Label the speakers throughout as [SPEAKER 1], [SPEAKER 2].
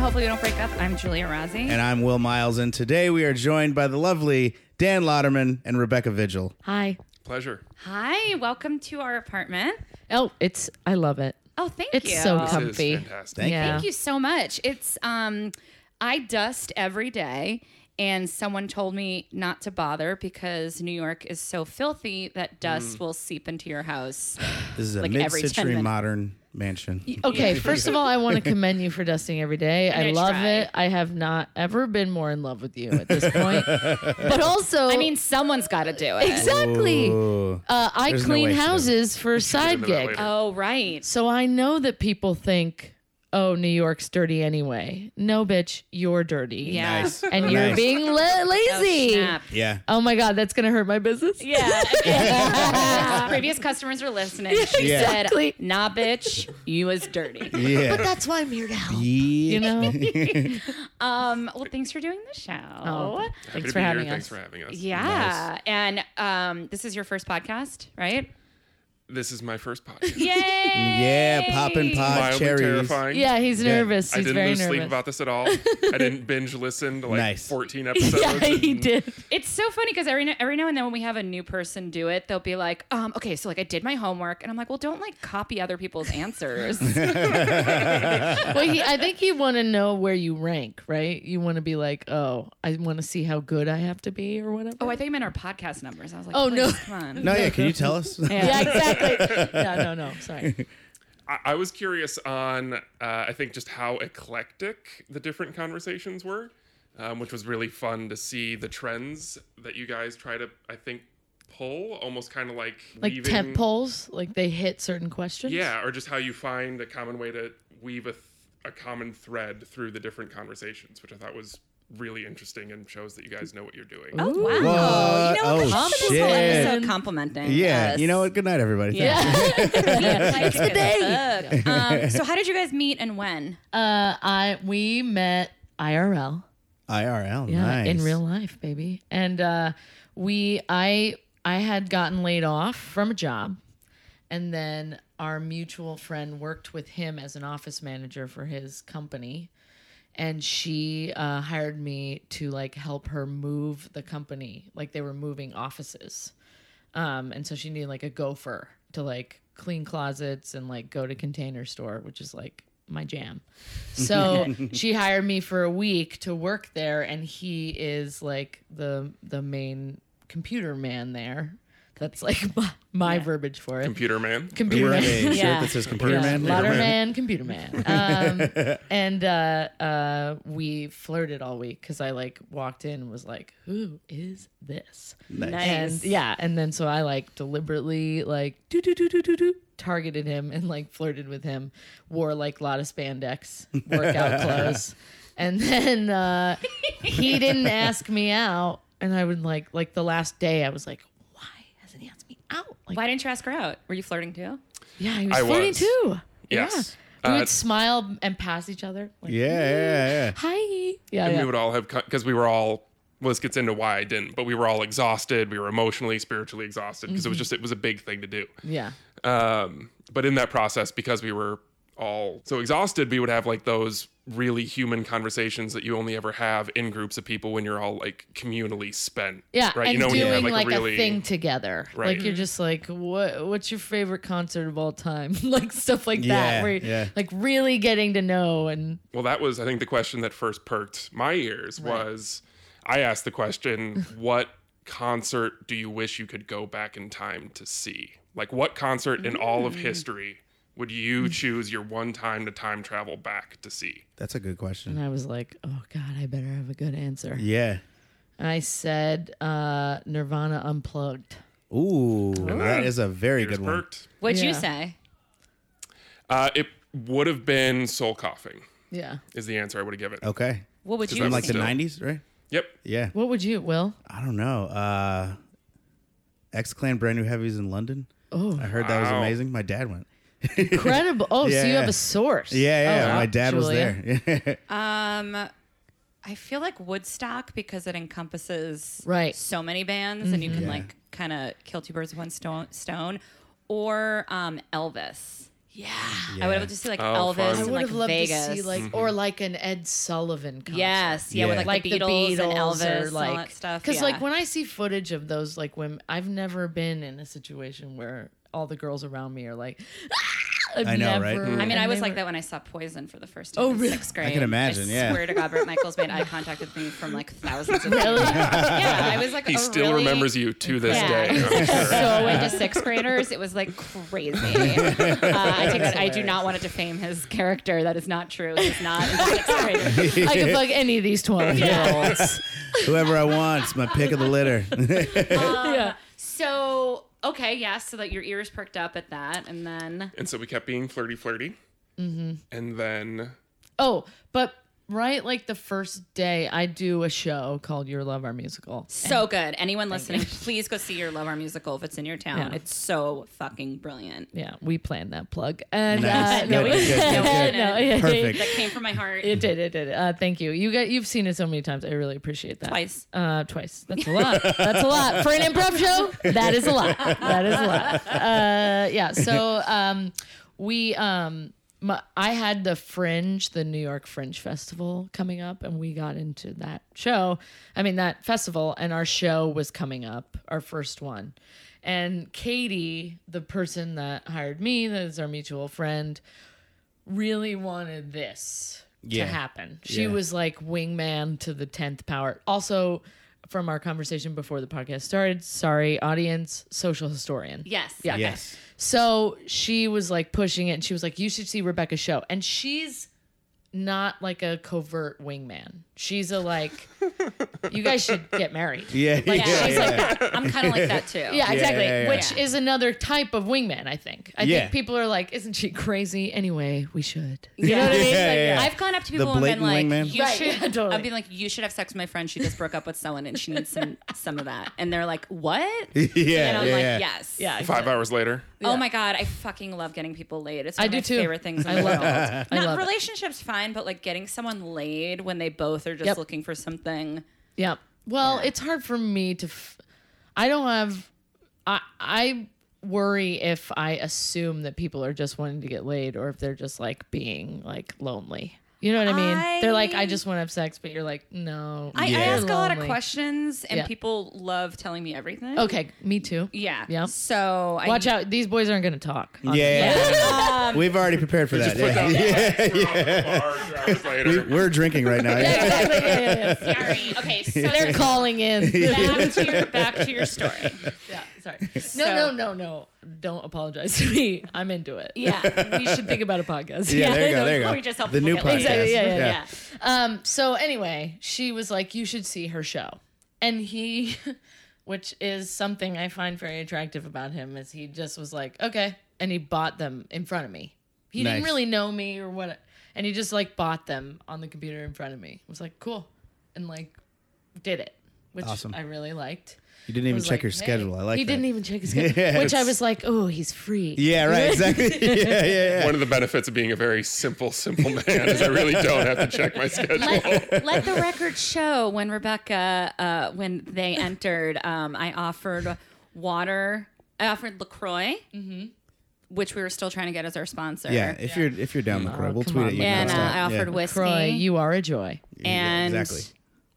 [SPEAKER 1] Hopefully, we don't break up. I'm Julia Razzi.
[SPEAKER 2] And I'm Will Miles, and today we are joined by the lovely Dan Lauderman and Rebecca Vigil.
[SPEAKER 3] Hi.
[SPEAKER 4] Pleasure.
[SPEAKER 1] Hi, welcome to our apartment.
[SPEAKER 3] Oh, it's I love it.
[SPEAKER 1] Oh, thank
[SPEAKER 3] It's
[SPEAKER 1] you.
[SPEAKER 3] so
[SPEAKER 4] This
[SPEAKER 3] comfy.
[SPEAKER 4] is fantastic.
[SPEAKER 2] Thank
[SPEAKER 3] yeah.
[SPEAKER 1] Thank you so much. It's um I dust every day and someone told me not to bother because New York is so filthy
[SPEAKER 3] Mm.
[SPEAKER 1] that dust will seep into your house.
[SPEAKER 2] This is a
[SPEAKER 1] Like every 10
[SPEAKER 2] mid-century
[SPEAKER 1] minutes.
[SPEAKER 2] modern mansion.
[SPEAKER 3] Okay, first of all, I want to commend you for dusting every day. I,
[SPEAKER 1] I
[SPEAKER 3] love
[SPEAKER 1] try.
[SPEAKER 3] it. I have not ever been more in love with you at this point. but also,
[SPEAKER 1] I mean, someone's got to do it.
[SPEAKER 3] exactly.
[SPEAKER 2] Ooh.
[SPEAKER 3] Uh, I
[SPEAKER 2] There's no
[SPEAKER 3] clean
[SPEAKER 2] way she
[SPEAKER 3] houses for side
[SPEAKER 4] into that
[SPEAKER 3] gig,
[SPEAKER 4] later.
[SPEAKER 1] Oh, right.
[SPEAKER 3] so I know that people think, "Oh, New York's dirty anyway." No, bitch, you're dirty.
[SPEAKER 1] Yeah.
[SPEAKER 2] Nice.
[SPEAKER 3] and you're
[SPEAKER 2] Nice.
[SPEAKER 3] being la-
[SPEAKER 1] Oh,
[SPEAKER 3] lazy.
[SPEAKER 1] snap.
[SPEAKER 2] Yeah.
[SPEAKER 3] Oh my god, that's gonna hurt my business.
[SPEAKER 1] Yeah. If Previous customers are listening. She
[SPEAKER 2] Yeah.
[SPEAKER 3] Exactly.
[SPEAKER 1] said, "Nah, bitch, you was dirty."
[SPEAKER 2] Yeah.
[SPEAKER 3] that's why I'm here to help.
[SPEAKER 2] you
[SPEAKER 3] You know.
[SPEAKER 1] Um, well, thanks for doing the show.
[SPEAKER 3] Oh,
[SPEAKER 4] Happy
[SPEAKER 3] thanks
[SPEAKER 4] to
[SPEAKER 3] for
[SPEAKER 4] be here.
[SPEAKER 3] having us.
[SPEAKER 4] Thanks for having us.
[SPEAKER 1] Yeah. And um, this is your first podcast, right?
[SPEAKER 4] This is my first podcast.
[SPEAKER 1] Yay!
[SPEAKER 2] Yeah, poppin' pod
[SPEAKER 4] Mildly
[SPEAKER 2] cherries.
[SPEAKER 4] terrifying.
[SPEAKER 3] Yeah, he's
[SPEAKER 2] Yeah.
[SPEAKER 3] nervous.
[SPEAKER 4] I
[SPEAKER 3] He's
[SPEAKER 4] didn't
[SPEAKER 3] very
[SPEAKER 4] lose
[SPEAKER 3] nervous.
[SPEAKER 4] sleep about this at all. I didn't binge listen to like
[SPEAKER 2] Nice.
[SPEAKER 4] 14 episodes.
[SPEAKER 3] yeah, he
[SPEAKER 4] and-
[SPEAKER 3] did.
[SPEAKER 1] It's so funny because every now, every now and then when we have a new person do it, they'll be like, um, okay, so like I did my homework, and I'm like, well, don't like copy other people's answers.
[SPEAKER 3] Well, he, I think you want to know where you rank, right? You want to be like, oh, I want to see how good I have to be or whatever.
[SPEAKER 1] oh, I think you meant our podcast numbers. I was like,
[SPEAKER 3] Oh, no.
[SPEAKER 1] please, come on.
[SPEAKER 2] No, yeah. Can you tell us?
[SPEAKER 3] yeah, exactly. no, no, no. Sorry.
[SPEAKER 4] I, I was curious on, uh, I think, just how eclectic the different conversations were, um, which was really fun to see the trends that you guys try to, I think, pull almost kind of like
[SPEAKER 3] Like
[SPEAKER 4] weaving-
[SPEAKER 3] temp polls, like they hit certain questions.
[SPEAKER 4] Yeah, or just how you find a common way to weave a, th- a common thread through the different conversations, which I thought was really interesting and shows that you guys know what you're doing.
[SPEAKER 1] Oh, wow.
[SPEAKER 2] What?
[SPEAKER 1] You know,
[SPEAKER 2] Oh,
[SPEAKER 1] this whole
[SPEAKER 2] shit.
[SPEAKER 1] episode complimenting.
[SPEAKER 2] Yeah.
[SPEAKER 1] us.
[SPEAKER 2] You know what? Good night, everybody. Thank you.
[SPEAKER 3] Yeah.
[SPEAKER 1] Like,
[SPEAKER 3] the day.
[SPEAKER 1] fuck. Um, so how did you guys meet and when?
[SPEAKER 3] Uh, I we met IRL.
[SPEAKER 2] IRL.
[SPEAKER 3] Yeah,
[SPEAKER 2] nice.
[SPEAKER 3] in real life, baby. And uh, we, I, I had gotten laid off from a job, and then our mutual friend worked with him as an office manager for his company, and she uh, hired me to like help her move the company, like they were moving offices, um, and so she needed like a gopher to like clean closets and like go to container store, which is like my jam. So she hired me for a week to work there, and he is like the the main computer man there. That's like my, my verbiage for it.
[SPEAKER 4] Computer man.
[SPEAKER 3] Computer
[SPEAKER 2] We're
[SPEAKER 3] man.
[SPEAKER 2] in a shirt
[SPEAKER 1] Yeah.
[SPEAKER 2] that says Computer
[SPEAKER 3] Yeah,
[SPEAKER 2] Man.
[SPEAKER 3] Ladder man, computer man. Um, and uh, uh, we flirted all week because I like walked in and was like, "Who is this?" And yeah, and then so I like deliberately like do do do do do do targeted him and like flirted with him, wore like a lot of spandex workout clothes, and then uh, he didn't ask me out, and I would like like the last day I was like, why hasn't he asked me out? Like,
[SPEAKER 1] Why didn't you ask her out? Were you flirting too?
[SPEAKER 3] yeah, he was
[SPEAKER 4] I
[SPEAKER 3] flirting
[SPEAKER 4] was.
[SPEAKER 3] too.
[SPEAKER 4] Yes.
[SPEAKER 3] Yeah. We
[SPEAKER 4] Uh,
[SPEAKER 3] would smile and pass each other. Like,
[SPEAKER 2] Yeah, yeah,
[SPEAKER 3] Hi. Yeah.
[SPEAKER 4] and
[SPEAKER 3] yeah.
[SPEAKER 4] we would all have because we were all well this gets into why i didn't but we were all exhausted we were emotionally spiritually exhausted because it
[SPEAKER 3] Mm-hmm.
[SPEAKER 4] was just it was a big thing to do
[SPEAKER 3] yeah.
[SPEAKER 4] um, but in that process because we were all so exhausted we would have like those really human conversations that you only ever have in groups of people when you're all like communally spent
[SPEAKER 3] Yeah,
[SPEAKER 4] right
[SPEAKER 3] and
[SPEAKER 4] you know when
[SPEAKER 3] doing
[SPEAKER 4] you have
[SPEAKER 3] like,
[SPEAKER 4] like, a really
[SPEAKER 3] a thing together.
[SPEAKER 4] Right. Mm-hmm.
[SPEAKER 3] Like you're just like, what? What's your favorite concert of all time? like stuff like
[SPEAKER 2] Yeah,
[SPEAKER 3] that, where
[SPEAKER 2] yeah.
[SPEAKER 3] you're like really getting to know and
[SPEAKER 4] Well, that was, I think, the question that first perked my ears was I asked the question, what concert do you wish you could go back in time to see? Like, what concert in all
[SPEAKER 1] Mm.
[SPEAKER 4] of history would you choose your one time to time travel back to see?
[SPEAKER 2] That's a good
[SPEAKER 3] and
[SPEAKER 2] question.
[SPEAKER 3] I was like, oh god, I better have a good answer.
[SPEAKER 2] Yeah.
[SPEAKER 3] And I said, uh, Nirvana unplugged.
[SPEAKER 2] Ooh, that is a very
[SPEAKER 4] Ears
[SPEAKER 2] good one.
[SPEAKER 4] perked.
[SPEAKER 1] What'd you
[SPEAKER 3] Yeah.
[SPEAKER 1] say?
[SPEAKER 4] Uh, it would have been Soul Coughing,
[SPEAKER 3] Yeah.
[SPEAKER 4] is the answer I would have given.
[SPEAKER 2] Okay.
[SPEAKER 1] What would
[SPEAKER 4] Does
[SPEAKER 1] you
[SPEAKER 4] that
[SPEAKER 2] From
[SPEAKER 1] say?
[SPEAKER 2] like the
[SPEAKER 4] Still.
[SPEAKER 2] '90s, right?
[SPEAKER 4] Yep.
[SPEAKER 2] Yeah.
[SPEAKER 3] What would you, Will?
[SPEAKER 2] I don't know. Uh, X Clan Brand New Heavies in London. Oh, I heard that was
[SPEAKER 4] Wow.
[SPEAKER 2] amazing. My dad went.
[SPEAKER 3] Incredible. Oh, so you
[SPEAKER 2] Yeah.
[SPEAKER 3] have a source.
[SPEAKER 2] Yeah,
[SPEAKER 3] Oh,
[SPEAKER 2] yeah.
[SPEAKER 3] wow,
[SPEAKER 2] my dad was
[SPEAKER 3] Julia.
[SPEAKER 2] there.
[SPEAKER 1] Um, I feel like Woodstock because it encompasses
[SPEAKER 3] Right.
[SPEAKER 1] so many bands, and
[SPEAKER 4] Mm-hmm.
[SPEAKER 1] you can
[SPEAKER 2] Yeah.
[SPEAKER 1] like kind of kill two birds with one stone. Stone, or um, Elvis.
[SPEAKER 3] Yeah.
[SPEAKER 1] I would
[SPEAKER 2] Yeah.
[SPEAKER 1] have loved to see like
[SPEAKER 4] Oh, fun.
[SPEAKER 1] Elvis
[SPEAKER 3] I
[SPEAKER 1] in
[SPEAKER 3] would
[SPEAKER 1] like
[SPEAKER 3] have loved
[SPEAKER 1] Vegas.
[SPEAKER 3] to see like
[SPEAKER 2] Mm-hmm.
[SPEAKER 3] or like an Ed Sullivan concert.
[SPEAKER 1] yes, yeah, with
[SPEAKER 2] Yeah.
[SPEAKER 1] like, the Beatles, and Elvis
[SPEAKER 3] or,
[SPEAKER 1] and all that stuff.
[SPEAKER 3] Because
[SPEAKER 1] yeah.
[SPEAKER 3] like when I see footage of those like women, I've never been in a situation where all the girls around me are like. "Ah!" i
[SPEAKER 2] I know, right?
[SPEAKER 1] I mean, I was like
[SPEAKER 3] that.
[SPEAKER 1] that when I saw Poison for the first time
[SPEAKER 3] Oh,
[SPEAKER 1] in
[SPEAKER 3] really?
[SPEAKER 1] sixth grade.
[SPEAKER 2] can imagine,
[SPEAKER 1] I
[SPEAKER 2] yeah.
[SPEAKER 1] swear to God, Brett Michaels made eye contact with me from like thousands of really? Yeah, I was like,
[SPEAKER 4] He
[SPEAKER 1] a
[SPEAKER 4] still
[SPEAKER 1] Oh, really-
[SPEAKER 4] remembers you to this
[SPEAKER 1] Yeah.
[SPEAKER 4] day.
[SPEAKER 1] so into sixth graders, it was like crazy. Uh, I, take that, I do not want to defame his character. That is not true. He's not into sixth graders.
[SPEAKER 3] I could fuck any of these 12 year olds.
[SPEAKER 2] Whoever I want, it's my pick of the litter.
[SPEAKER 3] yeah.
[SPEAKER 1] So okay, yeah. So that your ears perked up at that, and then
[SPEAKER 4] And so we kept being flirty, flirty.
[SPEAKER 1] Mm-hmm.
[SPEAKER 4] And then
[SPEAKER 3] Oh, but right like the first day, I do a show called Your Love Our Musical.
[SPEAKER 1] so good. Anyone listening, please go see your Love Our Musical if it's in your town.
[SPEAKER 3] Yeah.
[SPEAKER 1] It's so fucking brilliant.
[SPEAKER 3] Yeah, we planned that plug. And
[SPEAKER 2] Nice.
[SPEAKER 3] uh, no,
[SPEAKER 2] Good,
[SPEAKER 3] we-
[SPEAKER 2] good, good,
[SPEAKER 1] good.
[SPEAKER 3] no, it-
[SPEAKER 2] Perfect.
[SPEAKER 1] That came from my heart.
[SPEAKER 3] It did, it did. Uh, thank you. You got, you've seen it so many times. I really appreciate that.
[SPEAKER 1] Twice.
[SPEAKER 3] Uh, twice. That's a lot. That's a lot for an improv show. That is a lot. That is a lot. Uh, yeah. So um, we, um, my, I had the Fringe, the New York Fringe Festival coming up, and we got into that show. I mean that festival, and our show was coming up, our first one. And Katie, the person that hired me, that is our mutual friend, really wanted this
[SPEAKER 2] Yeah.
[SPEAKER 3] to happen. She
[SPEAKER 2] Yeah.
[SPEAKER 3] was like wingman to the 10th power. Also, from our conversation before the podcast started, sorry, audience, social historian.
[SPEAKER 1] Yes.
[SPEAKER 3] Yeah.
[SPEAKER 2] Yes.
[SPEAKER 3] So she was like pushing it and she was like, You should see Rebecca's show. And she's not like a covert wingman. She's a like, You guys should get married.
[SPEAKER 2] Yeah.
[SPEAKER 3] Like,
[SPEAKER 1] Yeah,
[SPEAKER 3] she's
[SPEAKER 1] yeah.
[SPEAKER 3] like,
[SPEAKER 1] I'm kind of like that too.
[SPEAKER 3] yeah, exactly.
[SPEAKER 2] yeah, yeah.
[SPEAKER 3] Which is another type of wingman, I think. I
[SPEAKER 2] Yeah.
[SPEAKER 3] think people are like, isn't she crazy? Anyway, we should. You
[SPEAKER 1] Yeah.
[SPEAKER 3] know what I mean?
[SPEAKER 2] Yeah,
[SPEAKER 3] Like,
[SPEAKER 2] yeah, yeah.
[SPEAKER 1] I've gone up to
[SPEAKER 2] The
[SPEAKER 1] people and been
[SPEAKER 2] blatant
[SPEAKER 1] like,
[SPEAKER 2] wingman.
[SPEAKER 1] "You
[SPEAKER 3] Right,
[SPEAKER 1] should."
[SPEAKER 3] yeah, totally.
[SPEAKER 1] I've been like, "You should have sex with my friend. She just broke up with someone, and she needs some some of that." And they're like, "What?"
[SPEAKER 2] Yeah.
[SPEAKER 1] and
[SPEAKER 2] Yeah.
[SPEAKER 1] I'm like,
[SPEAKER 2] yeah.
[SPEAKER 1] "Yes."
[SPEAKER 3] Yeah.
[SPEAKER 4] five hours later,
[SPEAKER 1] Oh my god, I fucking love getting people laid. It's one
[SPEAKER 3] I
[SPEAKER 1] of
[SPEAKER 3] do
[SPEAKER 1] my
[SPEAKER 3] too.
[SPEAKER 1] favorite things. In
[SPEAKER 3] I
[SPEAKER 1] the
[SPEAKER 3] love
[SPEAKER 1] world.
[SPEAKER 3] it. I
[SPEAKER 1] Not
[SPEAKER 3] love it.
[SPEAKER 1] relationships, fine, but like getting someone laid when they both are just
[SPEAKER 3] Yep.
[SPEAKER 1] looking for something.
[SPEAKER 3] Yeah. Well, it's hard for me to. F- I don't have. I I worry if I assume that people are just wanting to get laid or if they're just like being like lonely. You know what I mean? They're like, I
[SPEAKER 1] I-
[SPEAKER 3] just want to have sex, but you're like, no.
[SPEAKER 1] I,
[SPEAKER 3] you're
[SPEAKER 1] I ask a lot of
[SPEAKER 3] lonely.
[SPEAKER 1] questions, and
[SPEAKER 3] Yeah.
[SPEAKER 1] people love telling me everything.
[SPEAKER 3] Okay, me too.
[SPEAKER 1] Yeah.
[SPEAKER 3] Yeah.
[SPEAKER 1] So I Um,
[SPEAKER 3] Watch out, these boys aren't going to talk. on
[SPEAKER 2] Yeah. We've already prepared for that. Yeah.
[SPEAKER 4] hours later.
[SPEAKER 2] We're drinking right now.
[SPEAKER 3] this.
[SPEAKER 2] Yeah.
[SPEAKER 3] Exactly. Yeah, yeah, yeah.
[SPEAKER 1] Sorry. Okay. So
[SPEAKER 3] They're calling in.
[SPEAKER 1] back to your back to your story.
[SPEAKER 3] yeah, sorry. No, no, no, no. Don't apologize to me. I'm into it.
[SPEAKER 1] Yeah.
[SPEAKER 3] We should think about a podcast.
[SPEAKER 2] Yeah, there you go.
[SPEAKER 1] no,
[SPEAKER 2] There you go.
[SPEAKER 1] we just help
[SPEAKER 2] the
[SPEAKER 1] people
[SPEAKER 2] new
[SPEAKER 1] get
[SPEAKER 2] podcast.
[SPEAKER 1] laid.
[SPEAKER 3] Exactly, yeah, yeah,
[SPEAKER 1] Yeah.
[SPEAKER 3] Um, so anyway, she was like, "You should see her show," and he, which is something I find very attractive about him, is he just was like, "Okay," and he bought them in front of me. He didn't
[SPEAKER 2] Nice.
[SPEAKER 3] really know me or what, and he just like bought them on the computer in front of me. I was like, "Cool," and like did it, which
[SPEAKER 2] Awesome.
[SPEAKER 3] I really liked.
[SPEAKER 2] You didn't even
[SPEAKER 3] was
[SPEAKER 2] check
[SPEAKER 3] like,
[SPEAKER 2] your
[SPEAKER 3] hey.
[SPEAKER 2] schedule. I like
[SPEAKER 3] He
[SPEAKER 2] that.
[SPEAKER 3] didn't even check his schedule,
[SPEAKER 2] Yeah,
[SPEAKER 3] which I
[SPEAKER 2] it's-
[SPEAKER 3] was like, "Oh, he's free."
[SPEAKER 2] Yeah, right. Exactly. yeah, yeah, yeah.
[SPEAKER 4] One of the benefits of being a very simple, simple man is I really don't have to check my schedule.
[SPEAKER 1] Let, let the record show when Rebecca, uh, when they entered, um, I offered water. I offered Lacroix,
[SPEAKER 3] Mm-hmm.
[SPEAKER 1] which we were still trying to get as our sponsor.
[SPEAKER 2] Yeah, if you're if you're down, LaCroix, we'll
[SPEAKER 3] come
[SPEAKER 2] tweet
[SPEAKER 3] on,
[SPEAKER 2] at you.
[SPEAKER 1] And uh,
[SPEAKER 2] nonstop.
[SPEAKER 1] I offered
[SPEAKER 2] yeah.
[SPEAKER 1] whiskey,
[SPEAKER 3] Croy, you are a joy.
[SPEAKER 1] and
[SPEAKER 2] exactly.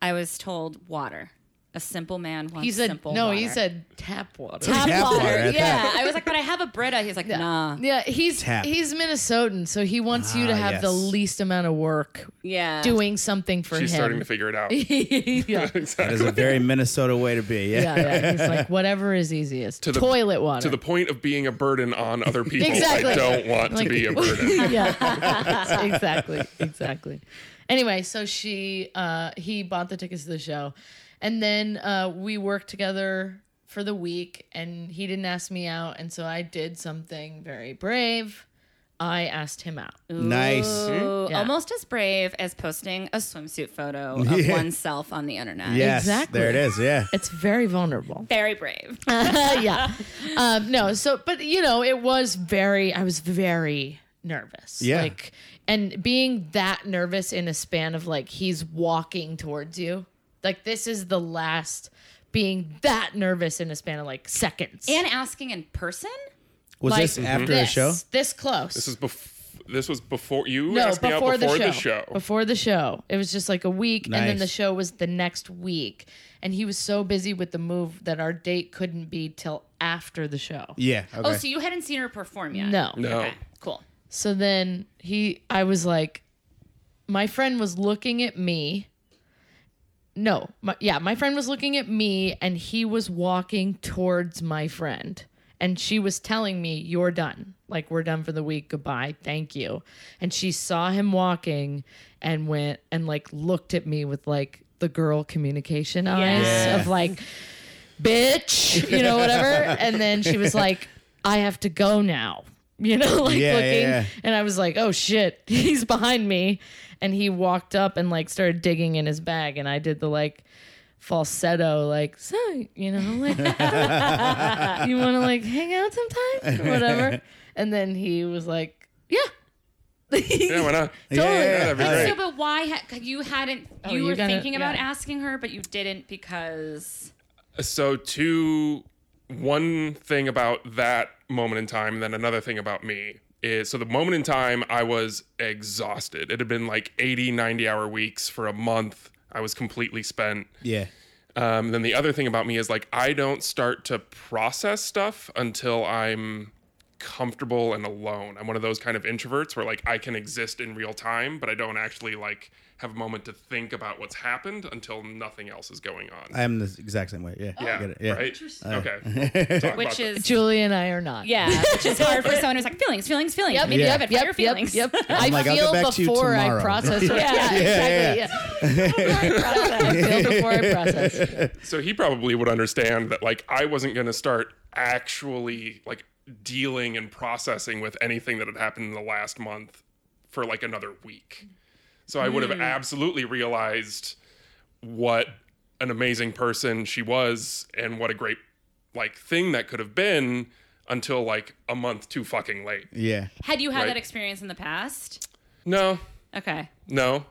[SPEAKER 1] I was told water. A simple man wants
[SPEAKER 3] He said,
[SPEAKER 1] simple
[SPEAKER 3] "No,"
[SPEAKER 1] water.
[SPEAKER 3] he said, "Tap water."
[SPEAKER 1] tap,
[SPEAKER 2] Tap
[SPEAKER 1] water.
[SPEAKER 2] water, I
[SPEAKER 1] yeah,
[SPEAKER 2] thought.
[SPEAKER 1] I was like, but I have a Brita. He's like, nah.
[SPEAKER 3] Yeah, he's
[SPEAKER 2] Tap.
[SPEAKER 3] he's Minnesotan, so he wants you to
[SPEAKER 2] Ah,
[SPEAKER 3] have the
[SPEAKER 2] yes.
[SPEAKER 3] least amount of work
[SPEAKER 1] Yeah,
[SPEAKER 3] doing something for
[SPEAKER 4] She's
[SPEAKER 3] him.
[SPEAKER 4] starting to figure it out.
[SPEAKER 3] yeah.
[SPEAKER 2] That is a very Minnesota way to be. Yeah.
[SPEAKER 3] yeah, yeah. He's like, whatever is easiest.
[SPEAKER 4] To the-
[SPEAKER 3] Toilet water.
[SPEAKER 4] To the point of being a burden on other people,
[SPEAKER 3] Exactly.
[SPEAKER 4] I don't want
[SPEAKER 3] Like-
[SPEAKER 4] to be a burden.
[SPEAKER 3] yeah, exactly, exactly. Anyway, so she, uh, he bought the tickets to the show, and then uh, we worked together for the week, and he didn't ask me out, and so I did something very brave. I asked him out.
[SPEAKER 2] Nice.
[SPEAKER 1] Ooh,
[SPEAKER 3] Yeah.
[SPEAKER 1] almost as brave as posting a swimsuit photo of
[SPEAKER 2] Yeah.
[SPEAKER 1] oneself on the internet.
[SPEAKER 2] Yes.
[SPEAKER 3] Exactly.
[SPEAKER 2] There it is. Yeah.
[SPEAKER 3] It's very vulnerable.
[SPEAKER 1] Very brave.
[SPEAKER 3] yeah. Um, no, so but you know, it was very I was very nervous.
[SPEAKER 2] Yeah.
[SPEAKER 3] Like and being that nervous in a span of like he's walking towards you. Like this is the last being that nervous in a span of like seconds.
[SPEAKER 1] And asking in person?
[SPEAKER 2] Was
[SPEAKER 3] Like
[SPEAKER 2] this after the show?
[SPEAKER 3] This close.
[SPEAKER 4] This is bef- This was before you
[SPEAKER 3] no,
[SPEAKER 4] asked me out
[SPEAKER 3] before,
[SPEAKER 4] before
[SPEAKER 3] the, show. Before the show. It was just like a week and then
[SPEAKER 2] Nice.
[SPEAKER 3] the show was the next week. And he was so busy with the move that our date couldn't be till after the show.
[SPEAKER 2] Yeah. Okay.
[SPEAKER 1] Oh, so you hadn't seen her perform yet?
[SPEAKER 3] No.
[SPEAKER 4] No.
[SPEAKER 1] Okay, cool.
[SPEAKER 3] So then he, I was like, my friend was looking at me. No, my, yeah, my friend was looking at me and he was walking towards my friend. And she was telling me, You're done. Like, we're done for the week. Goodbye. Thank you. And she saw him walking and went and like looked at me with like the girl communication eyes
[SPEAKER 1] Yeah.
[SPEAKER 3] of like, bitch, you know, whatever. and then she was like, I have to go now, you know, like
[SPEAKER 2] Yeah, yeah,
[SPEAKER 3] looking.
[SPEAKER 2] yeah.
[SPEAKER 3] And I was like, oh shit, he's behind me. And he walked up and like started digging in his bag. And I did the like falsetto, like, so, you know, like, you want to like hang out sometime, whatever. And then he was like, yeah.
[SPEAKER 4] Yeah, why not?
[SPEAKER 2] Yeah, yeah, yeah.
[SPEAKER 4] That'd be
[SPEAKER 2] All
[SPEAKER 4] great.
[SPEAKER 1] Oh, So, but why ha- you hadn't? you,
[SPEAKER 3] Oh, you
[SPEAKER 1] were
[SPEAKER 3] gotta-
[SPEAKER 1] thinking about
[SPEAKER 3] yeah.
[SPEAKER 1] asking her, but you didn't because
[SPEAKER 4] So two one thing about that moment in time, and then another thing about me is so the moment in time I was exhausted. It had been like 80, 90 hour weeks for a month. I was completely spent.
[SPEAKER 2] yeah.
[SPEAKER 4] Um, then the other thing about me is like I don't start to process stuff until I'm comfortable and alone. I'm one of those kind of introverts where like I can exist in real time, but I don't actually like have a moment to think about what's happened until nothing else is going on.
[SPEAKER 2] I am the exact same way. Yeah.
[SPEAKER 4] yeah,
[SPEAKER 2] I get it. Yeah.
[SPEAKER 4] right. Okay, we'll talk about
[SPEAKER 1] which
[SPEAKER 4] that.
[SPEAKER 1] is
[SPEAKER 3] Julie and I are not.
[SPEAKER 1] yeah, which is hard for someone who's like feelings, feelings, feelings.
[SPEAKER 3] Yep,
[SPEAKER 1] Maybe you
[SPEAKER 2] Yeah.
[SPEAKER 1] have it. Fire feelings.
[SPEAKER 3] Yep.
[SPEAKER 2] I'm
[SPEAKER 3] I
[SPEAKER 2] like, I'll get
[SPEAKER 3] feel
[SPEAKER 2] back to you
[SPEAKER 3] before I
[SPEAKER 2] tomorrow.
[SPEAKER 3] process. yeah,
[SPEAKER 1] Yeah,
[SPEAKER 2] yeah,
[SPEAKER 3] exactly. Yeah. I feel before I process.
[SPEAKER 4] So he probably would understand that like I wasn't going to start actually like dealing and processing with anything that had happened in the last month for like another week. So I would have absolutely realized what an amazing person she was and what a great like thing that could have been until like a month too fucking late.
[SPEAKER 2] Yeah.
[SPEAKER 1] Had you had
[SPEAKER 4] Right.
[SPEAKER 1] that experience in the past?
[SPEAKER 4] No,
[SPEAKER 1] Okay.
[SPEAKER 3] Oh,
[SPEAKER 4] no.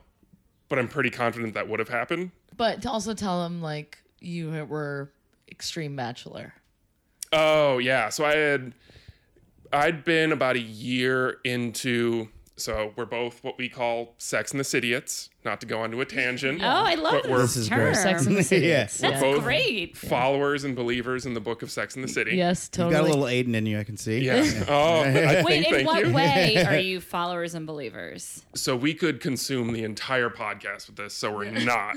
[SPEAKER 4] But I'm pretty confident that would have happened.
[SPEAKER 3] But to also tell him like you were extreme bachelor.
[SPEAKER 4] Oh yeah, so I had I'd been about a year into so we're both what we call Sex and the Cityots. Not to go onto a tangent.
[SPEAKER 1] Oh, I love
[SPEAKER 4] But we're-
[SPEAKER 1] this,
[SPEAKER 2] This is
[SPEAKER 1] term.
[SPEAKER 2] great.
[SPEAKER 3] Sex and the City.
[SPEAKER 2] Yeah.
[SPEAKER 3] Yes.
[SPEAKER 1] That's
[SPEAKER 4] Both-
[SPEAKER 1] great.
[SPEAKER 4] Followers and believers in the Book of Sex and the City.
[SPEAKER 3] Yes,
[SPEAKER 2] You
[SPEAKER 3] totally.
[SPEAKER 2] got a little Aiden in you, I can see.
[SPEAKER 4] Yeah. Oh, I
[SPEAKER 1] Wait,
[SPEAKER 4] think,
[SPEAKER 1] in
[SPEAKER 4] thank
[SPEAKER 1] what
[SPEAKER 4] you.
[SPEAKER 1] way are you followers and believers?
[SPEAKER 4] So we could consume the entire podcast with this. So we're not.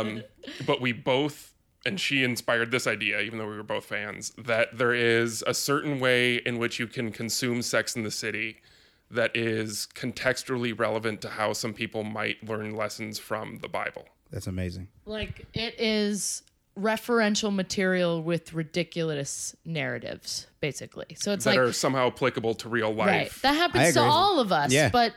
[SPEAKER 4] um, but we both, and she inspired this idea, even though we were both fans, that there is a certain way in which you can consume Sex in the City that is contextually relevant to how some people might learn lessons from the Bible.
[SPEAKER 2] That's amazing.
[SPEAKER 3] like it is referential material with ridiculous narratives, basically. So it's
[SPEAKER 4] That
[SPEAKER 3] like
[SPEAKER 4] are somehow applicable to real
[SPEAKER 3] right.
[SPEAKER 4] life.
[SPEAKER 3] That happens to
[SPEAKER 2] agree.
[SPEAKER 3] all of us,
[SPEAKER 2] Yeah.
[SPEAKER 3] but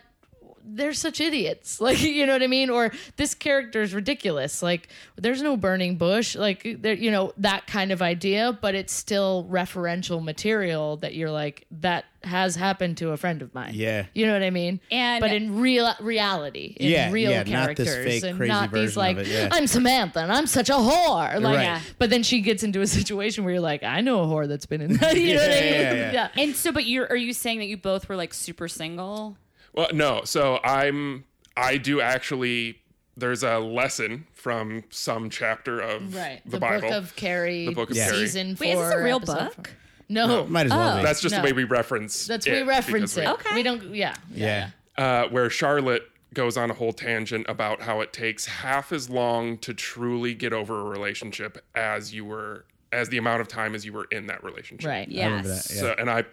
[SPEAKER 3] they're such idiots. Like, you know what I mean? Or this character is ridiculous. Like, there's no burning bush. Like, there, you know, that kind of idea, but it's still referential material that you're like, that has happened to a friend of mine.
[SPEAKER 2] Yeah.
[SPEAKER 3] You know what I mean?
[SPEAKER 1] And-
[SPEAKER 3] but in real reality, in
[SPEAKER 2] Yeah,
[SPEAKER 3] real
[SPEAKER 2] yeah, not
[SPEAKER 3] characters,
[SPEAKER 2] this fake
[SPEAKER 3] and
[SPEAKER 2] crazy
[SPEAKER 3] not these
[SPEAKER 2] version
[SPEAKER 3] like,
[SPEAKER 2] of it, yeah.
[SPEAKER 3] I'm Samantha and I'm such a whore. Like,
[SPEAKER 2] Right. Yeah.
[SPEAKER 3] but then she gets into a situation where you're like, I know a whore that's been in. that. you know what I
[SPEAKER 2] Yeah,
[SPEAKER 3] mean?
[SPEAKER 2] yeah, yeah.
[SPEAKER 1] And so, but you're are you saying that you both were like super single?
[SPEAKER 4] Well, no. So I'm. I do actually. There's a lesson from some chapter of
[SPEAKER 3] Right.
[SPEAKER 4] the,
[SPEAKER 3] The,
[SPEAKER 4] Bible.
[SPEAKER 3] Book of Carrie.
[SPEAKER 4] The Book of
[SPEAKER 2] Yeah.
[SPEAKER 4] Carrie.
[SPEAKER 3] Season four.
[SPEAKER 1] Wait, is this a real
[SPEAKER 3] episode
[SPEAKER 1] book?
[SPEAKER 3] four. No.
[SPEAKER 2] Might as well
[SPEAKER 1] Oh.
[SPEAKER 2] be.
[SPEAKER 4] That's just
[SPEAKER 3] No.
[SPEAKER 4] the way we reference.
[SPEAKER 3] That's
[SPEAKER 4] it
[SPEAKER 3] we reference
[SPEAKER 4] because we-
[SPEAKER 3] it.
[SPEAKER 1] Okay.
[SPEAKER 3] We don't. Yeah.
[SPEAKER 2] yeah.
[SPEAKER 4] uh, where Charlotte goes on a whole tangent about how it takes half as long to truly get over a relationship as you were as the amount of time as you were in that relationship.
[SPEAKER 3] Right.
[SPEAKER 1] Yes.
[SPEAKER 2] I remember that. Yeah.
[SPEAKER 4] So and I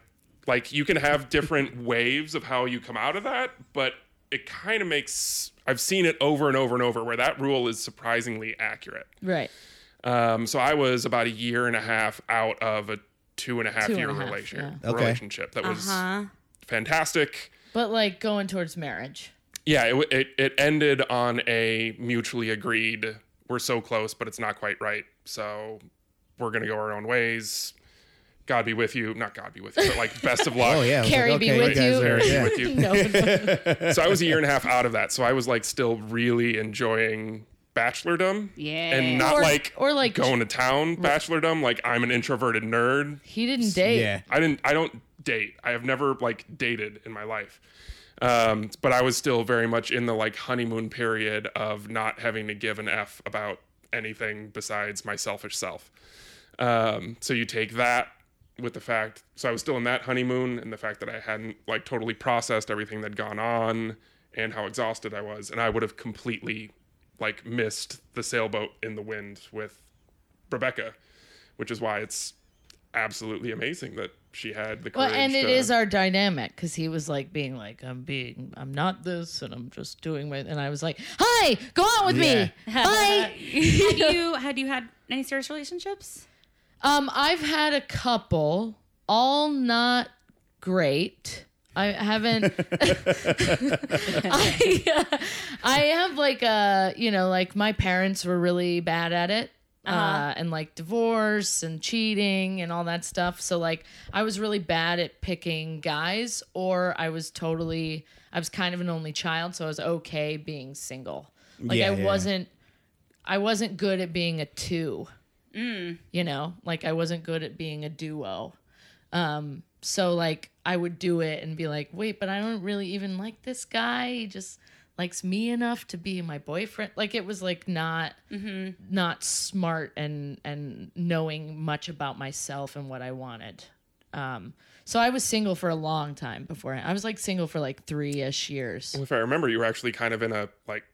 [SPEAKER 4] like you can have different waves of how you come out of that, but it kind of makes I've seen it over and over and over where that rule is surprisingly accurate.
[SPEAKER 3] Right.
[SPEAKER 4] Um, so I was about a year and a half out of a two and a half
[SPEAKER 3] Two and
[SPEAKER 4] year
[SPEAKER 3] a half, Uh-huh.
[SPEAKER 4] relationship
[SPEAKER 2] yeah. Okay.
[SPEAKER 4] relationship that was
[SPEAKER 1] Uh-huh.
[SPEAKER 4] fantastic.
[SPEAKER 3] But like going towards marriage.
[SPEAKER 4] yeah it, w- it it ended on a mutually agreed we're so close but it's not quite right so we're gonna go our own ways god be with you not god be with you but like best of luck
[SPEAKER 2] Oh yeah. I was
[SPEAKER 3] Carrie
[SPEAKER 2] like,
[SPEAKER 3] be
[SPEAKER 2] okay,
[SPEAKER 3] with
[SPEAKER 2] guys
[SPEAKER 3] you.
[SPEAKER 2] are-
[SPEAKER 4] Carrie be
[SPEAKER 2] yeah.
[SPEAKER 4] with you
[SPEAKER 3] No.
[SPEAKER 4] so i was a year and a half out of that so i was like still really enjoying bachelordom.
[SPEAKER 1] Yeah.
[SPEAKER 4] And not
[SPEAKER 3] Or-
[SPEAKER 4] like
[SPEAKER 3] or, like-
[SPEAKER 4] going to town bachelordom. Like I'm an introverted nerd.
[SPEAKER 3] He didn't date.
[SPEAKER 2] Yeah.
[SPEAKER 4] I didn't. I don't date. I have never like dated in my life. Um, but I was still very much in the like honeymoon period of not having to give an f about anything besides my selfish self. Um, so you take that with the fact. So I was still in that honeymoon and the fact that I hadn't like totally processed everything that had gone on and how exhausted I was, and I would have completely like missed the sailboat in the wind with Rebecca, which is why it's absolutely amazing that she had the
[SPEAKER 3] Well,
[SPEAKER 4] courage.
[SPEAKER 3] and it
[SPEAKER 4] to-
[SPEAKER 3] is our dynamic because he was like being like, I'm being, I'm not this, and I'm just doing my, and I was like, hi, go on with
[SPEAKER 2] Yeah.
[SPEAKER 3] me, hi.
[SPEAKER 1] had you had you had any serious relationships?
[SPEAKER 3] Um, I've had a couple, all not great. I haven't. I, uh, I have like a you know like my parents were really bad at it. uh
[SPEAKER 2] Uh-huh.
[SPEAKER 3] and like divorce and cheating and all that stuff. So like I was really bad at picking guys, or I was totally I was kind of an only child, so I was okay being single. Like
[SPEAKER 2] Yeah,
[SPEAKER 3] I
[SPEAKER 2] yeah.
[SPEAKER 3] wasn't I wasn't good at being a two
[SPEAKER 2] Mm.
[SPEAKER 3] you know like i wasn't good at being a duo um so like i would do it and be like wait but i don't really even like this guy he just likes me enough to be my boyfriend like it was like not not smart and and knowing much about myself and what i wanted um so i was single for a long time before i was like single for like three-ish years
[SPEAKER 4] if I remember, you were actually kind of in a like,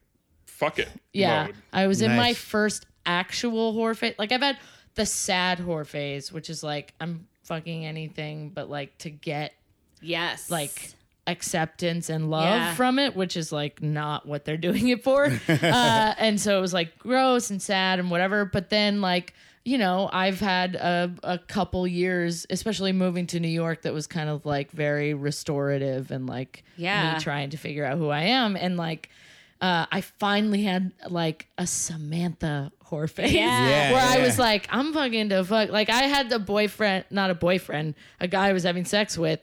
[SPEAKER 4] fuck it.
[SPEAKER 3] yeah,
[SPEAKER 4] Mode.
[SPEAKER 3] I was in my
[SPEAKER 2] Nice.
[SPEAKER 3] first actual whore phase. Like I've had the sad whore phase, which is like I'm fucking anything, but like to get
[SPEAKER 1] Yes.
[SPEAKER 3] like acceptance and love
[SPEAKER 1] Yeah.
[SPEAKER 3] from it, which is like not what they're doing it for. uh, and so it was like gross and sad and whatever. But then like you know, I've had a, a couple years, especially moving to New York, that was kind of like very restorative and like
[SPEAKER 1] Yeah.
[SPEAKER 3] me trying to figure out who I am. And like, uh, I finally had like a Samantha whore face
[SPEAKER 1] Yeah.
[SPEAKER 2] Yeah,
[SPEAKER 3] where I
[SPEAKER 2] yeah.
[SPEAKER 3] was like, I'm fucking to fuck. Like I had a boyfriend, not a boyfriend, a guy I was having sex with,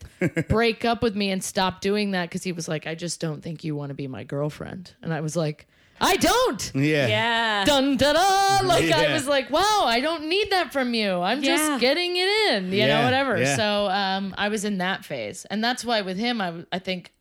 [SPEAKER 3] break up with me and stop doing that because he was like, I just don't think you want to be my girlfriend. And I was like, I don't.
[SPEAKER 2] Yeah.
[SPEAKER 1] yeah.
[SPEAKER 3] Dun da da! Like I
[SPEAKER 2] Yeah.
[SPEAKER 3] was like, wow, I don't need that from you. I'm
[SPEAKER 1] Yeah.
[SPEAKER 3] just getting it in, you know,
[SPEAKER 2] Yeah,
[SPEAKER 3] whatever.
[SPEAKER 2] yeah.
[SPEAKER 3] So um, I was in that phase, and that's why with him, I w- I think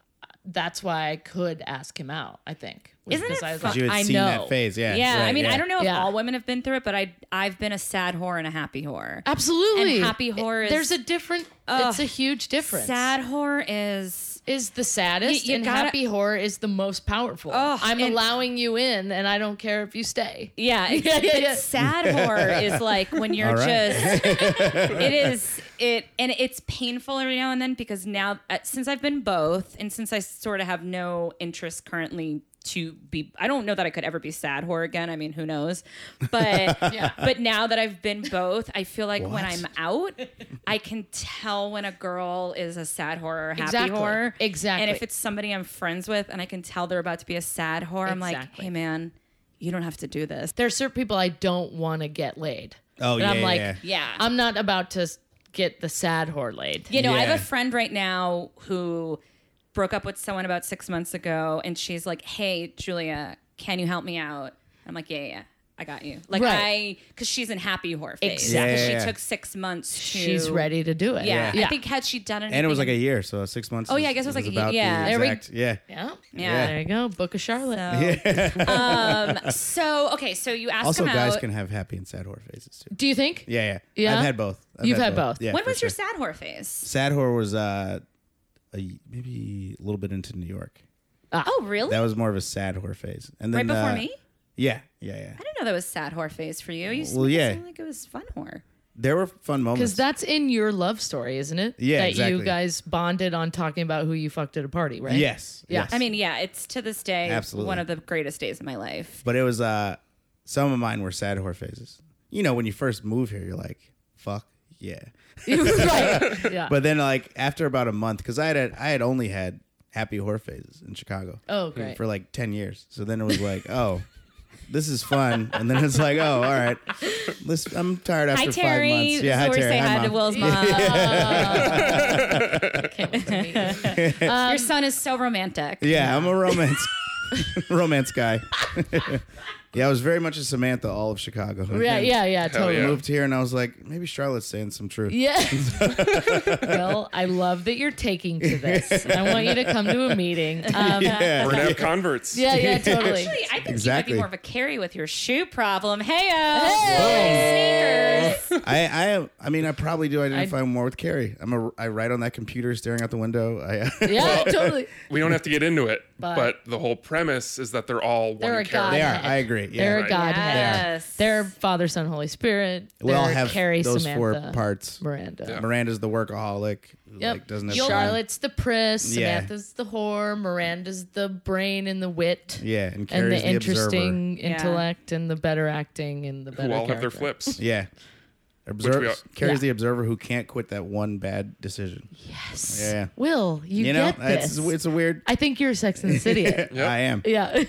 [SPEAKER 3] that's why I could ask him out. I think was
[SPEAKER 1] Isn't
[SPEAKER 3] 'cause
[SPEAKER 1] it
[SPEAKER 3] I was
[SPEAKER 1] fu-
[SPEAKER 3] like,
[SPEAKER 2] 'Cause you had
[SPEAKER 1] I
[SPEAKER 2] seen
[SPEAKER 1] know.
[SPEAKER 2] that phase. Yeah.
[SPEAKER 1] Yeah, I
[SPEAKER 2] right,
[SPEAKER 1] mean,
[SPEAKER 2] yeah.
[SPEAKER 1] I don't know if
[SPEAKER 3] Yeah.
[SPEAKER 1] all women have been through it, but I I've been a sad whore and a happy whore.
[SPEAKER 3] Absolutely.
[SPEAKER 1] And happy whore is-
[SPEAKER 3] There's a different it's a huge difference.
[SPEAKER 1] Sad whore is
[SPEAKER 3] is the saddest
[SPEAKER 1] You- you
[SPEAKER 3] and
[SPEAKER 1] gotta-
[SPEAKER 3] happy whore is the most powerful.
[SPEAKER 1] Ugh,
[SPEAKER 3] I'm
[SPEAKER 1] and-
[SPEAKER 3] allowing you in and I don't care if you stay.
[SPEAKER 1] yeah, it-
[SPEAKER 3] yeah.
[SPEAKER 1] but sad whore is like when you're
[SPEAKER 2] All right.
[SPEAKER 1] just it is it and it's painful every now and then because now uh, since I've been both and since I sort of have no interest currently to be I don't know that I could ever be sad whore again. I mean, who knows? But
[SPEAKER 3] Yeah.
[SPEAKER 1] but now that I've been both, I feel like when
[SPEAKER 2] What?
[SPEAKER 1] I'm out, I can tell when a girl is a sad whore or a happy
[SPEAKER 3] Exactly.
[SPEAKER 1] whore. And
[SPEAKER 3] Exactly.
[SPEAKER 1] if it's somebody I'm friends with and I can tell they're about to be a sad whore, I'm like,
[SPEAKER 3] Exactly.
[SPEAKER 1] "Hey man, you don't have to do this."
[SPEAKER 3] There are certain people I don't want to get laid.
[SPEAKER 2] Oh,
[SPEAKER 3] and
[SPEAKER 2] yeah,
[SPEAKER 3] I'm
[SPEAKER 2] yeah,
[SPEAKER 3] like,
[SPEAKER 2] yeah.
[SPEAKER 1] Yeah.
[SPEAKER 3] I'm not about to s- get the sad whore laid.
[SPEAKER 1] You know, I have a
[SPEAKER 2] Yeah.
[SPEAKER 1] friend right now who broke up with someone about six months ago, and she's like, "Hey, Julia, can you help me out?" I'm like, "Yeah, yeah, yeah, I got you." Like I,
[SPEAKER 3] Right.
[SPEAKER 1] because she's in happy whore phase.
[SPEAKER 3] Exactly.
[SPEAKER 1] Because
[SPEAKER 2] Yeah.
[SPEAKER 1] She took six months. To,
[SPEAKER 3] She's ready to do it.
[SPEAKER 1] Yeah.
[SPEAKER 3] Yeah.
[SPEAKER 1] I think had she done it,
[SPEAKER 2] And it was like a year, so six months. Oh
[SPEAKER 1] yeah, I guess it was like a year.
[SPEAKER 2] about
[SPEAKER 1] Yeah.
[SPEAKER 2] The
[SPEAKER 1] There we-
[SPEAKER 2] exact, yeah.
[SPEAKER 3] yeah.
[SPEAKER 1] Yeah.
[SPEAKER 3] There you go. Book of Charlotte.
[SPEAKER 1] um, so okay, so you asked
[SPEAKER 2] Also,
[SPEAKER 1] him
[SPEAKER 2] guys
[SPEAKER 1] out.
[SPEAKER 2] can have happy and sad horror phases too.
[SPEAKER 3] Do you think?
[SPEAKER 2] Yeah, yeah.
[SPEAKER 3] Yeah?
[SPEAKER 2] I've had both. I've
[SPEAKER 3] You've had both.
[SPEAKER 2] Yeah.
[SPEAKER 1] when
[SPEAKER 2] for
[SPEAKER 1] was your
[SPEAKER 2] sure.
[SPEAKER 1] sad whore phase?
[SPEAKER 2] sad horror was uh, a, maybe a little bit into New York.
[SPEAKER 1] Oh, really?
[SPEAKER 2] That was more of a sad horror phase. And then
[SPEAKER 1] right before
[SPEAKER 2] uh,
[SPEAKER 1] me?
[SPEAKER 2] Yeah, yeah, yeah.
[SPEAKER 1] I didn't know that was sad whore phase for you. You
[SPEAKER 2] Well,
[SPEAKER 1] made it
[SPEAKER 2] yeah.
[SPEAKER 1] sound like it was fun whore.
[SPEAKER 2] There were fun moments.
[SPEAKER 3] Because that's in your love story, isn't it?
[SPEAKER 2] Yeah,
[SPEAKER 3] That you
[SPEAKER 2] exactly.
[SPEAKER 3] guys bonded on talking about who you fucked at a party, right?
[SPEAKER 2] yes,
[SPEAKER 3] Yeah.
[SPEAKER 2] yes.
[SPEAKER 1] I mean, yeah, it's to this day
[SPEAKER 2] Absolutely.
[SPEAKER 1] one of the greatest days of my life.
[SPEAKER 2] But it was uh some of mine were sad horror phases. You know, when you first move here, you're like, fuck, yeah.
[SPEAKER 3] right. Yeah.
[SPEAKER 2] But then like after about a month, because I had I had only had happy horror phases in Chicago.
[SPEAKER 3] Oh, great.
[SPEAKER 2] For like ten years. So then it was like, oh, this is fun. And then it's like, oh, all right. Let's, I'm tired after
[SPEAKER 1] Hi
[SPEAKER 2] five
[SPEAKER 1] Terry.
[SPEAKER 2] months. Yeah,
[SPEAKER 1] this
[SPEAKER 2] hi
[SPEAKER 1] is where
[SPEAKER 2] Terry.
[SPEAKER 1] we say hi, to
[SPEAKER 2] Mom.
[SPEAKER 1] Will's mom.
[SPEAKER 3] Uh, Can't wait to meet you.
[SPEAKER 1] Your son is so romantic.
[SPEAKER 2] Yeah, I'm a romance romance guy. Yeah, I was very much a Samantha all of Chicago.
[SPEAKER 3] Yeah, yeah, yeah,
[SPEAKER 4] Hell
[SPEAKER 3] totally.
[SPEAKER 4] yeah.
[SPEAKER 2] Moved here and I was like, maybe Charlotte's saying some truth.
[SPEAKER 3] Yes. well, I love that you're taking to this. I want you to come to a meeting. Um, yeah.
[SPEAKER 4] We're gonna have converts.
[SPEAKER 3] yeah, totally.
[SPEAKER 1] Actually, I think
[SPEAKER 2] Exactly.
[SPEAKER 1] you might be more of a carry with your shoe problem. Hey,
[SPEAKER 3] Hey!
[SPEAKER 1] sneakers.
[SPEAKER 2] I, I am. I mean, I probably do identify
[SPEAKER 3] I-
[SPEAKER 2] more with Carrie. I'm a. I write on that computer, staring out the window. I,
[SPEAKER 3] Yeah, totally.
[SPEAKER 4] We don't have to get into it,
[SPEAKER 3] But-
[SPEAKER 4] but, the whole premise is that they're all one
[SPEAKER 3] They're a
[SPEAKER 4] character.
[SPEAKER 2] they
[SPEAKER 3] Godhead.
[SPEAKER 2] are. I agree. Yeah.
[SPEAKER 3] They're a
[SPEAKER 4] right.
[SPEAKER 3] godhead.
[SPEAKER 1] Yes.
[SPEAKER 3] They're Father, Son, Holy Spirit.
[SPEAKER 2] we all
[SPEAKER 3] They're
[SPEAKER 2] have
[SPEAKER 3] Carrie,
[SPEAKER 2] those
[SPEAKER 3] Samantha,
[SPEAKER 2] four parts.
[SPEAKER 3] Miranda.
[SPEAKER 2] Miranda's the workaholic. who,
[SPEAKER 3] Yep.
[SPEAKER 2] Like, doesn't have
[SPEAKER 3] You'll-
[SPEAKER 2] time.
[SPEAKER 3] Charlotte's the priss,
[SPEAKER 2] Yeah.
[SPEAKER 3] Samantha's the whore, Miranda's the brain and the wit,
[SPEAKER 2] Yeah, and
[SPEAKER 3] and
[SPEAKER 2] Carrie's
[SPEAKER 3] the
[SPEAKER 2] the, observer.
[SPEAKER 3] interesting
[SPEAKER 1] Yeah.
[SPEAKER 3] intellect, and the better acting, and the better.
[SPEAKER 4] Who all have their
[SPEAKER 3] character.
[SPEAKER 4] flips.
[SPEAKER 2] Yeah. Observe,
[SPEAKER 4] we are-
[SPEAKER 2] Carrie's
[SPEAKER 3] Yeah.
[SPEAKER 2] the observer who can't quit that one bad decision.
[SPEAKER 3] Yes.
[SPEAKER 2] Yeah.
[SPEAKER 3] Will you,
[SPEAKER 2] You, know,
[SPEAKER 3] get
[SPEAKER 2] it's,
[SPEAKER 3] this?
[SPEAKER 2] it's a weird. eh,
[SPEAKER 3] I think you're Sex and the City.
[SPEAKER 4] Yep.
[SPEAKER 2] I am.
[SPEAKER 3] yeah.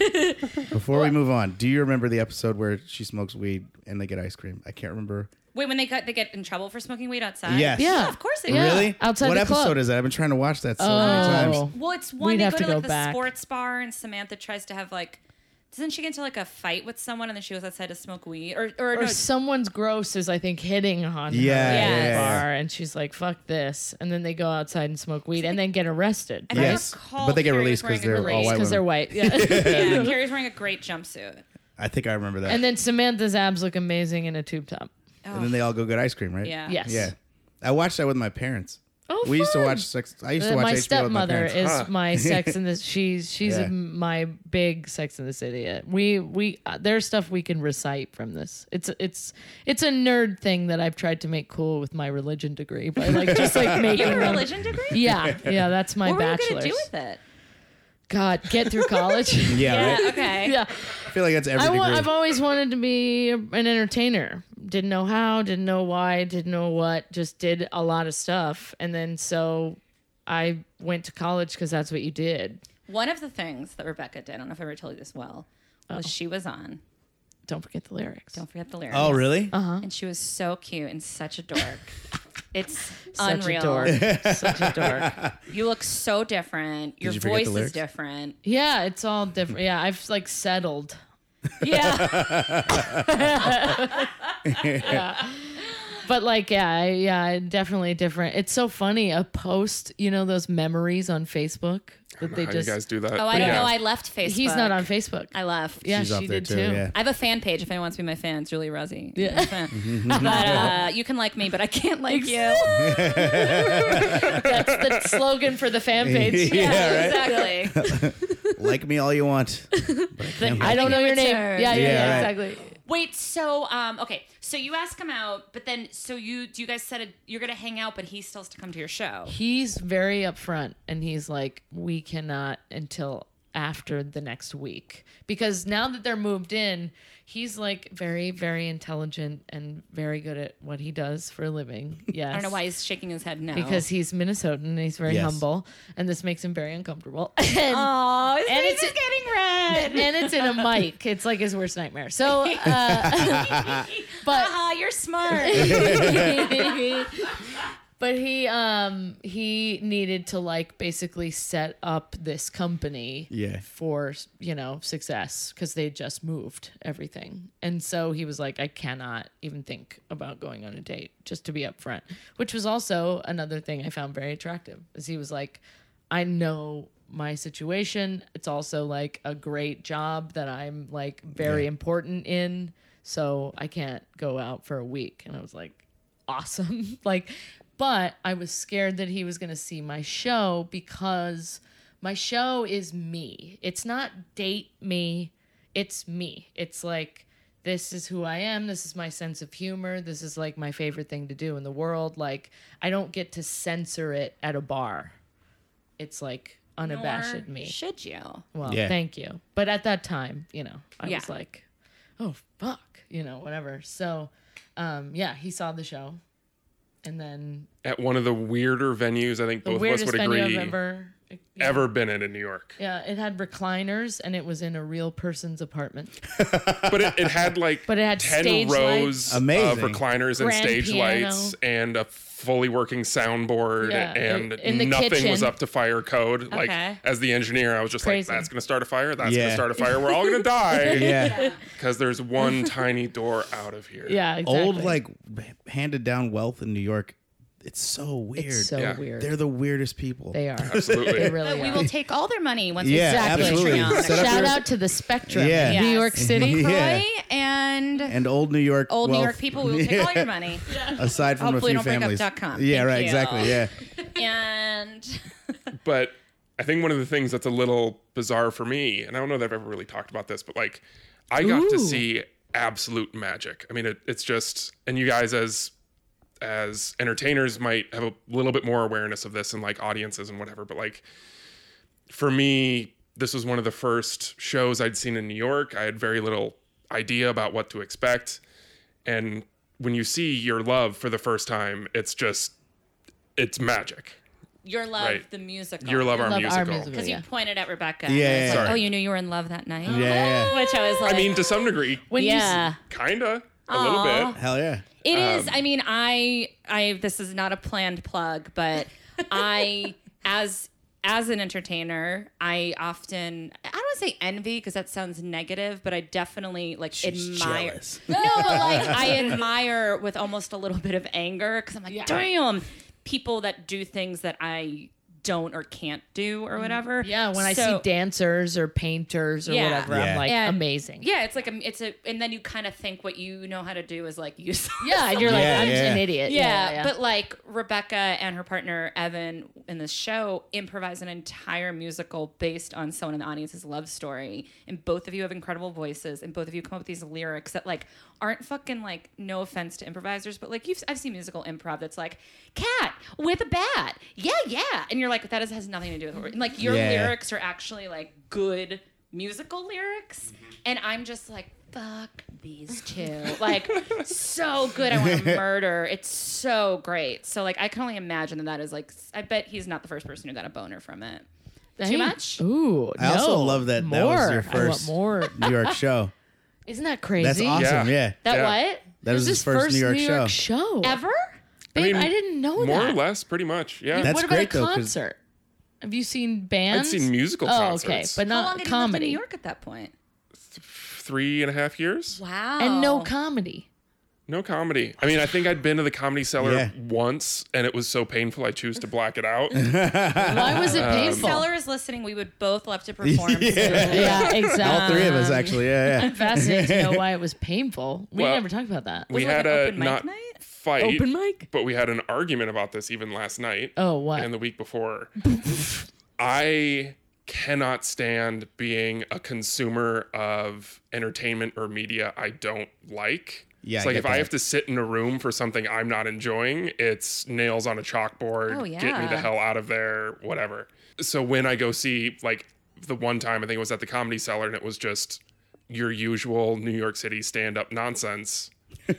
[SPEAKER 2] Before we move on, do you remember the episode where she smokes weed and they get ice cream? I can't remember.
[SPEAKER 1] Wait, when they got they get in trouble for smoking weed outside?
[SPEAKER 2] Yes.
[SPEAKER 3] Yeah.
[SPEAKER 1] of course they
[SPEAKER 3] Yeah.
[SPEAKER 1] do.
[SPEAKER 2] Really?
[SPEAKER 3] outside
[SPEAKER 2] what
[SPEAKER 3] the
[SPEAKER 2] episode
[SPEAKER 3] club.
[SPEAKER 2] is that? I've been trying to watch that so many times.
[SPEAKER 3] Oh.
[SPEAKER 1] Well, it's one
[SPEAKER 3] We'd
[SPEAKER 1] they
[SPEAKER 3] have
[SPEAKER 1] go
[SPEAKER 3] to
[SPEAKER 1] to,
[SPEAKER 3] go
[SPEAKER 1] like the
[SPEAKER 3] back.
[SPEAKER 1] sports bar and Samantha tries to have like doesn't she get into like a fight with someone and then she goes outside to smoke weed or or,
[SPEAKER 3] Or
[SPEAKER 1] no
[SPEAKER 3] someone's gross is, I think, hitting on her
[SPEAKER 2] Yeah,
[SPEAKER 3] at
[SPEAKER 1] yeah,
[SPEAKER 3] the
[SPEAKER 2] yeah.
[SPEAKER 3] bar, and she's like, "Fuck this," and then they go outside and smoke weed, and then get arrested.
[SPEAKER 1] I
[SPEAKER 3] right?
[SPEAKER 1] don't
[SPEAKER 2] Yes,
[SPEAKER 1] recall
[SPEAKER 2] but they get
[SPEAKER 1] Carrie
[SPEAKER 2] released 'cause
[SPEAKER 1] wearing a
[SPEAKER 2] they're all
[SPEAKER 1] great-
[SPEAKER 2] white
[SPEAKER 3] because they're white. Yeah.
[SPEAKER 1] Yeah, Carrie's wearing a great jumpsuit.
[SPEAKER 2] I think I remember that.
[SPEAKER 3] and then Samantha's abs look amazing in a tube top.
[SPEAKER 2] And then they all go get ice cream, right?
[SPEAKER 1] Yeah.
[SPEAKER 3] Yes.
[SPEAKER 2] Yeah. I watched that with my parents.
[SPEAKER 3] Oh,
[SPEAKER 2] we used to
[SPEAKER 3] fun.
[SPEAKER 2] watch sex. I used
[SPEAKER 3] Uh,
[SPEAKER 2] to watch
[SPEAKER 3] my
[SPEAKER 2] HBO with my
[SPEAKER 3] stepmother
[SPEAKER 2] parents.
[SPEAKER 3] is
[SPEAKER 4] Huh.
[SPEAKER 3] my Sex in the she's she's
[SPEAKER 2] Yeah.
[SPEAKER 3] a- my big Sex in the City. Uh, We we uh, there's stuff we can recite from this. It's it's it's a nerd thing that I've tried to make cool with my religion degree by like just like
[SPEAKER 1] You
[SPEAKER 3] making
[SPEAKER 1] have a
[SPEAKER 3] them-
[SPEAKER 1] religion degree?
[SPEAKER 3] Yeah, yeah, that's my
[SPEAKER 1] what were you
[SPEAKER 3] bachelor's.
[SPEAKER 1] gonna do with it?
[SPEAKER 3] God, get through college.
[SPEAKER 2] yeah, right?
[SPEAKER 1] okay.
[SPEAKER 3] yeah,
[SPEAKER 2] I feel like that's every
[SPEAKER 3] I
[SPEAKER 2] degree.
[SPEAKER 3] wa- I've always wanted to be a- an entertainer. Didn't know how, didn't know why, didn't know what. Just did a lot of stuff, and then so I went to college because that's what you did.
[SPEAKER 1] One of the things that Rebecca did, I don't know if I ever told you this well,
[SPEAKER 3] Oh.
[SPEAKER 1] was she was on.
[SPEAKER 3] Don't forget the lyrics.
[SPEAKER 1] Don't forget the lyrics.
[SPEAKER 2] oh, really? Uh-huh.
[SPEAKER 1] And she was so cute and such a dork. it's
[SPEAKER 3] Such
[SPEAKER 1] unreal.
[SPEAKER 3] a dork. Such a dork.
[SPEAKER 1] You look so different. Your
[SPEAKER 2] you forget the
[SPEAKER 1] voice is
[SPEAKER 2] lyrics?
[SPEAKER 1] different.
[SPEAKER 3] Yeah, it's all different. Yeah, I've like settled.
[SPEAKER 1] Yeah.
[SPEAKER 3] But like, yeah, I, yeah, I definitely different. It's so funny. A post, you know, those memories on Facebook that they
[SPEAKER 4] How
[SPEAKER 3] just.
[SPEAKER 4] you guys do that?
[SPEAKER 1] oh, I don't know. I left Facebook.
[SPEAKER 3] he's not on Facebook.
[SPEAKER 1] I left.
[SPEAKER 3] yeah,
[SPEAKER 2] She's
[SPEAKER 3] she
[SPEAKER 2] off there
[SPEAKER 3] did
[SPEAKER 2] too,
[SPEAKER 3] too.
[SPEAKER 2] yeah.
[SPEAKER 1] I have a fan page if anyone wants to be my fan. It's Julie Rossi. Yeah. but uh, you can like me, but I can't like you.
[SPEAKER 3] That's the slogan for the fan page.
[SPEAKER 2] yeah, right?
[SPEAKER 1] exactly.
[SPEAKER 2] like me all you want.
[SPEAKER 3] I don't know your name. Yeah,
[SPEAKER 1] Return.
[SPEAKER 3] yeah, yeah,
[SPEAKER 2] Yeah, right.
[SPEAKER 3] exactly.
[SPEAKER 1] Wait, so um, okay, so you ask him out, but then so you do you guys said it, you're gonna hang out, but he still has to come to your show.
[SPEAKER 3] He's very upfront and he's like, we cannot until after the next week. Because now that they're moved in, he's like very, very intelligent and very good at what he does for a living. Yes.
[SPEAKER 1] I don't know why he's shaking his head no.
[SPEAKER 3] Because he's Minnesotan and he's very
[SPEAKER 2] Yes.
[SPEAKER 3] humble, and this makes him very uncomfortable. And-
[SPEAKER 1] oh, his
[SPEAKER 3] And
[SPEAKER 1] face
[SPEAKER 3] it's-
[SPEAKER 1] is getting red.
[SPEAKER 3] and it's in a mic. It's like his worst nightmare. So, uh, but
[SPEAKER 1] Haha, you're smart.
[SPEAKER 3] but he um he needed to like basically set up this company
[SPEAKER 2] Yeah.
[SPEAKER 3] for you know success because they just moved everything and so he was like i cannot even think about going on a date just to be upfront which was also another thing i found very attractive is he was like i know my situation it's also like a great job that i'm like very important in so i can't go out for a week and i was like awesome. like, but I was scared that he was going to see my show because my show is me. It's not date me, it's me. It's like, this is who I am. This is my sense of humor. This is like my favorite thing to do in the world. Like, I don't get to censor it at a bar. It's like unabashed
[SPEAKER 1] Nor
[SPEAKER 3] me.
[SPEAKER 1] Should you?
[SPEAKER 3] Well,
[SPEAKER 2] Yeah.
[SPEAKER 3] thank you. But at that time, you know, I
[SPEAKER 1] Yeah.
[SPEAKER 3] was like, oh fuck, you know, whatever. So, um, yeah, he saw the show, and then
[SPEAKER 4] At one of the weirder venues, I think
[SPEAKER 3] the
[SPEAKER 4] both of us
[SPEAKER 3] weirdest
[SPEAKER 2] Oh,
[SPEAKER 4] would
[SPEAKER 3] venue I've
[SPEAKER 4] agree.
[SPEAKER 3] ever.
[SPEAKER 4] ever been in in New York.
[SPEAKER 3] Yeah, it had recliners and it was in a real person's apartment.
[SPEAKER 4] But it, it had like
[SPEAKER 3] But it had
[SPEAKER 4] 10
[SPEAKER 3] stage
[SPEAKER 4] rows
[SPEAKER 3] lights.
[SPEAKER 2] Amazing.
[SPEAKER 4] of recliners and
[SPEAKER 3] Grand
[SPEAKER 4] stage
[SPEAKER 3] piano.
[SPEAKER 4] lights and a fully working soundboard
[SPEAKER 3] Yeah,
[SPEAKER 4] and
[SPEAKER 3] in- in the
[SPEAKER 4] nothing was
[SPEAKER 3] kitchen.
[SPEAKER 4] up to fire code. Like
[SPEAKER 1] Okay.
[SPEAKER 4] as the engineer, I was just
[SPEAKER 3] Crazy.
[SPEAKER 4] like, that's gonna start a fire, that's
[SPEAKER 2] Yeah.
[SPEAKER 4] gonna start a fire, we're all gonna die.
[SPEAKER 2] Yeah.
[SPEAKER 4] Because there's one tiny door out of here.
[SPEAKER 3] Yeah, exactly.
[SPEAKER 2] Old like handed down wealth in New York. It's so weird.
[SPEAKER 3] It's so
[SPEAKER 4] Yeah.
[SPEAKER 3] weird.
[SPEAKER 2] They're the weirdest people.
[SPEAKER 3] They are. They
[SPEAKER 4] Absolutely.
[SPEAKER 3] really
[SPEAKER 1] But we
[SPEAKER 3] are.
[SPEAKER 1] will take all their money once
[SPEAKER 2] Yeah,
[SPEAKER 1] we
[SPEAKER 3] Exactly.
[SPEAKER 1] see
[SPEAKER 2] absolutely.
[SPEAKER 1] Patreon.
[SPEAKER 2] Set up
[SPEAKER 3] Shout
[SPEAKER 2] your-
[SPEAKER 3] out to the Spectrum,
[SPEAKER 2] Yeah.
[SPEAKER 3] New
[SPEAKER 1] Yes.
[SPEAKER 3] York City.
[SPEAKER 2] Yeah.
[SPEAKER 1] Croy and
[SPEAKER 2] And old New York.
[SPEAKER 1] old New
[SPEAKER 2] wealth-
[SPEAKER 1] York people. We will take all your money.
[SPEAKER 2] Aside from
[SPEAKER 1] Hopefully
[SPEAKER 2] a few
[SPEAKER 1] don't break up
[SPEAKER 2] families.
[SPEAKER 1] dot com.
[SPEAKER 2] Yeah,
[SPEAKER 1] Thank
[SPEAKER 2] right.
[SPEAKER 1] you.
[SPEAKER 2] Exactly. Yeah.
[SPEAKER 1] And
[SPEAKER 4] but I think one of the things that's a little bizarre for me, and I don't know that I've ever really talked about this, but like I got to
[SPEAKER 3] Ooh.
[SPEAKER 4] see absolute magic. I mean, it, it's just, and you guys as as entertainers might have a little bit more awareness of this and like audiences and whatever, but like for me, this was one of the first shows I'd seen in New York. I had very little idea about what to expect. And when you see your love for the first time, it's just it's magic.
[SPEAKER 1] your love,
[SPEAKER 4] Right.
[SPEAKER 1] the musical.
[SPEAKER 4] Your love, our
[SPEAKER 3] Love Our
[SPEAKER 4] musical.
[SPEAKER 3] Musical.
[SPEAKER 1] Because
[SPEAKER 3] Yeah.
[SPEAKER 1] you pointed at
[SPEAKER 2] Yeah,
[SPEAKER 1] Rebecca. and I was
[SPEAKER 2] yeah,
[SPEAKER 1] like,
[SPEAKER 4] yeah.
[SPEAKER 1] oh, you knew you were in love that night.
[SPEAKER 2] Yeah. yeah.
[SPEAKER 1] Which I was like,
[SPEAKER 4] I mean, to some degree,
[SPEAKER 3] When you s-
[SPEAKER 1] yeah.
[SPEAKER 4] Kinda. A
[SPEAKER 1] Aw.
[SPEAKER 4] little bit.
[SPEAKER 2] Hell yeah.
[SPEAKER 1] It is.
[SPEAKER 3] Um,
[SPEAKER 1] I mean, I, I. This is not a planned plug, but I, as as an entertainer, I often I don't want to say envy because that sounds negative, but I definitely like admire.
[SPEAKER 2] jealous.
[SPEAKER 1] No, but like I admire with almost a little bit of anger because I'm like, damn, people that do things that I don't or can't do or whatever.
[SPEAKER 3] Mm. Yeah, when I
[SPEAKER 1] So-
[SPEAKER 3] see dancers or painters or
[SPEAKER 1] Yeah.
[SPEAKER 3] whatever,
[SPEAKER 2] Yeah.
[SPEAKER 3] I'm like,
[SPEAKER 1] And-
[SPEAKER 3] amazing.
[SPEAKER 1] Yeah, it's like a, it's a, and then you kind of think what you know how to do is like useless.
[SPEAKER 3] Yeah, and you're like,
[SPEAKER 2] Yeah,
[SPEAKER 3] I'm
[SPEAKER 2] yeah.
[SPEAKER 3] an idiot.
[SPEAKER 1] Yeah, but like Rebecca and her partner Evan in this show improvise an entire musical based on someone in the audience's love story, and both of you have incredible voices, and both of you come up with these lyrics that like aren't fucking like no offense to improvisers, but like you've I've seen musical improv that's like cat with a bat, yeah, yeah, and you're like that is, has nothing to do with it. And, like your
[SPEAKER 2] Yeah.
[SPEAKER 1] lyrics are actually like good musical lyrics, and I'm just like. Fuck these two. Like, so good. I want to murder. It's so great. So like, I can only imagine that that is like. s- I bet he's not the first person who got a boner from it. Too much.
[SPEAKER 3] Ooh,
[SPEAKER 2] I also
[SPEAKER 3] no.
[SPEAKER 2] love that that
[SPEAKER 3] more.
[SPEAKER 2] was your first-
[SPEAKER 3] I want more.
[SPEAKER 2] New York show.
[SPEAKER 3] Isn't that crazy?
[SPEAKER 2] That's awesome. Yeah.
[SPEAKER 4] Yeah.
[SPEAKER 1] That
[SPEAKER 4] Yeah.
[SPEAKER 1] what
[SPEAKER 2] That was his first, New York show.
[SPEAKER 3] show.
[SPEAKER 1] ever?
[SPEAKER 3] Babe, I,
[SPEAKER 4] mean,
[SPEAKER 3] didn't know
[SPEAKER 4] More
[SPEAKER 3] that.
[SPEAKER 4] or less, pretty much. Yeah.
[SPEAKER 2] That's
[SPEAKER 3] what about
[SPEAKER 2] great,
[SPEAKER 3] a
[SPEAKER 2] though, 'cause-
[SPEAKER 3] concert? Have you seen bands?
[SPEAKER 4] seen musical
[SPEAKER 3] oh,
[SPEAKER 4] concerts.
[SPEAKER 3] okay, but
[SPEAKER 1] How long
[SPEAKER 3] not
[SPEAKER 1] had
[SPEAKER 3] comedy.
[SPEAKER 1] he lived in New York at that point?
[SPEAKER 4] Three and a half years.
[SPEAKER 1] Wow.
[SPEAKER 3] and no comedy.
[SPEAKER 4] No comedy. I mean, I think I'd been to the comedy cellar
[SPEAKER 2] Yeah.
[SPEAKER 4] once and it was so painful I choose to black it out.
[SPEAKER 3] Why was it
[SPEAKER 4] Um,
[SPEAKER 3] painful?
[SPEAKER 1] Seller is listening. We would both love to perform.
[SPEAKER 2] Yeah.
[SPEAKER 1] soon.
[SPEAKER 3] yeah, exactly.
[SPEAKER 2] All three of
[SPEAKER 1] Um,
[SPEAKER 2] us actually. Yeah, yeah.
[SPEAKER 3] Fascinating to know why it was painful. We
[SPEAKER 4] Well,
[SPEAKER 3] never talked about that.
[SPEAKER 4] we
[SPEAKER 1] it like
[SPEAKER 4] had
[SPEAKER 1] an
[SPEAKER 4] a
[SPEAKER 1] open mic
[SPEAKER 4] not
[SPEAKER 1] night?
[SPEAKER 4] fight.
[SPEAKER 3] Open mic?
[SPEAKER 4] But we had an argument about this even last night.
[SPEAKER 3] Oh, what?
[SPEAKER 4] And the week before. I cannot stand being a consumer of entertainment or media I don't like.
[SPEAKER 2] Yeah,
[SPEAKER 4] It's
[SPEAKER 2] I
[SPEAKER 4] like
[SPEAKER 2] get
[SPEAKER 4] if I
[SPEAKER 2] that.
[SPEAKER 4] have to sit in a room for something I'm not enjoying, it's nails on a chalkboard,
[SPEAKER 1] Oh,
[SPEAKER 4] get me the
[SPEAKER 1] yeah.
[SPEAKER 4] hell out of there, whatever. So when I go see like the one time I think it was at the comedy cellar and it was just your usual New York City stand up nonsense.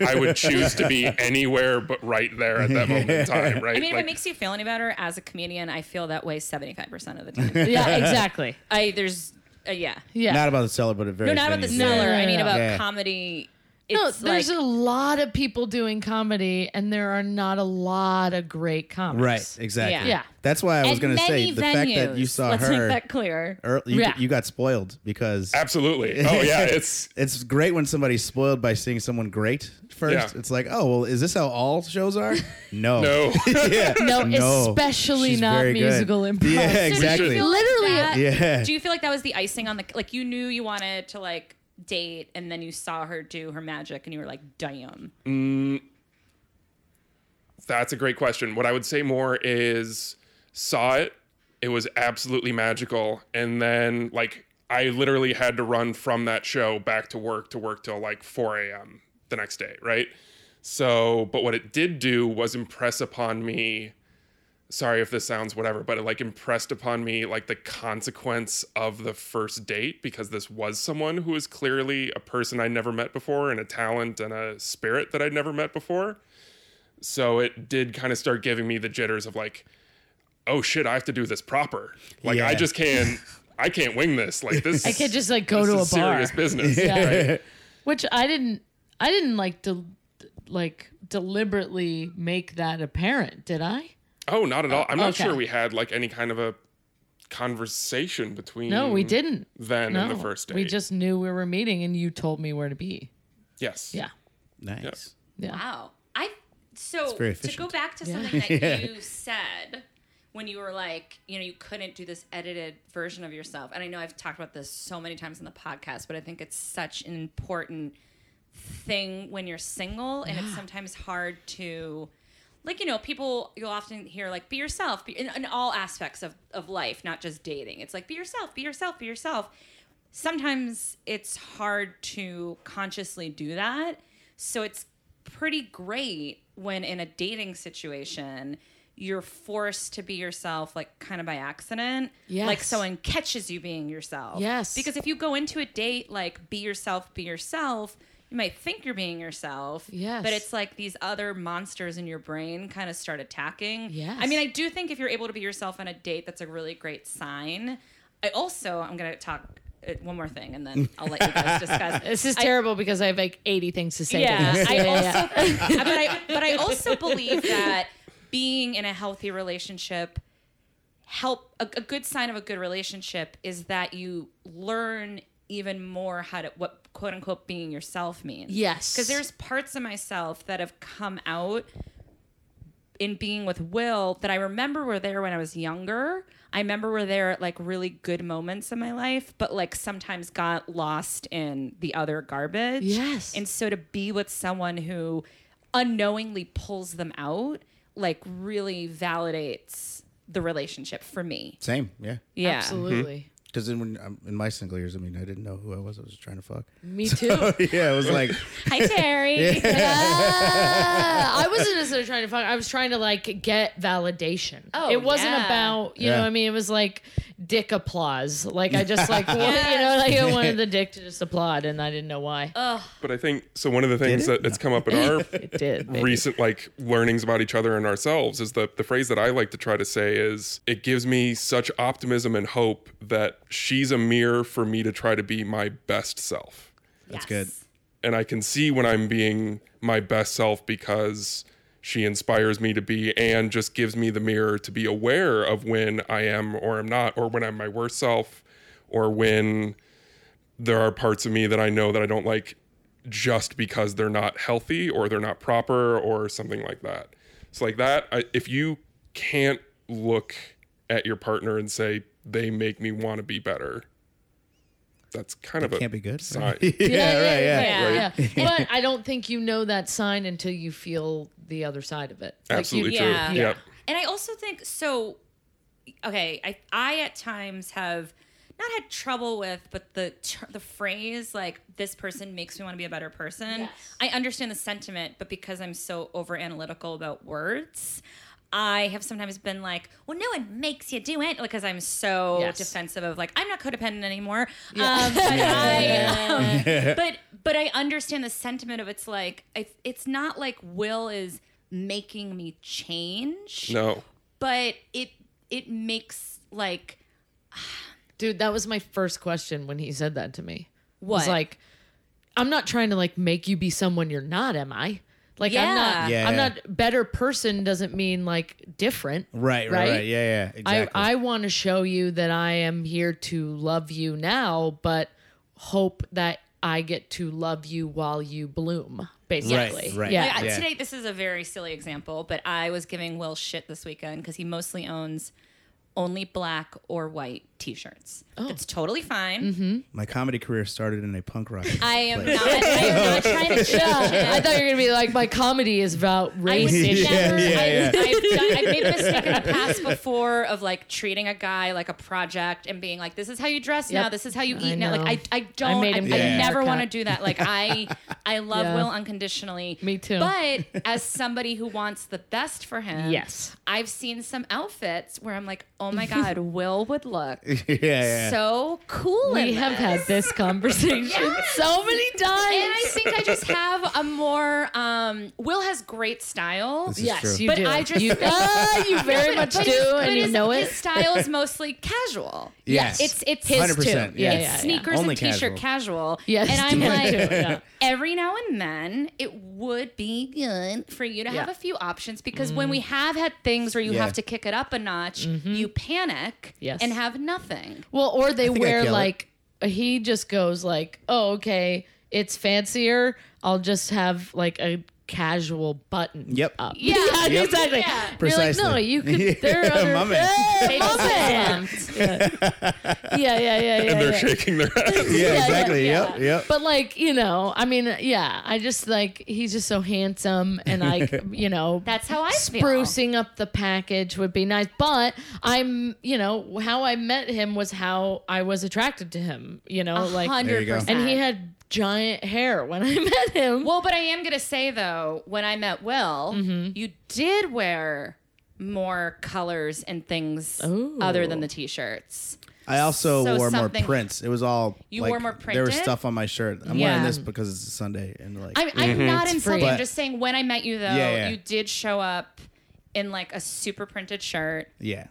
[SPEAKER 4] I would choose to be anywhere but right there at that moment in time, right?
[SPEAKER 1] I mean, if
[SPEAKER 4] Like,
[SPEAKER 1] it makes you feel any better as a comedian, I feel that way seventy five percent of the time.
[SPEAKER 3] yeah, exactly.
[SPEAKER 1] I there's uh, yeah.
[SPEAKER 3] Yeah.
[SPEAKER 2] Not about the cellar, but a very
[SPEAKER 1] No, not about the
[SPEAKER 2] venues. Yeah.
[SPEAKER 1] seller. I
[SPEAKER 3] No, no,
[SPEAKER 1] mean
[SPEAKER 3] no.
[SPEAKER 1] about
[SPEAKER 2] Yeah.
[SPEAKER 1] comedy.
[SPEAKER 3] no,
[SPEAKER 1] It's
[SPEAKER 3] there's
[SPEAKER 1] like,
[SPEAKER 3] a lot of people doing comedy, and there are not a lot of great comics.
[SPEAKER 2] Right, exactly.
[SPEAKER 3] Yeah. Yeah.
[SPEAKER 2] That's why I was
[SPEAKER 1] and
[SPEAKER 2] going to say
[SPEAKER 1] many
[SPEAKER 2] the fact that you
[SPEAKER 1] venues.
[SPEAKER 2] saw
[SPEAKER 1] Let's
[SPEAKER 2] her, er,
[SPEAKER 1] make that clear.
[SPEAKER 2] ear- you,
[SPEAKER 3] Yeah.
[SPEAKER 2] you got spoiled because
[SPEAKER 4] absolutely. Oh yeah, it's
[SPEAKER 2] it's great when somebody's spoiled by seeing someone great first.
[SPEAKER 4] Yeah.
[SPEAKER 2] It's like, oh, well, is this how all shows are? No.
[SPEAKER 4] no.
[SPEAKER 2] yeah.
[SPEAKER 3] No,
[SPEAKER 2] No.
[SPEAKER 3] especially
[SPEAKER 2] She's
[SPEAKER 3] not
[SPEAKER 2] very good.
[SPEAKER 3] musical improv.
[SPEAKER 2] Yeah,
[SPEAKER 1] So do you
[SPEAKER 2] exactly.
[SPEAKER 1] feel
[SPEAKER 3] Literally-
[SPEAKER 1] Like that-
[SPEAKER 2] Yeah.
[SPEAKER 1] Do you feel like that was the icing on the like you knew you wanted to like date and then you saw her do her magic and you were like, damn.
[SPEAKER 4] That's a great question. What I would say more is saw it. It was absolutely magical. And then like I literally had to run from that show back to work to work till like 4 a.m. the next day, right? So, but what it did do was impress upon me. Sorry if this sounds whatever, but it like impressed upon me like the consequence of the first date because this was someone who was clearly a person I'd never met before and a talent and a spirit that I'd never met before. So it did kind of start giving me the jitters of like, oh shit, I have to do this proper. Like I
[SPEAKER 2] Yeah.
[SPEAKER 4] just can't, I can't wing this. Like this,
[SPEAKER 3] I could just like go to a bar.
[SPEAKER 4] is serious business.
[SPEAKER 3] Yeah.
[SPEAKER 4] right?
[SPEAKER 3] Which I didn't. I didn't like to like deliberately make that apparent, did I?
[SPEAKER 4] Oh, not at all. I'm not
[SPEAKER 3] okay.
[SPEAKER 4] sure we had like any kind of a conversation between.
[SPEAKER 3] No, we didn't.
[SPEAKER 4] Then
[SPEAKER 3] No,
[SPEAKER 4] in Mm. the first date,
[SPEAKER 3] we just knew we were meeting, and you told me where to be.
[SPEAKER 4] yes,
[SPEAKER 3] Yeah,
[SPEAKER 2] Nice.
[SPEAKER 3] yeah.
[SPEAKER 1] Wow. I so
[SPEAKER 2] very
[SPEAKER 1] to go
[SPEAKER 2] efficient.
[SPEAKER 1] back to something that you said when you were like, you know, you couldn't do this edited version of yourself. And I know I've talked about this so many times in the podcast, but I think it's such an important thing when you're single and it's sometimes hard to like you know people you'll often hear like be yourself be, in, in all aspects of, of life not just dating it's like be yourself be yourself be yourself sometimes it's hard to consciously do that. So it's pretty great when in a dating situation, you're forced to be yourself, like kind of by accident. Like
[SPEAKER 3] Yes.
[SPEAKER 1] someone catches you being yourself.
[SPEAKER 3] Yes.
[SPEAKER 1] Because if you go into a date, like be yourself, be yourself, you might think you're being yourself.
[SPEAKER 3] Yes.
[SPEAKER 1] But it's like these other monsters in your brain kind of start attacking.
[SPEAKER 3] Yes.
[SPEAKER 1] I mean, I do think if you're able to be yourself on a date, that's a really great sign. I also, I'm going to talk uh, one more thing and then I'll let you guys discuss.
[SPEAKER 3] This is
[SPEAKER 1] I-
[SPEAKER 3] terrible because I have like 80 things to say.
[SPEAKER 1] yeah,
[SPEAKER 3] To this.
[SPEAKER 1] I
[SPEAKER 3] yeah,
[SPEAKER 1] also,
[SPEAKER 3] yeah.
[SPEAKER 1] think- but I, but I also believe that being in a healthy relationship help a, a good sign of a good relationship is that you learn even more how to what quote unquote being yourself means.
[SPEAKER 3] Yes.
[SPEAKER 1] because there's parts of myself that have come out in being with Will that I remember were there when I was younger. I remember were there at like really good moments in my life, but like sometimes got lost in the other garbage.
[SPEAKER 3] Yes.
[SPEAKER 1] And so to be with someone who unknowingly pulls them out, like really validates the relationship for me.
[SPEAKER 2] Same. Yeah.
[SPEAKER 1] Yeah.
[SPEAKER 3] absolutely.
[SPEAKER 4] Mm-hmm.
[SPEAKER 2] Because in when I'm in my single years, I mean, I didn't know who I was. I was just trying to fuck. Oh,
[SPEAKER 3] Me too.
[SPEAKER 2] yeah, it was like,
[SPEAKER 1] Hi Terry.
[SPEAKER 3] Ah, I wasn't necessarily trying to fuck. I was trying to like get validation.
[SPEAKER 1] Oh,
[SPEAKER 3] it wasn't
[SPEAKER 1] yeah.
[SPEAKER 3] about you know.
[SPEAKER 2] Yeah.
[SPEAKER 3] what I mean, it was like dick applause. Like I just like wanted, you know, like I wanted the dick to just applaud, and I didn't know why.
[SPEAKER 1] Oh.
[SPEAKER 4] But I think so. One of the things that it's come up in our
[SPEAKER 3] it did. baby.
[SPEAKER 4] recent like learnings about each other and ourselves is the the phrase that I like to try to say is it gives me such optimism and hope that she's a mirror for me to try to be my best self.
[SPEAKER 2] that's good.
[SPEAKER 4] And I can see when I'm being my best self because she inspires me to be and just gives me the mirror to be aware of when I am or am not or when I'm my worst self or when there are parts of me that I know that I don't like just because they're not healthy or they're not proper or something like that. So like that, I, if you can't look at your partner and say they make me want to be better, that's kind of a
[SPEAKER 2] Can't be good.
[SPEAKER 4] sign.
[SPEAKER 2] yeah, right. Yeah.
[SPEAKER 3] yeah, yeah. But I don't think you know that sign until you feel the other side of it. Like, you-
[SPEAKER 4] Absolutely true.
[SPEAKER 1] yeah.
[SPEAKER 4] Yep.
[SPEAKER 1] And I also think so. Okay, I I at times have not had trouble with, but the tr- the phrase like this person makes me want to be a better person. I understand the sentiment, but because I'm so over analytical about words. I have sometimes been like, well, no one makes you do it because I'm so
[SPEAKER 3] Yes.
[SPEAKER 1] defensive of like, I'm not codependent anymore. Um, but I, um, but but I understand the sentiment of it's like it's it's not like Will is making me change,
[SPEAKER 4] No.
[SPEAKER 1] but it it makes like
[SPEAKER 3] Dude, that was my first question when he said that to me. Was
[SPEAKER 1] What?
[SPEAKER 3] like, I'm not trying to like make you be someone you're not, am I? Like I'm
[SPEAKER 1] Yeah.
[SPEAKER 3] not
[SPEAKER 2] Yeah,
[SPEAKER 3] I'm
[SPEAKER 2] yeah.
[SPEAKER 3] not better person doesn't mean like different.
[SPEAKER 2] Right, right, right,
[SPEAKER 3] Right?
[SPEAKER 2] Yeah, yeah, exactly.
[SPEAKER 3] I I want to show you that I am here to love you now, but hope that I get to love you while you bloom, basically.
[SPEAKER 2] right.
[SPEAKER 3] Yeah.
[SPEAKER 1] I-
[SPEAKER 2] Yeah.
[SPEAKER 1] today this is a very silly example, but I was giving Will shit this weekend because he mostly owns only black or white t-shirts.
[SPEAKER 3] Oh.
[SPEAKER 1] That's totally fine.
[SPEAKER 3] Mm-hmm.
[SPEAKER 2] My comedy career started in a punk rock.
[SPEAKER 1] I am not. I am not trying to change it.
[SPEAKER 3] I thought you were gonna be like my comedy is about
[SPEAKER 1] I
[SPEAKER 3] race
[SPEAKER 1] would
[SPEAKER 3] issues.
[SPEAKER 1] never.
[SPEAKER 2] Yeah, yeah,
[SPEAKER 1] I, I've, done, I've made a mistake in the past before of like treating a guy like a project and being like, "This is how you dress now.
[SPEAKER 3] Yep.
[SPEAKER 1] This is how you
[SPEAKER 3] I
[SPEAKER 1] eat now." Like I, I
[SPEAKER 3] know. I
[SPEAKER 1] don't. I,
[SPEAKER 3] made him
[SPEAKER 1] I
[SPEAKER 3] get a
[SPEAKER 1] never
[SPEAKER 3] haircut.
[SPEAKER 1] want to do that. Like I, I love
[SPEAKER 3] Yeah.
[SPEAKER 1] Will unconditionally.
[SPEAKER 3] Me too.
[SPEAKER 1] But as somebody who wants the best for him,
[SPEAKER 3] Yes.
[SPEAKER 1] I've seen some outfits where I'm like, "Oh my god, Will would look
[SPEAKER 2] yeah, yeah.
[SPEAKER 1] so cool.
[SPEAKER 3] We
[SPEAKER 1] in
[SPEAKER 3] have
[SPEAKER 1] this.
[SPEAKER 3] had this conversation so many
[SPEAKER 1] And I
[SPEAKER 3] times.
[SPEAKER 1] think I just have a more. Um, Will has great style.
[SPEAKER 2] is
[SPEAKER 3] yes,
[SPEAKER 2] true.
[SPEAKER 3] you
[SPEAKER 1] But
[SPEAKER 3] do.
[SPEAKER 1] I just-
[SPEAKER 3] you, Ah, you very much do, and you
[SPEAKER 1] his,
[SPEAKER 3] know
[SPEAKER 1] his
[SPEAKER 3] it.
[SPEAKER 1] style is mostly casual.
[SPEAKER 2] Yes.
[SPEAKER 1] it's it's
[SPEAKER 3] His
[SPEAKER 2] 100%,
[SPEAKER 3] too. Yeah,
[SPEAKER 1] it's
[SPEAKER 3] yeah, yeah.
[SPEAKER 1] sneakers
[SPEAKER 2] Only
[SPEAKER 1] and t-shirt casual.
[SPEAKER 3] Yes,
[SPEAKER 1] and I'm
[SPEAKER 3] too,
[SPEAKER 1] like,
[SPEAKER 3] too, yeah.
[SPEAKER 1] every now and then, it would be good for you to have
[SPEAKER 3] Yeah. Mm.
[SPEAKER 1] a few options because when we have had things where you
[SPEAKER 2] Yeah.
[SPEAKER 1] have to kick it up a notch, you panic
[SPEAKER 3] Mm-hmm. Yes.
[SPEAKER 1] and have nothing.
[SPEAKER 3] Well, or they
[SPEAKER 2] think I
[SPEAKER 3] wear
[SPEAKER 2] kill it.
[SPEAKER 3] like he just goes like, "Oh, okay, it's fancier. I'll just have like a casual button."
[SPEAKER 2] Yep.
[SPEAKER 3] Up.
[SPEAKER 1] Yeah. Yep.
[SPEAKER 3] exactly.
[SPEAKER 1] Yeah.
[SPEAKER 3] You're like,
[SPEAKER 2] Precisely.
[SPEAKER 3] no, you could.
[SPEAKER 2] Yeah,
[SPEAKER 3] There are other
[SPEAKER 2] my man.
[SPEAKER 3] Hey, my man. Yeah, yeah, yeah, yeah.
[SPEAKER 4] and they're
[SPEAKER 3] yeah.
[SPEAKER 4] shaking their heads.
[SPEAKER 2] yeah,
[SPEAKER 3] yeah,
[SPEAKER 2] exactly.
[SPEAKER 3] yeah.
[SPEAKER 2] Yep, yep.
[SPEAKER 3] But like you know, I mean, yeah, I just like he's just so handsome, and I, you know,
[SPEAKER 1] That's how I feel.
[SPEAKER 3] sprucing up the package would be nice. But I'm, you know, how I met him was how I was attracted to him. You know, like,
[SPEAKER 2] There you
[SPEAKER 1] hundred
[SPEAKER 2] go.
[SPEAKER 1] percent.
[SPEAKER 3] and he had giant hair when I met him.
[SPEAKER 1] Well, but I am gonna say though, when I met Will,
[SPEAKER 3] Mm-hmm.
[SPEAKER 1] you did wear more colors and things
[SPEAKER 3] Ooh.
[SPEAKER 1] other than the t-shirts.
[SPEAKER 2] I also
[SPEAKER 1] So
[SPEAKER 2] wore more
[SPEAKER 1] something-
[SPEAKER 2] prints. It was all
[SPEAKER 1] You
[SPEAKER 2] like,
[SPEAKER 1] wore more
[SPEAKER 2] There was
[SPEAKER 1] printed?
[SPEAKER 2] stuff on my shirt. I'm
[SPEAKER 3] Yeah.
[SPEAKER 2] wearing this because it's a Sunday and like
[SPEAKER 1] I'm, I'm not insulting.
[SPEAKER 2] Mm-hmm. free.
[SPEAKER 1] I'm just saying when I met you though,
[SPEAKER 2] Yeah, yeah.
[SPEAKER 1] you did show up in like a super printed shirt,
[SPEAKER 2] yeah.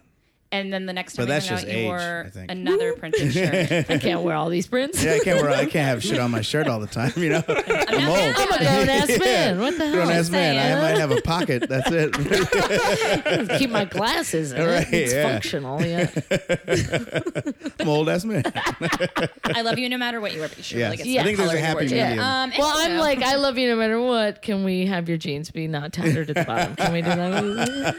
[SPEAKER 1] and then the next
[SPEAKER 2] But
[SPEAKER 1] time we
[SPEAKER 2] that's
[SPEAKER 1] hung out,
[SPEAKER 2] just
[SPEAKER 1] you
[SPEAKER 2] age, I
[SPEAKER 1] wore
[SPEAKER 2] think.
[SPEAKER 1] another printed shirt.
[SPEAKER 3] I can't wear all these prints.
[SPEAKER 2] Yeah, I can't wear I can't have shit on my shirt all the time, you know. I'm old.
[SPEAKER 3] I'm a grown ass man. What the
[SPEAKER 2] Grown
[SPEAKER 3] hell?
[SPEAKER 2] ass man. I might have a pocket. That's it.
[SPEAKER 3] Keep my glasses in.
[SPEAKER 2] Right,
[SPEAKER 3] it. It's
[SPEAKER 2] yeah.
[SPEAKER 3] functional. Yeah.
[SPEAKER 2] I'm old ass man.
[SPEAKER 1] I love you no matter what you wear, but you should really
[SPEAKER 2] Yes.
[SPEAKER 1] get
[SPEAKER 3] Yeah.
[SPEAKER 2] I think there's a
[SPEAKER 3] Colored
[SPEAKER 2] happy
[SPEAKER 3] words.
[SPEAKER 2] medium.
[SPEAKER 3] Yeah.
[SPEAKER 1] Um,
[SPEAKER 3] Well, I'm
[SPEAKER 1] anywho.
[SPEAKER 3] like, I love you no matter what. Can we have your jeans be not tattered at the bottom? Can we do that?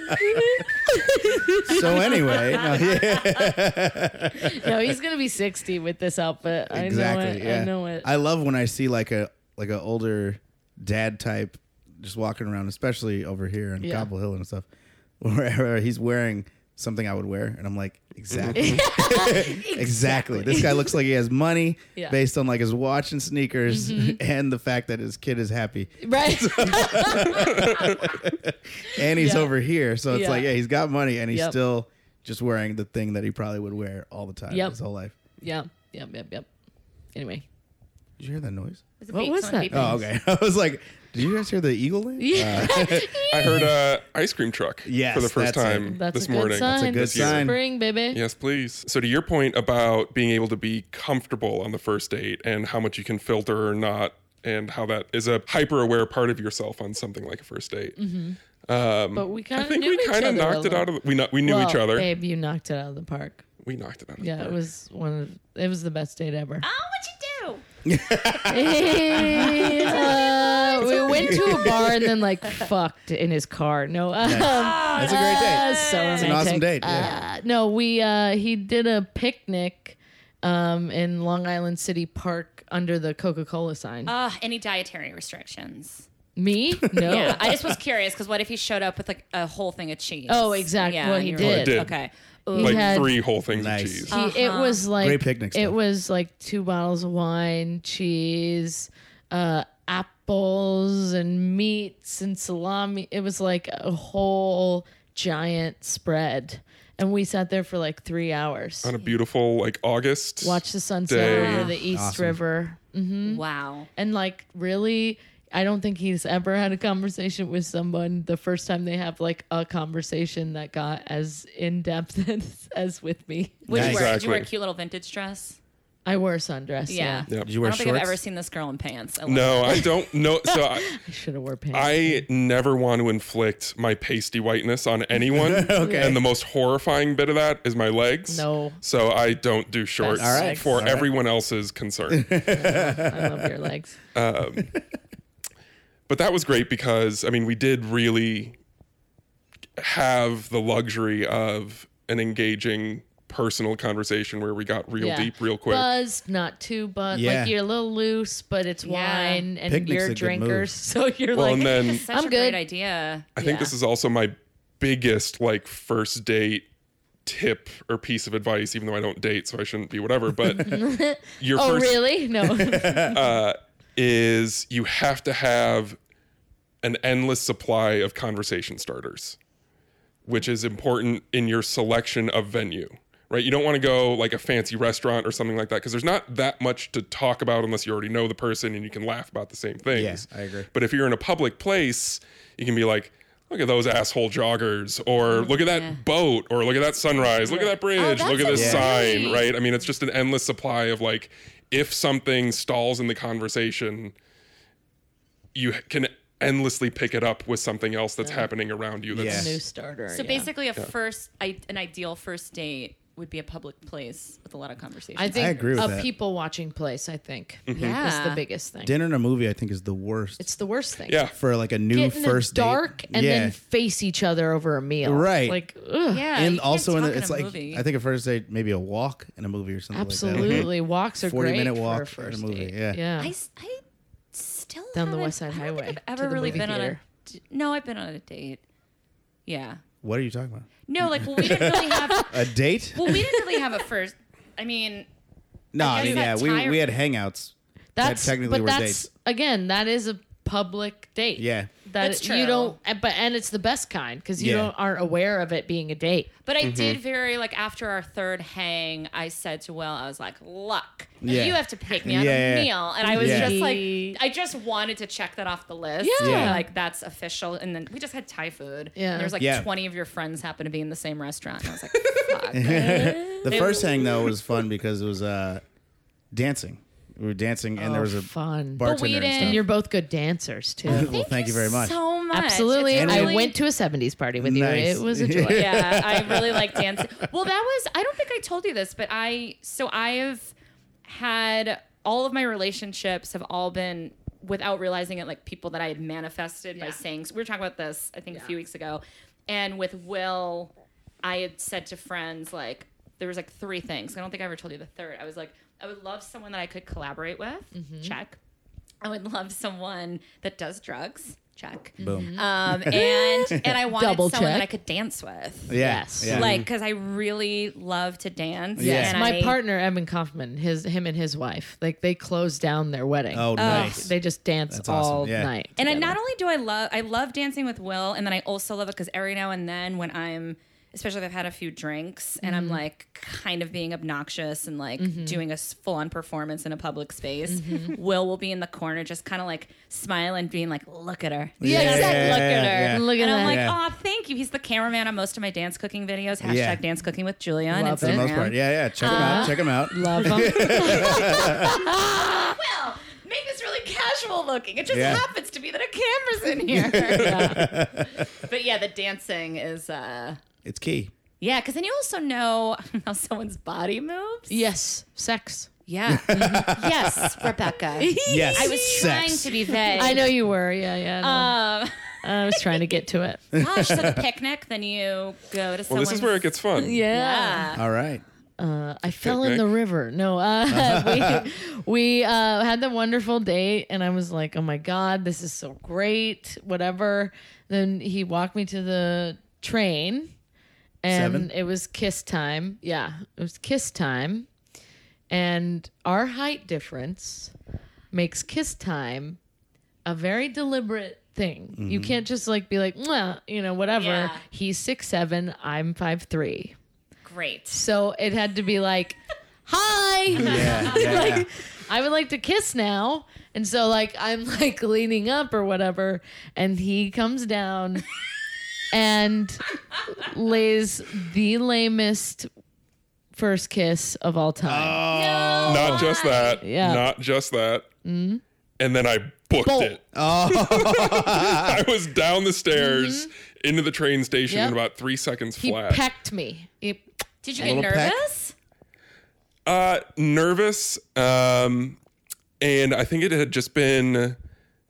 [SPEAKER 2] so anyway, no, yeah,
[SPEAKER 3] no, he's gonna be 60 with this outfit. I know
[SPEAKER 2] exactly.
[SPEAKER 3] it.
[SPEAKER 2] yeah.
[SPEAKER 3] I know it.
[SPEAKER 2] I love when I see like a like an older dad type just walking around, especially over here in
[SPEAKER 3] Yeah.
[SPEAKER 2] Cobble Hill and stuff, where he's wearing something I would wear, and I'm like, exactly, exactly. This guy looks like he has money
[SPEAKER 3] Yeah. Mm-hmm.
[SPEAKER 2] based on like his watch and sneakers, and the fact that his kid is happy,
[SPEAKER 3] right?
[SPEAKER 2] and he's
[SPEAKER 3] Yeah.
[SPEAKER 2] over here, so it's
[SPEAKER 3] Yeah.
[SPEAKER 2] like, yeah, he's got money, and he's
[SPEAKER 3] Yep.
[SPEAKER 2] still just wearing the thing that he probably would wear all the time
[SPEAKER 3] Yep.
[SPEAKER 2] his whole life.
[SPEAKER 3] yep. Yep. Yep. Yep. Anyway.
[SPEAKER 2] Did you hear that noise?
[SPEAKER 1] It's a
[SPEAKER 3] What
[SPEAKER 1] beep,
[SPEAKER 3] was
[SPEAKER 1] someone
[SPEAKER 3] that?
[SPEAKER 1] beeping.
[SPEAKER 2] Oh, okay. I was like, did you guys hear the eagle? Land?
[SPEAKER 3] Yeah.
[SPEAKER 4] I heard a ice cream truck
[SPEAKER 2] Yes,
[SPEAKER 4] for the first
[SPEAKER 2] that's it.
[SPEAKER 4] time
[SPEAKER 3] That's
[SPEAKER 4] this
[SPEAKER 3] a good
[SPEAKER 4] morning.
[SPEAKER 3] sign.
[SPEAKER 2] a good
[SPEAKER 3] It's
[SPEAKER 2] sign.
[SPEAKER 3] Spring, baby.
[SPEAKER 4] Yes, please. So, to your point about being able to be comfortable on the first date and how much you can filter or not, and how that is a hyper aware part of yourself on something like a first date.
[SPEAKER 3] Mm-hmm.
[SPEAKER 4] Um,
[SPEAKER 3] But we
[SPEAKER 4] I
[SPEAKER 3] kind of
[SPEAKER 4] think we kind of knocked it out of the, we, kno- we knew each other.
[SPEAKER 3] Babe, you knocked it out of the park.
[SPEAKER 4] We knocked it out of
[SPEAKER 3] Yeah,
[SPEAKER 4] the
[SPEAKER 3] it
[SPEAKER 4] park.
[SPEAKER 3] was one. Of, it was the best date ever.
[SPEAKER 1] Oh, what'd you do?
[SPEAKER 3] Hey, uh, we went to a bar and then like fucked in his car. No, um,
[SPEAKER 2] That's a great
[SPEAKER 3] Uh,
[SPEAKER 2] day.
[SPEAKER 3] so
[SPEAKER 2] It's an
[SPEAKER 3] romantic.
[SPEAKER 2] awesome date, yeah.
[SPEAKER 3] Uh, no, we uh, he did a picnic um, in Long Island City Park under the Coca Cola sign.
[SPEAKER 1] Uh, any dietary restrictions?
[SPEAKER 3] Me? No.
[SPEAKER 1] Yeah, I just was curious because what if he showed up with like a whole thing of cheese?
[SPEAKER 3] Oh, exactly.
[SPEAKER 1] Yeah,
[SPEAKER 3] Well,
[SPEAKER 1] and
[SPEAKER 3] he
[SPEAKER 1] you were
[SPEAKER 3] did.
[SPEAKER 1] like,
[SPEAKER 4] Did.
[SPEAKER 1] Okay.
[SPEAKER 3] He
[SPEAKER 4] like
[SPEAKER 3] had-
[SPEAKER 4] three whole things
[SPEAKER 2] Nice.
[SPEAKER 4] of cheese.
[SPEAKER 3] He-
[SPEAKER 1] Uh-huh.
[SPEAKER 3] It was like
[SPEAKER 2] Great picnic
[SPEAKER 3] It
[SPEAKER 2] stuff.
[SPEAKER 3] was like two bottles of wine, cheese, uh, apples, and meats and salami. It was like a whole giant spread, and we sat there for like three hours.
[SPEAKER 4] on a beautiful like August.
[SPEAKER 3] Watch the sunset
[SPEAKER 4] Day.
[SPEAKER 3] over the East River.
[SPEAKER 1] Wow.
[SPEAKER 3] and like really i don't think he's ever had a conversation with someone the first time they have like a conversation that got as in-depth as, as with me
[SPEAKER 1] Which
[SPEAKER 2] Nice.
[SPEAKER 1] were, Did you wear a
[SPEAKER 4] Exactly.
[SPEAKER 1] cute little vintage dress?
[SPEAKER 3] i wore a sundress
[SPEAKER 1] Yeah.
[SPEAKER 3] yeah,
[SPEAKER 4] Yep.
[SPEAKER 2] Did you wear
[SPEAKER 1] I don't think
[SPEAKER 2] shorts?
[SPEAKER 1] I've ever seen this girl in pants. I love it.
[SPEAKER 4] No, I don't know. So I,
[SPEAKER 3] i should have wore pants
[SPEAKER 4] I never want to inflict my pasty whiteness on anyone.
[SPEAKER 2] Okay.
[SPEAKER 4] And the most horrifying bit of that is my legs.
[SPEAKER 3] No.
[SPEAKER 4] So I don't do shorts
[SPEAKER 3] All right.
[SPEAKER 4] for
[SPEAKER 2] All right.
[SPEAKER 4] everyone else's concern.
[SPEAKER 3] i love your legs
[SPEAKER 4] but that was great because I mean we did really have the luxury of an engaging personal conversation where we got real
[SPEAKER 3] yeah.
[SPEAKER 4] deep real quick.
[SPEAKER 3] buzzed not too but
[SPEAKER 2] Yeah.
[SPEAKER 3] like you're a little loose but it's
[SPEAKER 1] Yeah.
[SPEAKER 3] wine and
[SPEAKER 2] Picnic's a
[SPEAKER 3] you're
[SPEAKER 2] good move.
[SPEAKER 3] drinkers so you're
[SPEAKER 4] well,
[SPEAKER 3] like
[SPEAKER 4] and then
[SPEAKER 1] Such
[SPEAKER 3] I'm
[SPEAKER 1] a
[SPEAKER 3] good.
[SPEAKER 1] great idea.
[SPEAKER 4] I think
[SPEAKER 3] Yeah.
[SPEAKER 4] this is also my biggest like first date tip or piece of advice, even though I don't date, so I shouldn't be whatever. But your
[SPEAKER 3] oh
[SPEAKER 4] first
[SPEAKER 3] really no
[SPEAKER 4] is you have to have an endless supply of conversation starters, which is important in your selection of venue. right? You don't want to go like a fancy restaurant or something like that because there's not that much to talk about unless you already know the person and you can laugh about the same things.
[SPEAKER 2] Yeah, I agree.
[SPEAKER 4] But if you're in a public place, you can be like, look at those asshole joggers, or look at that
[SPEAKER 1] Yeah.
[SPEAKER 4] boat, or look at that sunrise, look at that
[SPEAKER 3] Oh,
[SPEAKER 4] bridge, look
[SPEAKER 5] that's
[SPEAKER 4] at this
[SPEAKER 5] a
[SPEAKER 4] sign,
[SPEAKER 5] great-
[SPEAKER 4] right? I mean, it's just an endless supply of like, if something stalls in the conversation, you can endlessly pick it up with something else that's happening around you. That's
[SPEAKER 2] Yeah.
[SPEAKER 3] New starter.
[SPEAKER 1] So
[SPEAKER 3] yeah.
[SPEAKER 1] basically, a first, I, an ideal first date would be a public place with a lot of conversation.
[SPEAKER 3] I think
[SPEAKER 2] agree with
[SPEAKER 3] a
[SPEAKER 2] that.
[SPEAKER 3] people watching place. I think is
[SPEAKER 4] Mm-hmm.
[SPEAKER 3] the
[SPEAKER 1] Yeah.
[SPEAKER 3] biggest thing.
[SPEAKER 2] Dinner and a movie, I think, is the worst
[SPEAKER 3] It's the worst thing.
[SPEAKER 4] yeah.
[SPEAKER 2] for like a new
[SPEAKER 3] Get in
[SPEAKER 2] first
[SPEAKER 3] the dark
[SPEAKER 2] date.
[SPEAKER 3] and
[SPEAKER 2] yeah.
[SPEAKER 3] then face each other over a meal.
[SPEAKER 2] Right.
[SPEAKER 3] Like, ugh.
[SPEAKER 1] yeah, you
[SPEAKER 2] and
[SPEAKER 1] can't
[SPEAKER 2] also, in
[SPEAKER 1] talk
[SPEAKER 2] the, it's
[SPEAKER 1] a
[SPEAKER 2] like
[SPEAKER 1] movie.
[SPEAKER 2] I think a first date, maybe a walk and a movie or something like
[SPEAKER 3] Absolutely, walks are
[SPEAKER 2] 40
[SPEAKER 3] great.
[SPEAKER 2] minute
[SPEAKER 3] for
[SPEAKER 2] walk
[SPEAKER 3] a
[SPEAKER 2] for a
[SPEAKER 3] first
[SPEAKER 2] movie,
[SPEAKER 3] date.
[SPEAKER 2] yeah.
[SPEAKER 3] yeah.
[SPEAKER 1] I, s- I still
[SPEAKER 3] Down the
[SPEAKER 1] haven't-
[SPEAKER 3] West
[SPEAKER 1] I
[SPEAKER 3] Side
[SPEAKER 1] don't think
[SPEAKER 3] Highway
[SPEAKER 1] I've
[SPEAKER 3] to
[SPEAKER 1] ever
[SPEAKER 3] the
[SPEAKER 1] really
[SPEAKER 3] movie
[SPEAKER 1] been
[SPEAKER 3] theater.
[SPEAKER 1] on a. No, I've been on a date. Yeah.
[SPEAKER 2] that. What are you talking about?
[SPEAKER 1] No, like well, we didn't really have.
[SPEAKER 2] A date?
[SPEAKER 1] Well, we didn't really have a first. I mean,
[SPEAKER 2] no, I,
[SPEAKER 1] guess
[SPEAKER 2] mean,
[SPEAKER 1] that
[SPEAKER 2] yeah, we,
[SPEAKER 1] tire-
[SPEAKER 2] we had hangouts.
[SPEAKER 3] That's
[SPEAKER 2] that technically
[SPEAKER 3] but
[SPEAKER 2] were
[SPEAKER 3] that's
[SPEAKER 2] dates.
[SPEAKER 3] again that is a public date.
[SPEAKER 2] Yeah.
[SPEAKER 3] That
[SPEAKER 1] That's
[SPEAKER 3] You
[SPEAKER 1] true.
[SPEAKER 3] don't, eh, but and it's the best kind because you
[SPEAKER 2] Yeah.
[SPEAKER 3] don't aren't aware of it being a date.
[SPEAKER 1] but I did
[SPEAKER 2] Mm-hmm.
[SPEAKER 1] very like after our third hang, I said to Will, I was like, "Luck,
[SPEAKER 2] Yeah.
[SPEAKER 1] you have to pick me on
[SPEAKER 2] Yeah, yeah.
[SPEAKER 1] a meal," and I was
[SPEAKER 2] Yeah.
[SPEAKER 1] just like,
[SPEAKER 3] Yeah.
[SPEAKER 1] I just wanted to check that off the list.
[SPEAKER 3] Yeah.
[SPEAKER 2] Yeah.
[SPEAKER 1] like that's official. And then we just had Thai food.
[SPEAKER 3] Yeah.
[SPEAKER 1] and there was like
[SPEAKER 2] Yeah.
[SPEAKER 1] twenty of your friends happened to be in the same restaurant. And I was like, "Fuck."
[SPEAKER 2] The first hang though was fun because it was uh, dancing. We were dancing, and there
[SPEAKER 3] Oh,
[SPEAKER 2] was a
[SPEAKER 3] fun.
[SPEAKER 1] But we
[SPEAKER 2] bartender and
[SPEAKER 1] didn't-
[SPEAKER 2] stuff.
[SPEAKER 3] And you're both good dancers too.
[SPEAKER 2] well, thank you very much.
[SPEAKER 1] So much.
[SPEAKER 3] Absolutely.
[SPEAKER 1] It's
[SPEAKER 2] And
[SPEAKER 3] I
[SPEAKER 2] we-
[SPEAKER 3] went to a 70s party with
[SPEAKER 2] Nice.
[SPEAKER 3] you. It was a joy.
[SPEAKER 1] yeah, I really like dancing. Well, that was I don't think I told you this, but I so I've had all of my relationships have all been without realizing it like people that I had manifested by
[SPEAKER 3] Yeah.
[SPEAKER 1] saying we were talking about this I think a few weeks ago. And with Will, I had said to friends like there was like three things. I don't think I ever told you the third. I was like I would love someone that I could collaborate with.
[SPEAKER 3] Mm-hmm.
[SPEAKER 1] Check. I would love someone that does drugs. Check.
[SPEAKER 2] Boom.
[SPEAKER 1] Um, and and I wanted
[SPEAKER 3] Mm-hmm. Double
[SPEAKER 1] someone that
[SPEAKER 3] check.
[SPEAKER 1] I could dance with.
[SPEAKER 2] Yeah,
[SPEAKER 3] Yes.
[SPEAKER 2] yeah.
[SPEAKER 1] Like, because I really love to dance.
[SPEAKER 2] Yes.
[SPEAKER 3] It's
[SPEAKER 1] and
[SPEAKER 3] my
[SPEAKER 1] I-
[SPEAKER 3] partner Evan Kaufman, his him and his wife, like they closed down their wedding.
[SPEAKER 2] oh, nice.
[SPEAKER 3] They just dance
[SPEAKER 2] That's awesome.
[SPEAKER 3] all
[SPEAKER 2] Yeah.
[SPEAKER 3] night.
[SPEAKER 1] And I,
[SPEAKER 3] together.
[SPEAKER 1] not only do I love, I love dancing with Will, and then I also love it because every now and then when I'm, especially if I've had a few drinks and
[SPEAKER 2] Mm-hmm.
[SPEAKER 1] I'm like kind of being obnoxious and like doing a full on performance in a public space,
[SPEAKER 2] Mm-hmm.
[SPEAKER 1] Will will be in the corner just kind of like smiling, being like, "Look at her."
[SPEAKER 3] Yeah,
[SPEAKER 1] Just, like,
[SPEAKER 3] yeah,
[SPEAKER 1] Look
[SPEAKER 2] yeah,
[SPEAKER 1] at her.
[SPEAKER 2] yeah.
[SPEAKER 3] Look at
[SPEAKER 1] and I'm
[SPEAKER 3] that.
[SPEAKER 1] like,
[SPEAKER 2] Yeah.
[SPEAKER 1] oh, thank you. He's the cameraman on most of my dance cooking videos. Hashtag
[SPEAKER 2] Yeah.
[SPEAKER 1] dance cooking with Julia on
[SPEAKER 3] Love it.
[SPEAKER 1] Instagram.
[SPEAKER 2] for the most part. Yeah, yeah. Check them out. Check them out.
[SPEAKER 1] Uh-huh.
[SPEAKER 3] love him.
[SPEAKER 1] well, make this really casual looking. It just
[SPEAKER 2] Yeah.
[SPEAKER 1] happens to be that a camera's in here. Yeah. But yeah, the dancing is uh
[SPEAKER 2] It's key.
[SPEAKER 1] yeah, because then you also know how someone's body moves.
[SPEAKER 3] yes, sex.
[SPEAKER 1] Yeah. yes, Rebecca.
[SPEAKER 2] Yes.
[SPEAKER 1] I was
[SPEAKER 2] sex.
[SPEAKER 1] trying to be vague.
[SPEAKER 3] I know you were. Yeah, yeah. no.
[SPEAKER 1] Um,
[SPEAKER 3] I was trying to get to it. yeah.
[SPEAKER 1] gosh, so the picnic, then you go to.
[SPEAKER 4] Well, this is where it gets fun.
[SPEAKER 1] Yeah.
[SPEAKER 2] All right.
[SPEAKER 3] Uh, I fell in the river. No, uh, we, we uh, had the wonderful date, and I was like, oh my God, this is so great, whatever. Then he walked me to the train, and
[SPEAKER 2] Seven?
[SPEAKER 3] it was kiss time. Yeah, it was kiss time. And our height difference makes kiss time a very deliberate thing. You can't just like be like, "Mwah," you know, whatever.
[SPEAKER 1] Yeah.
[SPEAKER 3] He's six seven, I'm five three.
[SPEAKER 1] Great.
[SPEAKER 3] So it had to be like, hi,
[SPEAKER 2] Yeah. yeah, yeah.
[SPEAKER 3] I would like to kiss now. And so, like, I'm like leaning up or whatever. And he comes down and lays the lamest first kiss of all time.
[SPEAKER 2] Oh,
[SPEAKER 1] No.
[SPEAKER 4] Not just that.
[SPEAKER 3] Yeah. Mm-hmm.
[SPEAKER 4] Not just that. And then I booked
[SPEAKER 3] Bolt. Oh.
[SPEAKER 4] it. I was down the stairs into the train station
[SPEAKER 3] Mm-hmm. Yep.
[SPEAKER 4] in about three seconds
[SPEAKER 3] he
[SPEAKER 4] flat.
[SPEAKER 3] pecked me. He-
[SPEAKER 1] Did you get
[SPEAKER 2] Little peck.
[SPEAKER 1] nervous?
[SPEAKER 4] uh, nervous. Um, and I think it had just been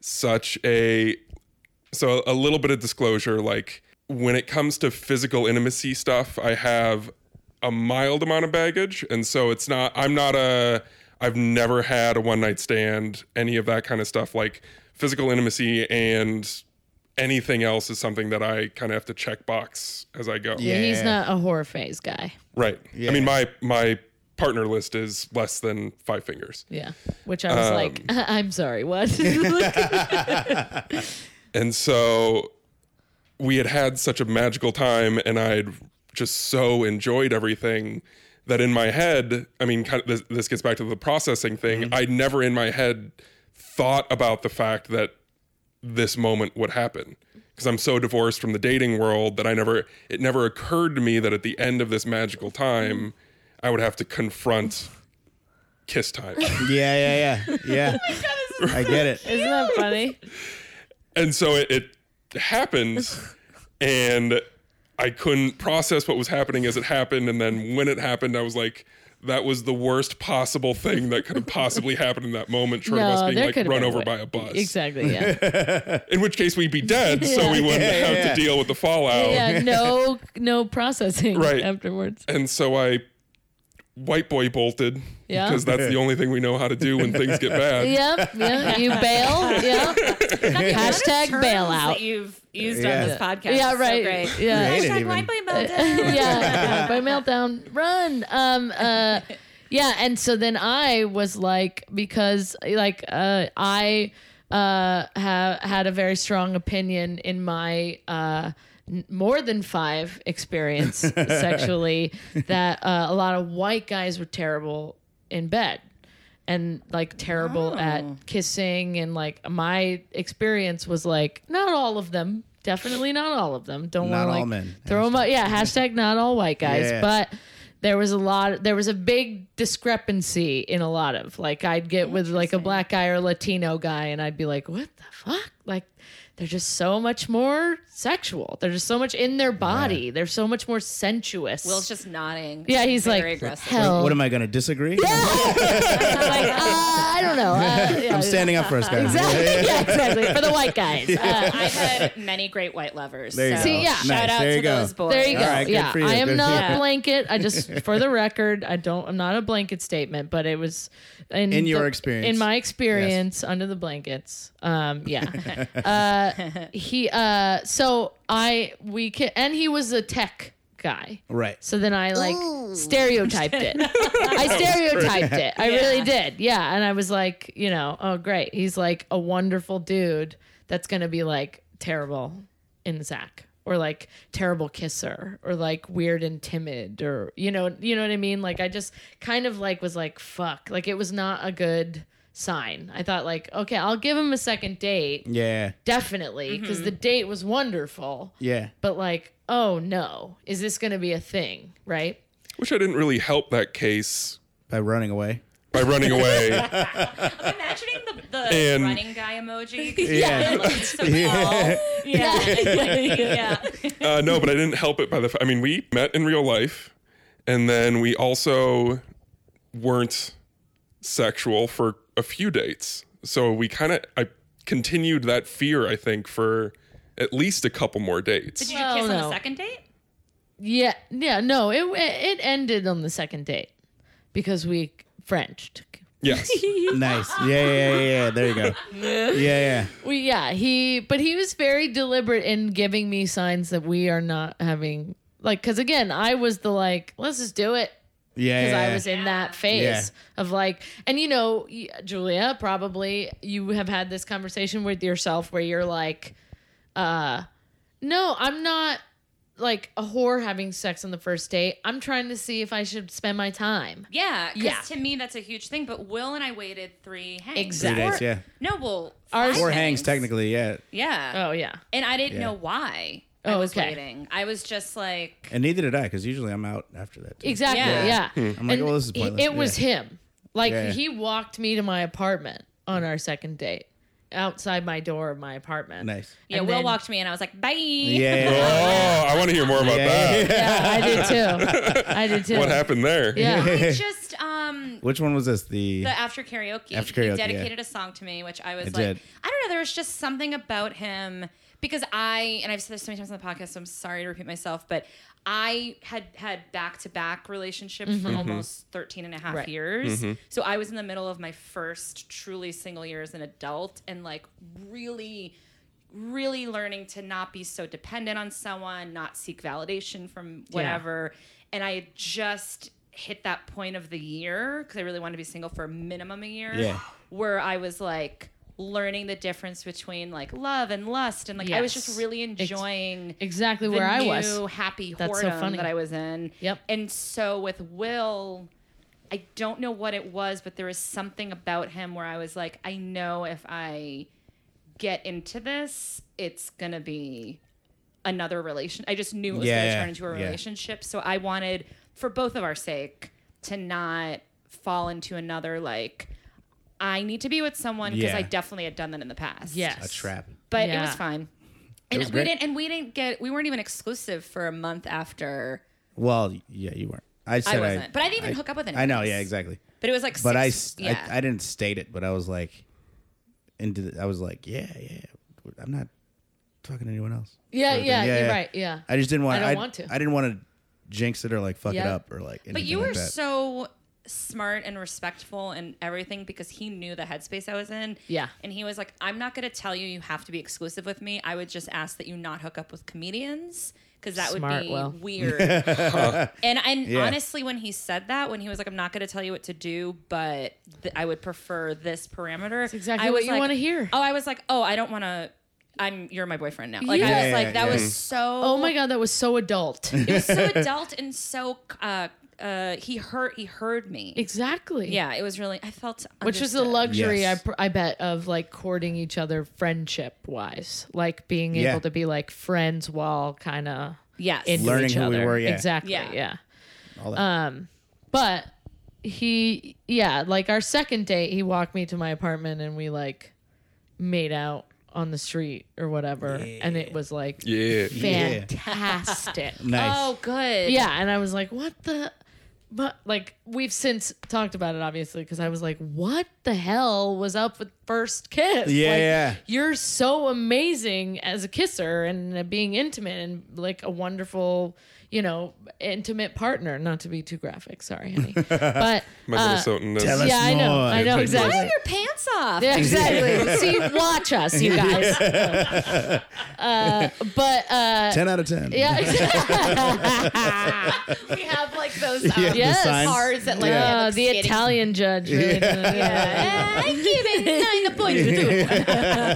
[SPEAKER 4] such a so a little bit of disclosure like when it comes to physical intimacy stuff i have a mild amount of baggage and so it's not i'm not a i've never had a one night stand any of that kind of stuff like physical intimacy and anything else is something that i kind of have to check box as i go
[SPEAKER 2] Yeah.
[SPEAKER 3] He's not a horror phase guy.
[SPEAKER 4] right
[SPEAKER 2] Yeah.
[SPEAKER 4] i mean my my partner list is less than five fingers
[SPEAKER 3] Yeah. Which I was
[SPEAKER 2] Um.
[SPEAKER 3] like, I'm sorry, what?
[SPEAKER 4] And so we had had such a magical time, and I'd just so enjoyed everything that in my head, I mean, kind of this, this gets back to the processing thing. I never in my head thought about the fact that this moment would happen because I'm so divorced from the dating world that I never, it never occurred to me that at the end of this magical time, I would have to confront kiss time.
[SPEAKER 2] Yeah, yeah,
[SPEAKER 3] Oh
[SPEAKER 2] yeah, yeah. I get it.
[SPEAKER 3] Isn't that funny?
[SPEAKER 4] and so it, it happens and i couldn't process what was happening as it happened and then when it happened i was like that was the worst possible thing that could have possibly happened in that moment short of us being like
[SPEAKER 3] could've
[SPEAKER 4] run
[SPEAKER 3] been a
[SPEAKER 4] over
[SPEAKER 3] way-
[SPEAKER 4] by a bus
[SPEAKER 3] Exactly. Yeah.
[SPEAKER 4] in which case we'd be dead so we wouldn't
[SPEAKER 2] Yeah,
[SPEAKER 4] have
[SPEAKER 2] yeah.
[SPEAKER 4] to deal with the fallout
[SPEAKER 3] yeah. No. No processing
[SPEAKER 4] Right.
[SPEAKER 3] afterwards.
[SPEAKER 4] and so i white boy bolted
[SPEAKER 3] Yeah.
[SPEAKER 4] because that's the only thing we know how to do when things get bad
[SPEAKER 3] Yep. Yeah. You bail. Yep. Hashtag
[SPEAKER 1] Terms
[SPEAKER 3] bailout.
[SPEAKER 1] that you've used
[SPEAKER 2] Yeah.
[SPEAKER 1] on this podcast. is
[SPEAKER 3] Yeah.
[SPEAKER 1] So
[SPEAKER 3] Right.
[SPEAKER 1] great.
[SPEAKER 3] Yeah.
[SPEAKER 2] Great. Hate it
[SPEAKER 1] Hashtag
[SPEAKER 2] even.
[SPEAKER 1] white boy meltdown.
[SPEAKER 3] yeah, yeah, by meltdown run um uh yeah and so then i was like because like uh i uh ha- had a very strong opinion in my uh n- more than five experience sexually that uh, a lot of white guys were terrible in bed and like
[SPEAKER 2] Oh.
[SPEAKER 3] terrible at kissing and like my experience was like not all of them definitely not all of them don't
[SPEAKER 2] Not
[SPEAKER 3] wanna,
[SPEAKER 2] all
[SPEAKER 3] like,
[SPEAKER 2] men.
[SPEAKER 3] throw them out yeah hashtag not all white guys
[SPEAKER 2] Yeah.
[SPEAKER 3] but there was a lot there was a big discrepancy in a lot of like i'd get with like a black guy or latino guy and i'd be like what the fuck like they're just so much more sexual they're just so much in their body they're so much more sensuous
[SPEAKER 1] Will's just nodding.
[SPEAKER 3] yeah he's
[SPEAKER 1] very
[SPEAKER 3] like
[SPEAKER 1] aggressive.
[SPEAKER 3] hell
[SPEAKER 2] What am I gonna disagree?
[SPEAKER 3] I'm like, uh, i don't know uh, yeah.
[SPEAKER 2] I'm standing up for us, guys.
[SPEAKER 3] exactly yeah, exactly for the white guys uh,
[SPEAKER 1] I've had many great white lovers.
[SPEAKER 2] There you
[SPEAKER 1] so
[SPEAKER 2] go. See,
[SPEAKER 3] yeah.
[SPEAKER 1] Shout
[SPEAKER 2] Nice.
[SPEAKER 1] out
[SPEAKER 2] There you
[SPEAKER 1] to
[SPEAKER 2] go.
[SPEAKER 1] those boys.
[SPEAKER 3] There you go.
[SPEAKER 2] All right, good
[SPEAKER 3] yeah,
[SPEAKER 2] for you,
[SPEAKER 3] I am
[SPEAKER 2] good
[SPEAKER 3] not
[SPEAKER 2] for you.
[SPEAKER 3] a blanket. I just, for the record, I don't. I'm not a blanket statement, but it was in,
[SPEAKER 2] In your
[SPEAKER 3] the-
[SPEAKER 2] experience.
[SPEAKER 3] In my experience, under the blankets. Um, yeah. uh, he. Uh, so I we can, and he was a tech guy.
[SPEAKER 2] Right.
[SPEAKER 3] So then I like stereotyped it. I stereotyped it. I really did. Yeah. And I was like, you know, oh, great. He's like a wonderful dude that's going to be like terrible in the sack or like terrible kisser or like weird and timid or, you know, you know what I mean? Like I just kind of like was like, fuck. Like it was not a good sign. I thought like, okay, I'll give him a second date.
[SPEAKER 2] Yeah.
[SPEAKER 3] Definitely. Because the date was wonderful.
[SPEAKER 2] Yeah.
[SPEAKER 3] But like, oh no, is this going to be a thing? Right.
[SPEAKER 4] which i didn't really help that case
[SPEAKER 2] By running away.
[SPEAKER 4] by running away
[SPEAKER 1] I'm imagining the, the
[SPEAKER 4] And-
[SPEAKER 1] running guy emoji.
[SPEAKER 2] Yeah.
[SPEAKER 1] It's a ball. yeah. yeah.
[SPEAKER 4] Uh, no, but I didn't help it by the. F- I mean, we met in real life, and then we also weren't sexual for a few dates. So we kind of I continued that fear. I think for at least a couple more
[SPEAKER 1] Did
[SPEAKER 4] dates.
[SPEAKER 1] you
[SPEAKER 3] Well,
[SPEAKER 1] kiss on
[SPEAKER 3] no.
[SPEAKER 1] the second date?
[SPEAKER 3] Yeah, yeah, no, it it ended on the second date because we Frenched.
[SPEAKER 4] Yes,
[SPEAKER 2] Nice. Yeah, yeah, yeah, yeah. There you go. Yeah, yeah.
[SPEAKER 3] We yeah, he but he was very deliberate in giving me signs that we are not having like cuz again, I was the like, let's just do it
[SPEAKER 2] Yeah.
[SPEAKER 3] because
[SPEAKER 2] yeah,
[SPEAKER 3] I was in that phase
[SPEAKER 2] Yeah.
[SPEAKER 3] of like, and you know, y- Julia, probably you have had this conversation with yourself where you're like, uh, no, I'm not like a whore having sex on the first date. I'm trying to see if I should spend my time.
[SPEAKER 1] Yeah. 'cause
[SPEAKER 3] Yeah.
[SPEAKER 1] to me, that's a huge thing. But Will and I waited three hangs.
[SPEAKER 2] Three
[SPEAKER 3] Exactly.
[SPEAKER 2] dates, yeah.
[SPEAKER 1] No, well,
[SPEAKER 3] Ours-
[SPEAKER 1] five
[SPEAKER 2] Four hangs, technically, yeah.
[SPEAKER 1] Yeah.
[SPEAKER 3] Oh yeah.
[SPEAKER 1] And I didn't
[SPEAKER 2] Yeah.
[SPEAKER 1] know why I
[SPEAKER 3] Oh,
[SPEAKER 1] was
[SPEAKER 3] okay.
[SPEAKER 1] waiting. I was just like,
[SPEAKER 2] And neither did I, because usually I'm out after that. Too.
[SPEAKER 3] Exactly.
[SPEAKER 1] Yeah.
[SPEAKER 3] Yeah.
[SPEAKER 2] Hmm. I'm like,
[SPEAKER 3] And
[SPEAKER 2] well, this is
[SPEAKER 3] he-
[SPEAKER 2] pointless.
[SPEAKER 3] It was
[SPEAKER 2] Yeah.
[SPEAKER 3] him. Like
[SPEAKER 2] Yeah.
[SPEAKER 3] he walked me to my apartment on our second date, outside my door of my apartment.
[SPEAKER 2] Nice.
[SPEAKER 1] yeah,
[SPEAKER 3] And
[SPEAKER 1] Will
[SPEAKER 3] then-
[SPEAKER 1] walked me and I was like, bye.
[SPEAKER 2] Yeah, yeah,
[SPEAKER 4] Oh,
[SPEAKER 2] yeah.
[SPEAKER 4] I want to hear more about
[SPEAKER 2] Yeah,
[SPEAKER 4] that.
[SPEAKER 2] yeah, yeah.
[SPEAKER 3] Yeah, I did too. I did too.
[SPEAKER 4] What happened there?
[SPEAKER 3] Yeah.
[SPEAKER 1] It just, um,
[SPEAKER 2] Which one was this? The,
[SPEAKER 1] the after karaoke.
[SPEAKER 2] After
[SPEAKER 1] he
[SPEAKER 2] karaoke,
[SPEAKER 1] dedicated
[SPEAKER 2] yeah.
[SPEAKER 1] a song to me, which I was
[SPEAKER 2] I
[SPEAKER 1] like,
[SPEAKER 2] did.
[SPEAKER 1] I don't know. There was just something about him because I, and I've said this so many times on the podcast, so I'm sorry to repeat myself, but I had had back to back relationships
[SPEAKER 2] Mm-hmm.
[SPEAKER 1] for almost 13 and a half
[SPEAKER 3] Right.
[SPEAKER 1] years. So I was in the middle of my first truly single year as an adult and like really really learning to not be so dependent on someone, not seek validation from whatever. And I had just hit that point of the year because I really wanted to be single for a minimum a year
[SPEAKER 2] Yeah.
[SPEAKER 1] where I was like, learning the difference between like love and lust and like I was
[SPEAKER 3] Yes.
[SPEAKER 1] just really
[SPEAKER 3] Ex-
[SPEAKER 1] enjoying
[SPEAKER 3] exactly
[SPEAKER 1] the
[SPEAKER 3] where I
[SPEAKER 1] new
[SPEAKER 3] was.
[SPEAKER 1] happy
[SPEAKER 3] That's so
[SPEAKER 1] whoredom
[SPEAKER 3] funny.
[SPEAKER 1] that I was in.
[SPEAKER 3] Yep.
[SPEAKER 1] And so with Will, I don't know what it was, but there was something about him where I was like, I know if I get into this, it's gonna be another relation. I just knew it was
[SPEAKER 2] Yeah,
[SPEAKER 1] gonna
[SPEAKER 2] yeah,
[SPEAKER 1] turn into a
[SPEAKER 2] yeah.
[SPEAKER 1] relationship. So I wanted, for both of our sake, to not fall into another like. I need to be with someone because
[SPEAKER 2] Yeah.
[SPEAKER 1] I definitely had done that in the past
[SPEAKER 3] Yes.
[SPEAKER 2] a trap.
[SPEAKER 1] but it
[SPEAKER 3] Yeah.
[SPEAKER 1] was fine. And
[SPEAKER 2] was
[SPEAKER 1] we
[SPEAKER 2] great.
[SPEAKER 1] didn't, and we didn't get, we weren't even exclusive for a month after.
[SPEAKER 2] Well, yeah, you weren't. I said I
[SPEAKER 1] wasn't, but I didn't even hook up with anyone
[SPEAKER 2] I know,
[SPEAKER 1] else.
[SPEAKER 2] yeah, exactly.
[SPEAKER 1] But it was like,
[SPEAKER 2] But I,
[SPEAKER 1] six,
[SPEAKER 2] s- I-
[SPEAKER 1] yeah,
[SPEAKER 2] I, didn't state it, but I was like, into. The, I was like, yeah, yeah. I'm not talking to anyone else.
[SPEAKER 3] Yeah,
[SPEAKER 2] Sort of thing.
[SPEAKER 3] yeah, you're right. Yeah.
[SPEAKER 2] I just didn't want.
[SPEAKER 3] I don't
[SPEAKER 2] I,
[SPEAKER 3] want to.
[SPEAKER 2] I didn't want to jinx it or like fuck
[SPEAKER 3] Yep.
[SPEAKER 2] it up or like.
[SPEAKER 1] but you
[SPEAKER 2] anything
[SPEAKER 1] were
[SPEAKER 2] like that.
[SPEAKER 1] so smart and respectful and everything because he knew the headspace I was in.
[SPEAKER 3] Yeah.
[SPEAKER 1] and he was like, "I'm not going to tell you you have to be exclusive with me. I would just ask that you not hook up with comedians." Because that
[SPEAKER 3] Smart,
[SPEAKER 1] would be
[SPEAKER 3] Will.
[SPEAKER 1] weird. And and
[SPEAKER 2] Yeah.
[SPEAKER 1] honestly, when he said that, when he was like, "I'm not going to tell you what to do, but th- I would prefer this parameter," That's
[SPEAKER 3] exactly
[SPEAKER 1] I
[SPEAKER 3] what
[SPEAKER 1] was
[SPEAKER 3] you
[SPEAKER 1] like-
[SPEAKER 3] wanna hear.
[SPEAKER 1] Oh, I was like, "Oh, I don't want to. I'm you're my boyfriend now." Like
[SPEAKER 3] Yeah.
[SPEAKER 1] I was
[SPEAKER 2] Yeah,
[SPEAKER 1] like,
[SPEAKER 2] yeah,
[SPEAKER 1] that
[SPEAKER 2] yeah.
[SPEAKER 1] was so.
[SPEAKER 3] Oh my god, that was so adult.
[SPEAKER 1] It was so adult and so. Uh, uh, he heard he heard me.
[SPEAKER 3] exactly.
[SPEAKER 1] Yeah, it was really. I felt
[SPEAKER 3] Which was the
[SPEAKER 1] understood.
[SPEAKER 3] luxury,
[SPEAKER 2] Yes.
[SPEAKER 3] I, pr- I bet, of like courting each other friendship wise, like being
[SPEAKER 2] Yeah.
[SPEAKER 3] able to be like friends while kind of
[SPEAKER 1] Yes.
[SPEAKER 3] into
[SPEAKER 2] Learning
[SPEAKER 3] each
[SPEAKER 2] who we
[SPEAKER 3] other.
[SPEAKER 2] were, yeah.
[SPEAKER 3] Exactly.
[SPEAKER 1] Yeah.
[SPEAKER 3] Yeah.
[SPEAKER 2] All that.
[SPEAKER 1] uh,
[SPEAKER 3] But he, yeah, like our second date, he walked me to my apartment and we like made out on the street or whatever. And it was like
[SPEAKER 4] Yeah.
[SPEAKER 2] Yeah.
[SPEAKER 3] fantastic.
[SPEAKER 2] nice.
[SPEAKER 1] Oh, good.
[SPEAKER 3] Yeah, and I was like, what the but like we've since talked about it obviously because I was like, what the hell was up with first kiss?
[SPEAKER 2] Yeah,
[SPEAKER 3] Like,
[SPEAKER 2] yeah.
[SPEAKER 3] You're so amazing as a kisser and being intimate and like a wonderful, you know, intimate partner. Not to be too graphic, sorry, honey. But
[SPEAKER 4] My
[SPEAKER 3] uh,
[SPEAKER 4] Minnesotan is-
[SPEAKER 2] tell us-
[SPEAKER 3] yeah, I know.
[SPEAKER 2] more.
[SPEAKER 3] I know
[SPEAKER 1] Why
[SPEAKER 4] Why
[SPEAKER 1] are
[SPEAKER 3] exactly.
[SPEAKER 1] your pants off?
[SPEAKER 3] Yeah, exactly. See, watch us, you guys. uh, but uh,
[SPEAKER 2] ten out of ten.
[SPEAKER 3] yeah,
[SPEAKER 1] We have like those um,
[SPEAKER 2] Yeah, the
[SPEAKER 3] Yes. signs.
[SPEAKER 1] cars that like
[SPEAKER 2] Yeah.
[SPEAKER 1] have,
[SPEAKER 3] Uh,
[SPEAKER 1] like,
[SPEAKER 3] the
[SPEAKER 1] skating-
[SPEAKER 3] Italian judge. Really yeah.
[SPEAKER 1] Yeah. I give it nine points.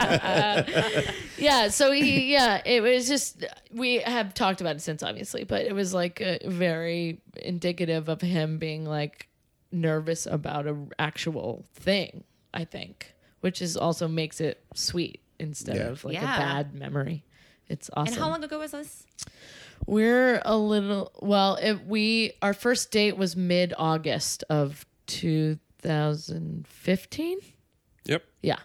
[SPEAKER 3] yeah. So he, yeah, it was just we have talked about it since, obviously, but it was like uh, very indicative of him being like nervous about a actual thing. I think, which is also makes it sweet instead
[SPEAKER 2] Yeah.
[SPEAKER 3] of like
[SPEAKER 1] Yeah.
[SPEAKER 3] a bad memory. It's awesome.
[SPEAKER 1] And how long ago was this?
[SPEAKER 3] We're a little well. It, we our first date was mid August of 2015.
[SPEAKER 4] Yep.
[SPEAKER 3] Yeah.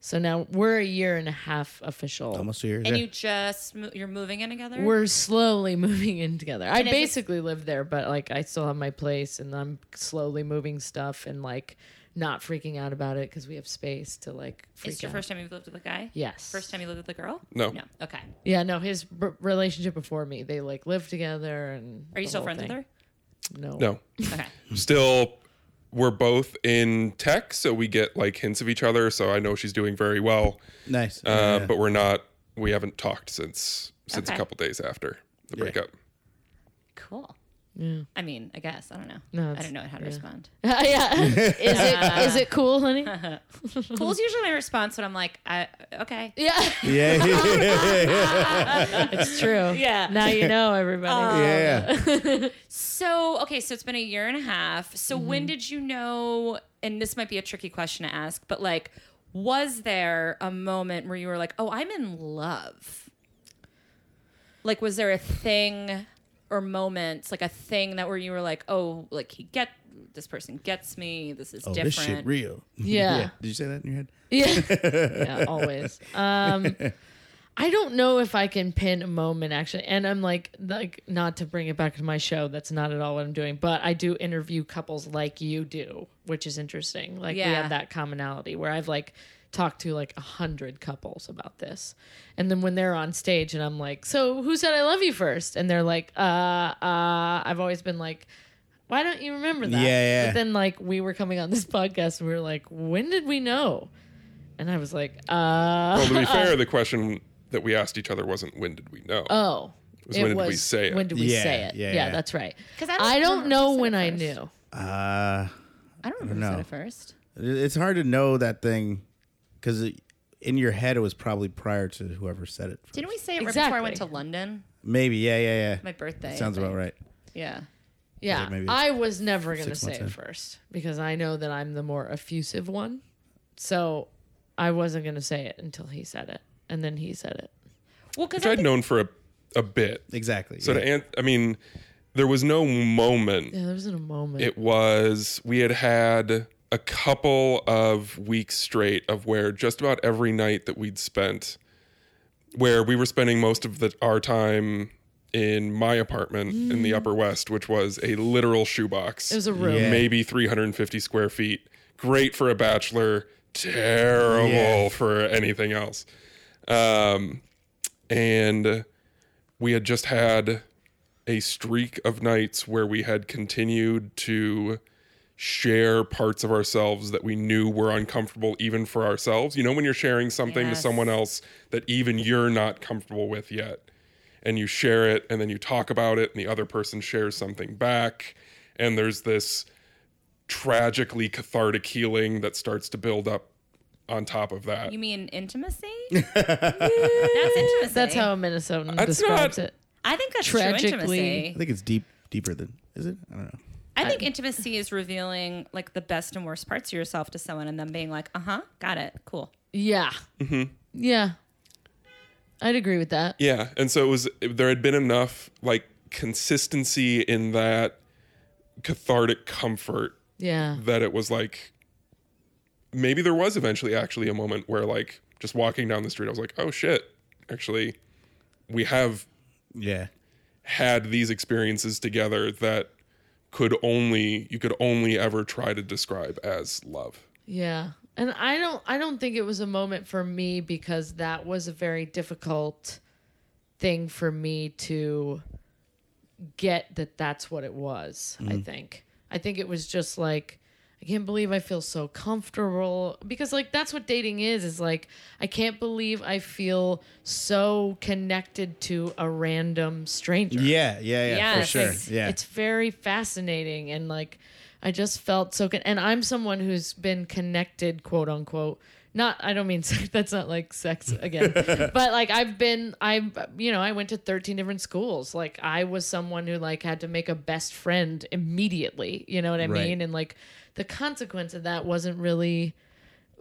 [SPEAKER 3] So now we're a year and a half official.
[SPEAKER 2] almost two years.
[SPEAKER 1] And
[SPEAKER 2] yeah.
[SPEAKER 1] you just mo- you're moving in together.
[SPEAKER 3] We're slowly moving in together. I
[SPEAKER 1] And is this-
[SPEAKER 3] basically live there, but like I still have my place and I'm slowly moving stuff and like not freaking out about it because we have space to like freak
[SPEAKER 1] it's your
[SPEAKER 3] out.
[SPEAKER 1] first time you've lived with a guy.
[SPEAKER 3] Yes.
[SPEAKER 1] First time you lived with a girl.
[SPEAKER 4] No.
[SPEAKER 1] No. Okay.
[SPEAKER 3] Yeah, no, his r- relationship before me, they like lived together and.
[SPEAKER 1] Are you
[SPEAKER 3] the
[SPEAKER 1] still
[SPEAKER 3] whole
[SPEAKER 1] friends
[SPEAKER 3] thing.
[SPEAKER 1] with her?
[SPEAKER 3] No.
[SPEAKER 4] No.
[SPEAKER 1] Okay.
[SPEAKER 4] Still, we're both in tech, so we get like hints of each other. So I know she's doing very well,
[SPEAKER 2] nice.
[SPEAKER 4] uh,
[SPEAKER 2] Yeah.
[SPEAKER 4] but we're not. We haven't talked since since a
[SPEAKER 1] Okay.
[SPEAKER 4] couple days after the
[SPEAKER 2] Yeah.
[SPEAKER 4] breakup.
[SPEAKER 1] Cool. I mean, I guess I don't know.
[SPEAKER 3] No,
[SPEAKER 1] I
[SPEAKER 3] it's-
[SPEAKER 1] don't know how to
[SPEAKER 3] yeah.
[SPEAKER 1] respond.
[SPEAKER 3] yeah. Is it is it cool, honey?
[SPEAKER 1] Cool's usually my response when I'm like, I, okay.
[SPEAKER 3] Yeah.
[SPEAKER 2] yeah,
[SPEAKER 3] It's true.
[SPEAKER 1] Yeah.
[SPEAKER 3] Now you know everybody.
[SPEAKER 2] yeah.
[SPEAKER 1] So okay, so it's been a year and a half. So when
[SPEAKER 2] Mm-hmm.
[SPEAKER 1] did you know? And this might be a tricky question to ask, but like, was there a moment where you were like, "Oh, I'm in love"? Like, was there a thing or moments, like a thing that where you were like, "Oh, like he get this person gets me. This is
[SPEAKER 2] Oh,
[SPEAKER 1] different."
[SPEAKER 2] this shit real.
[SPEAKER 3] Yeah.
[SPEAKER 2] Did you say that in your head?
[SPEAKER 3] Yeah. yeah, always. Um I don't know if I can pin a moment actually. And I'm like like not to bring it back to my show, that's not at all what I'm doing, but I do interview couples like you do, which is interesting. Like we
[SPEAKER 1] Yeah.
[SPEAKER 3] have that commonality where I've like talked to like a hundred couples about this. And then when they're on stage and I'm like, So who said I love you first? And they're like, uh uh I've always been like why don't you remember that?
[SPEAKER 2] Yeah, yeah.
[SPEAKER 3] But then, like, we were coming on this podcast and we were like, when did we know? And I was like, uh,
[SPEAKER 4] Well, to be fair, the question that we asked each other wasn't when did we know.
[SPEAKER 3] oh.
[SPEAKER 4] was when did we say it?
[SPEAKER 3] When did we
[SPEAKER 2] Yeah,
[SPEAKER 3] say it?
[SPEAKER 2] yeah,
[SPEAKER 3] Yeah,
[SPEAKER 2] yeah.
[SPEAKER 3] that's right.
[SPEAKER 1] 'Cause
[SPEAKER 3] Because
[SPEAKER 1] I
[SPEAKER 3] I
[SPEAKER 1] don't
[SPEAKER 3] don't,
[SPEAKER 1] remember who
[SPEAKER 3] know
[SPEAKER 1] said
[SPEAKER 3] when
[SPEAKER 1] it
[SPEAKER 3] I
[SPEAKER 1] first.
[SPEAKER 3] knew.
[SPEAKER 2] Uh,
[SPEAKER 1] I don't
[SPEAKER 2] I
[SPEAKER 1] remember who
[SPEAKER 2] don't
[SPEAKER 1] said
[SPEAKER 2] know.
[SPEAKER 1] it first.
[SPEAKER 2] It's hard to know that thing because in your head it was probably prior to whoever said it.
[SPEAKER 1] Didn't we say it right before I went to
[SPEAKER 3] Exactly.
[SPEAKER 1] London?
[SPEAKER 2] Maybe, yeah, yeah, yeah.
[SPEAKER 1] My birthday. I
[SPEAKER 2] Sounds about
[SPEAKER 1] think.
[SPEAKER 2] right.
[SPEAKER 1] Yeah.
[SPEAKER 3] Yeah,
[SPEAKER 2] maybe
[SPEAKER 3] I was never going to
[SPEAKER 2] six months
[SPEAKER 3] say it
[SPEAKER 2] in.
[SPEAKER 3] first because I know that I'm the more effusive one. So I wasn't going to say it until he said it. And then he said it.
[SPEAKER 1] Well, because
[SPEAKER 4] which I'd known for a, a bit.
[SPEAKER 2] Exactly.
[SPEAKER 4] So
[SPEAKER 2] yeah.
[SPEAKER 4] to an- I mean, there was no moment.
[SPEAKER 3] Yeah, there was in a moment.
[SPEAKER 4] It was we had had a couple of weeks straight of where just about every night that we'd spent, where we were spending most of the, our time in my apartment in the Upper West, which was a literal shoebox.
[SPEAKER 3] Mm. It was a room.
[SPEAKER 2] Yeah.
[SPEAKER 4] maybe 350 square feet. Great for a bachelor, terrible
[SPEAKER 2] Yeah.
[SPEAKER 4] for anything else. Um, and we had just had a streak of nights where we had continued to share parts of ourselves that we knew were uncomfortable even for ourselves. You know, when you're sharing something to
[SPEAKER 1] Yes.
[SPEAKER 4] someone else that even you're not comfortable with yet, and you share it, and then you talk about it, and the other person shares something back, and there's this tragically cathartic healing that starts to build up on top of that.
[SPEAKER 1] you mean intimacy? that's intimacy.
[SPEAKER 3] That's how a Minnesotan
[SPEAKER 4] That's
[SPEAKER 3] describes
[SPEAKER 4] not-
[SPEAKER 3] it.
[SPEAKER 1] I think that's
[SPEAKER 3] Tragically-
[SPEAKER 1] true intimacy.
[SPEAKER 2] I think it's deep, deeper than is it? I don't know.
[SPEAKER 1] I think intimacy is revealing like the best and worst parts of yourself to someone, and them being like, "Uh huh, got it, cool."
[SPEAKER 3] Yeah. Mm-hmm. Yeah. I'd agree with that.
[SPEAKER 4] Yeah, and so it was. There had been enough like consistency in that cathartic comfort
[SPEAKER 3] Yeah.
[SPEAKER 4] that it was like maybe there was eventually actually a moment where like just walking down the street, I was like, oh shit, actually, we have
[SPEAKER 2] Yeah.
[SPEAKER 4] had these experiences together that could only you could only ever try to describe as love.
[SPEAKER 3] Yeah. And I don't I don't think it was a moment for me because that was a very difficult thing for me to get that that's what it was, I think. I think it was just like I can't believe I feel so comfortable because like that's what dating is is like I can't believe I feel so connected to a random stranger.
[SPEAKER 2] Yeah, yeah, yeah, for
[SPEAKER 1] Yes,
[SPEAKER 2] sure.
[SPEAKER 1] it's-
[SPEAKER 2] yeah.
[SPEAKER 3] It's very fascinating and like I just felt so con- and I'm someone who's been connected quote unquote not I don't mean sex, that's not like sex again but like I've been I you know I went to 13 different schools like I was someone who like had to make a best friend immediately you know what I
[SPEAKER 2] Right.
[SPEAKER 3] mean and like the consequence of that wasn't really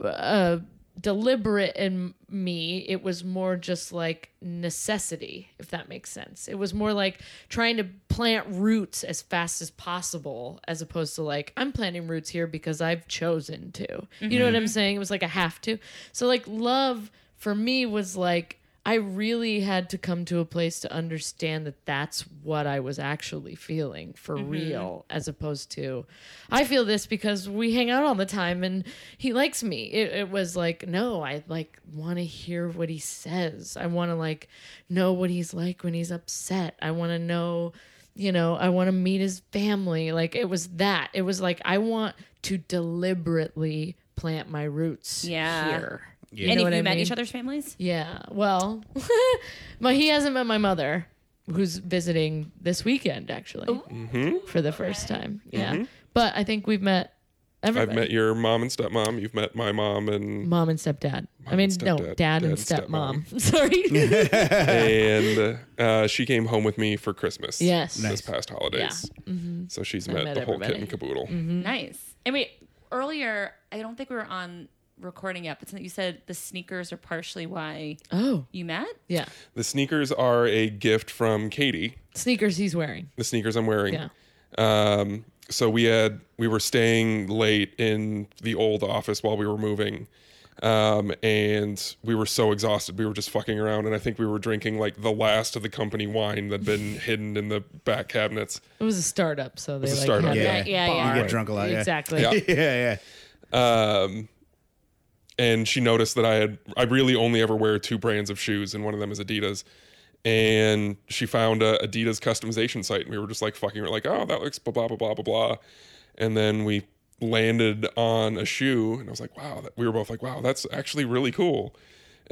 [SPEAKER 3] uh deliberate in me it was more just like necessity if that makes sense it was more like trying to plant roots as fast as possible as opposed to like i'm planting roots here because i've chosen to you know what i'm saying it was like a have to so like love for me was like i really had to come to a place to understand that that's what i was actually feeling for real as opposed to i feel this because we hang out all the time and he likes me it, it was like no i like want to hear what he says i want to like know what he's like when he's upset i want to know you know, I want to meet his family. Like it was that. It was like I want to deliberately plant my roots
[SPEAKER 1] Yeah.
[SPEAKER 3] here. You
[SPEAKER 1] Any
[SPEAKER 3] know
[SPEAKER 1] of
[SPEAKER 3] what
[SPEAKER 1] you
[SPEAKER 3] I
[SPEAKER 1] met
[SPEAKER 3] mean?
[SPEAKER 1] each other's families?
[SPEAKER 3] Yeah. Well, but he hasn't met my mother, who's visiting this weekend actually
[SPEAKER 4] Mm-hmm.
[SPEAKER 3] for the first time. Yeah. But I think we've met everybody.
[SPEAKER 4] I've met your mom and stepmom. You've met my mom and
[SPEAKER 3] mom and stepdad. I mean,
[SPEAKER 4] and
[SPEAKER 3] no,
[SPEAKER 4] stepdad.
[SPEAKER 3] dad,
[SPEAKER 4] Dad
[SPEAKER 3] and
[SPEAKER 4] and Mm-hmm.
[SPEAKER 3] stepmom. Sorry.
[SPEAKER 4] and uh, she came home with me for Christmas.
[SPEAKER 3] yes. Mm-hmm.
[SPEAKER 4] this past holidays. So she's met,
[SPEAKER 3] met
[SPEAKER 4] the whole kit
[SPEAKER 3] everybody. Mm-hmm.
[SPEAKER 4] and caboodle.
[SPEAKER 1] Nice. And wait, earlier I don't think we were on recording yet, but something you said the sneakers are partially why
[SPEAKER 3] Oh,
[SPEAKER 1] you met.
[SPEAKER 3] yeah.
[SPEAKER 4] The sneakers are a gift from Katie.
[SPEAKER 3] Sneakers he's wearing.
[SPEAKER 4] The sneakers I'm wearing.
[SPEAKER 3] Yeah.
[SPEAKER 4] Um, so we had we were staying late in the old office while we were moving. Um, and we were so exhausted. We were just fucking around and I think we were drinking like the last of the company wine that'd been hidden in the back cabinets.
[SPEAKER 3] It was a startup, so they
[SPEAKER 4] a
[SPEAKER 3] like
[SPEAKER 4] startup.
[SPEAKER 3] had
[SPEAKER 2] Yeah.
[SPEAKER 3] that
[SPEAKER 1] Yeah, yeah.
[SPEAKER 3] bar.
[SPEAKER 2] You get drunk a lot, yeah.
[SPEAKER 3] Exactly.
[SPEAKER 4] Yeah.
[SPEAKER 2] yeah, yeah.
[SPEAKER 4] Um, and she noticed that I had I really only ever wear two brands of shoes, and one of them is Adidas. And she found a Adidas customization site, and we were just like fucking, we're like, oh, that looks blah blah blah blah blah blah. And then we landed on a shoe, and I was like, wow, that, we were both like, wow, that's actually really cool.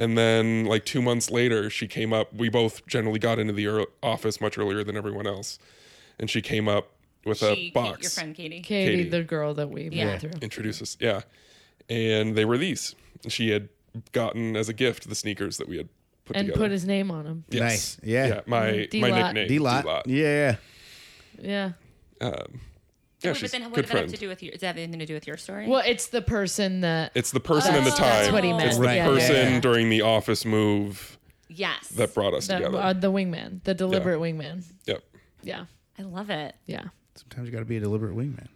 [SPEAKER 4] And then like two months later, she came up. We both generally got into the ear- office much earlier than everyone else, and she came up with
[SPEAKER 1] She-
[SPEAKER 4] a box
[SPEAKER 1] your friend Katie.
[SPEAKER 3] Katie,
[SPEAKER 4] Katie.
[SPEAKER 3] the girl that we
[SPEAKER 1] Yeah.
[SPEAKER 3] met through.
[SPEAKER 4] introduce us. Yeah. And they were these. She had gotten as a gift the sneakers that we had put
[SPEAKER 3] and
[SPEAKER 4] together.
[SPEAKER 3] put his name on him.
[SPEAKER 4] yes.
[SPEAKER 2] Nice. Yeah.
[SPEAKER 4] Yeah. My
[SPEAKER 3] D-Lot.
[SPEAKER 4] my nickname.
[SPEAKER 2] D lot.
[SPEAKER 4] D-Lot.
[SPEAKER 2] Yeah.
[SPEAKER 3] Yeah.
[SPEAKER 4] Um, yeah,
[SPEAKER 1] Wait, but
[SPEAKER 4] she's
[SPEAKER 1] then
[SPEAKER 4] a
[SPEAKER 1] what
[SPEAKER 4] good
[SPEAKER 1] did that have
[SPEAKER 4] friend.
[SPEAKER 1] to do with your? Does that have anything to do with your story?
[SPEAKER 3] Well, it's the person that
[SPEAKER 4] It's the person and the
[SPEAKER 1] Oh,
[SPEAKER 4] time.
[SPEAKER 1] that's what he
[SPEAKER 4] It's
[SPEAKER 1] meant.
[SPEAKER 4] the
[SPEAKER 2] Right. Yeah,
[SPEAKER 4] person
[SPEAKER 3] yeah, yeah.
[SPEAKER 4] during the office move
[SPEAKER 1] Yes,
[SPEAKER 4] that brought us
[SPEAKER 3] the,
[SPEAKER 4] together.
[SPEAKER 3] uh, the wingman, the deliberate wingman.
[SPEAKER 4] yep.
[SPEAKER 3] Yeah.
[SPEAKER 1] I love it.
[SPEAKER 3] Yeah.
[SPEAKER 2] Sometimes you got to be a deliberate wingman.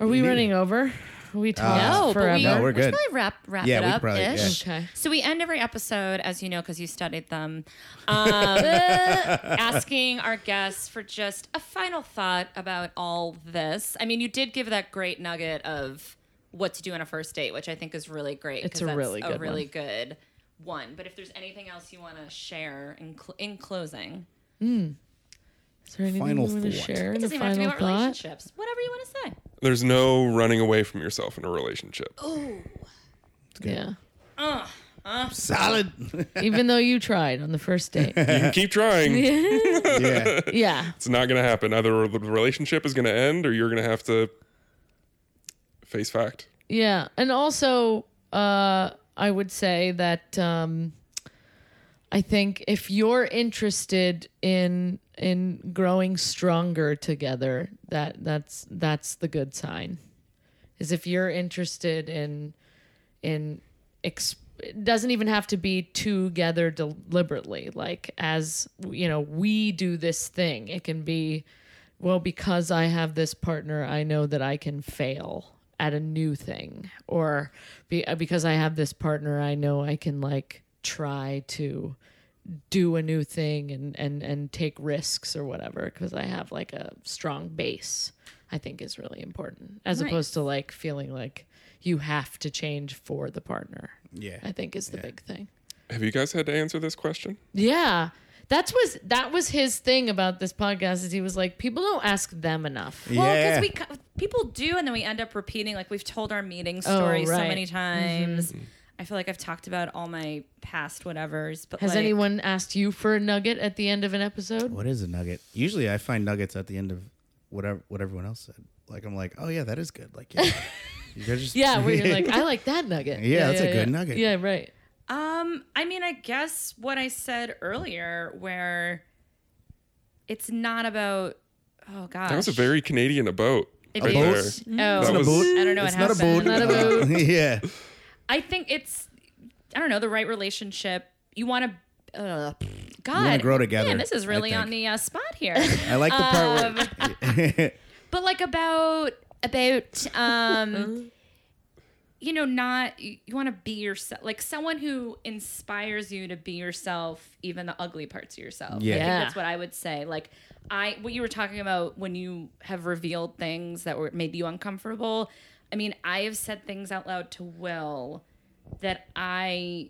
[SPEAKER 3] Are we running over? Are we talking
[SPEAKER 1] No, Oh, but
[SPEAKER 3] forever.
[SPEAKER 1] we,
[SPEAKER 2] No, we're
[SPEAKER 1] we should
[SPEAKER 2] good.
[SPEAKER 1] probably wrap wrap
[SPEAKER 2] Yeah,
[SPEAKER 1] it
[SPEAKER 2] we could
[SPEAKER 1] up
[SPEAKER 2] probably- yeah.
[SPEAKER 1] ish.
[SPEAKER 3] Okay.
[SPEAKER 1] So we end every episode, as you know, because you studied them, um, asking our guests for just a final thought about all this. I mean, you did give that great nugget of what to do on a first date, which I think is really great.
[SPEAKER 3] It's
[SPEAKER 1] 'cause
[SPEAKER 3] a
[SPEAKER 1] that's
[SPEAKER 3] really
[SPEAKER 1] a
[SPEAKER 3] good
[SPEAKER 1] really
[SPEAKER 3] one.
[SPEAKER 1] good one. But if there's anything else you want to share in cl- in closing,
[SPEAKER 3] Is there anything
[SPEAKER 2] Final
[SPEAKER 3] you want to
[SPEAKER 2] thought.
[SPEAKER 3] share?
[SPEAKER 1] it
[SPEAKER 3] in the
[SPEAKER 1] doesn't even have to be
[SPEAKER 3] final
[SPEAKER 1] about
[SPEAKER 3] thought.
[SPEAKER 1] relationships. Whatever you want to say.
[SPEAKER 4] There's no running away from yourself in a relationship.
[SPEAKER 1] Oh,
[SPEAKER 3] Yeah.
[SPEAKER 2] Solid.
[SPEAKER 3] even though you tried on the first date.
[SPEAKER 4] You can keep trying.
[SPEAKER 2] yeah.
[SPEAKER 3] Yeah.
[SPEAKER 4] It's not going to happen. Either the relationship is going to end or you're going to have to face fact.
[SPEAKER 3] Yeah. And also, uh, I would say that um, I think if you're interested in in growing stronger together, that that's that's the good sign. Is if you're interested in in ex- it doesn't even have to be together deliberately. Like as you know, we do this thing. It can be well, because I have this partner, I know that I can fail at a new thing, or be, because I have this partner, I know I can like try to do a new thing and and and take risks or whatever because I have like a strong base. I think is really important as
[SPEAKER 1] Nice.
[SPEAKER 3] opposed to like feeling like you have to change for the partner.
[SPEAKER 2] Yeah.
[SPEAKER 3] I think is the big thing.
[SPEAKER 4] Have you guys had to answer this question?
[SPEAKER 3] Yeah. That's was that was his thing about this podcast is he was like people don't ask them enough.
[SPEAKER 1] Well,
[SPEAKER 2] yeah.
[SPEAKER 1] because we co- people do, and then we end up repeating. Like we've told our meeting
[SPEAKER 2] Oh,
[SPEAKER 1] story so
[SPEAKER 3] right.
[SPEAKER 1] many
[SPEAKER 2] Mm-hmm.
[SPEAKER 1] times. I feel like I've talked about all my past whatevers. But
[SPEAKER 3] Has
[SPEAKER 1] like,
[SPEAKER 3] anyone asked you for a nugget at the end of an episode?
[SPEAKER 2] What is a nugget? Usually, I find nuggets at the end of whatever what everyone else said. Like I'm like, oh yeah, that is good. Like yeah, you guys just
[SPEAKER 3] Yeah, where you're like, I like that nugget.
[SPEAKER 2] Yeah, that's a good nugget.
[SPEAKER 3] Yeah, right.
[SPEAKER 1] Um, I mean, I guess what I said earlier, where it's not about. Oh God,
[SPEAKER 4] That was a very Canadian about.
[SPEAKER 1] It
[SPEAKER 4] right
[SPEAKER 2] boat?
[SPEAKER 4] there.
[SPEAKER 1] No,
[SPEAKER 4] That was-
[SPEAKER 1] I don't know what
[SPEAKER 2] It's Mm-hmm. not a
[SPEAKER 1] happened.
[SPEAKER 2] boat.
[SPEAKER 3] Not a boat.
[SPEAKER 2] yeah,
[SPEAKER 1] I think it's, I don't know, the right relationship. You want to, uh, God,
[SPEAKER 2] grow together,
[SPEAKER 1] Man, this is
[SPEAKER 2] I
[SPEAKER 1] really on
[SPEAKER 2] think.
[SPEAKER 1] the uh, spot here.
[SPEAKER 2] I like the part
[SPEAKER 1] Um,
[SPEAKER 2] where
[SPEAKER 1] but like about about um you know not you, want to be yourself like someone who inspires you to be yourself even the ugly parts of yourself
[SPEAKER 2] Yeah.
[SPEAKER 1] I think
[SPEAKER 3] Yeah.
[SPEAKER 1] that's what i would say like i what you were talking about when you have revealed things that were made you uncomfortable i mean i have said things out loud to will that i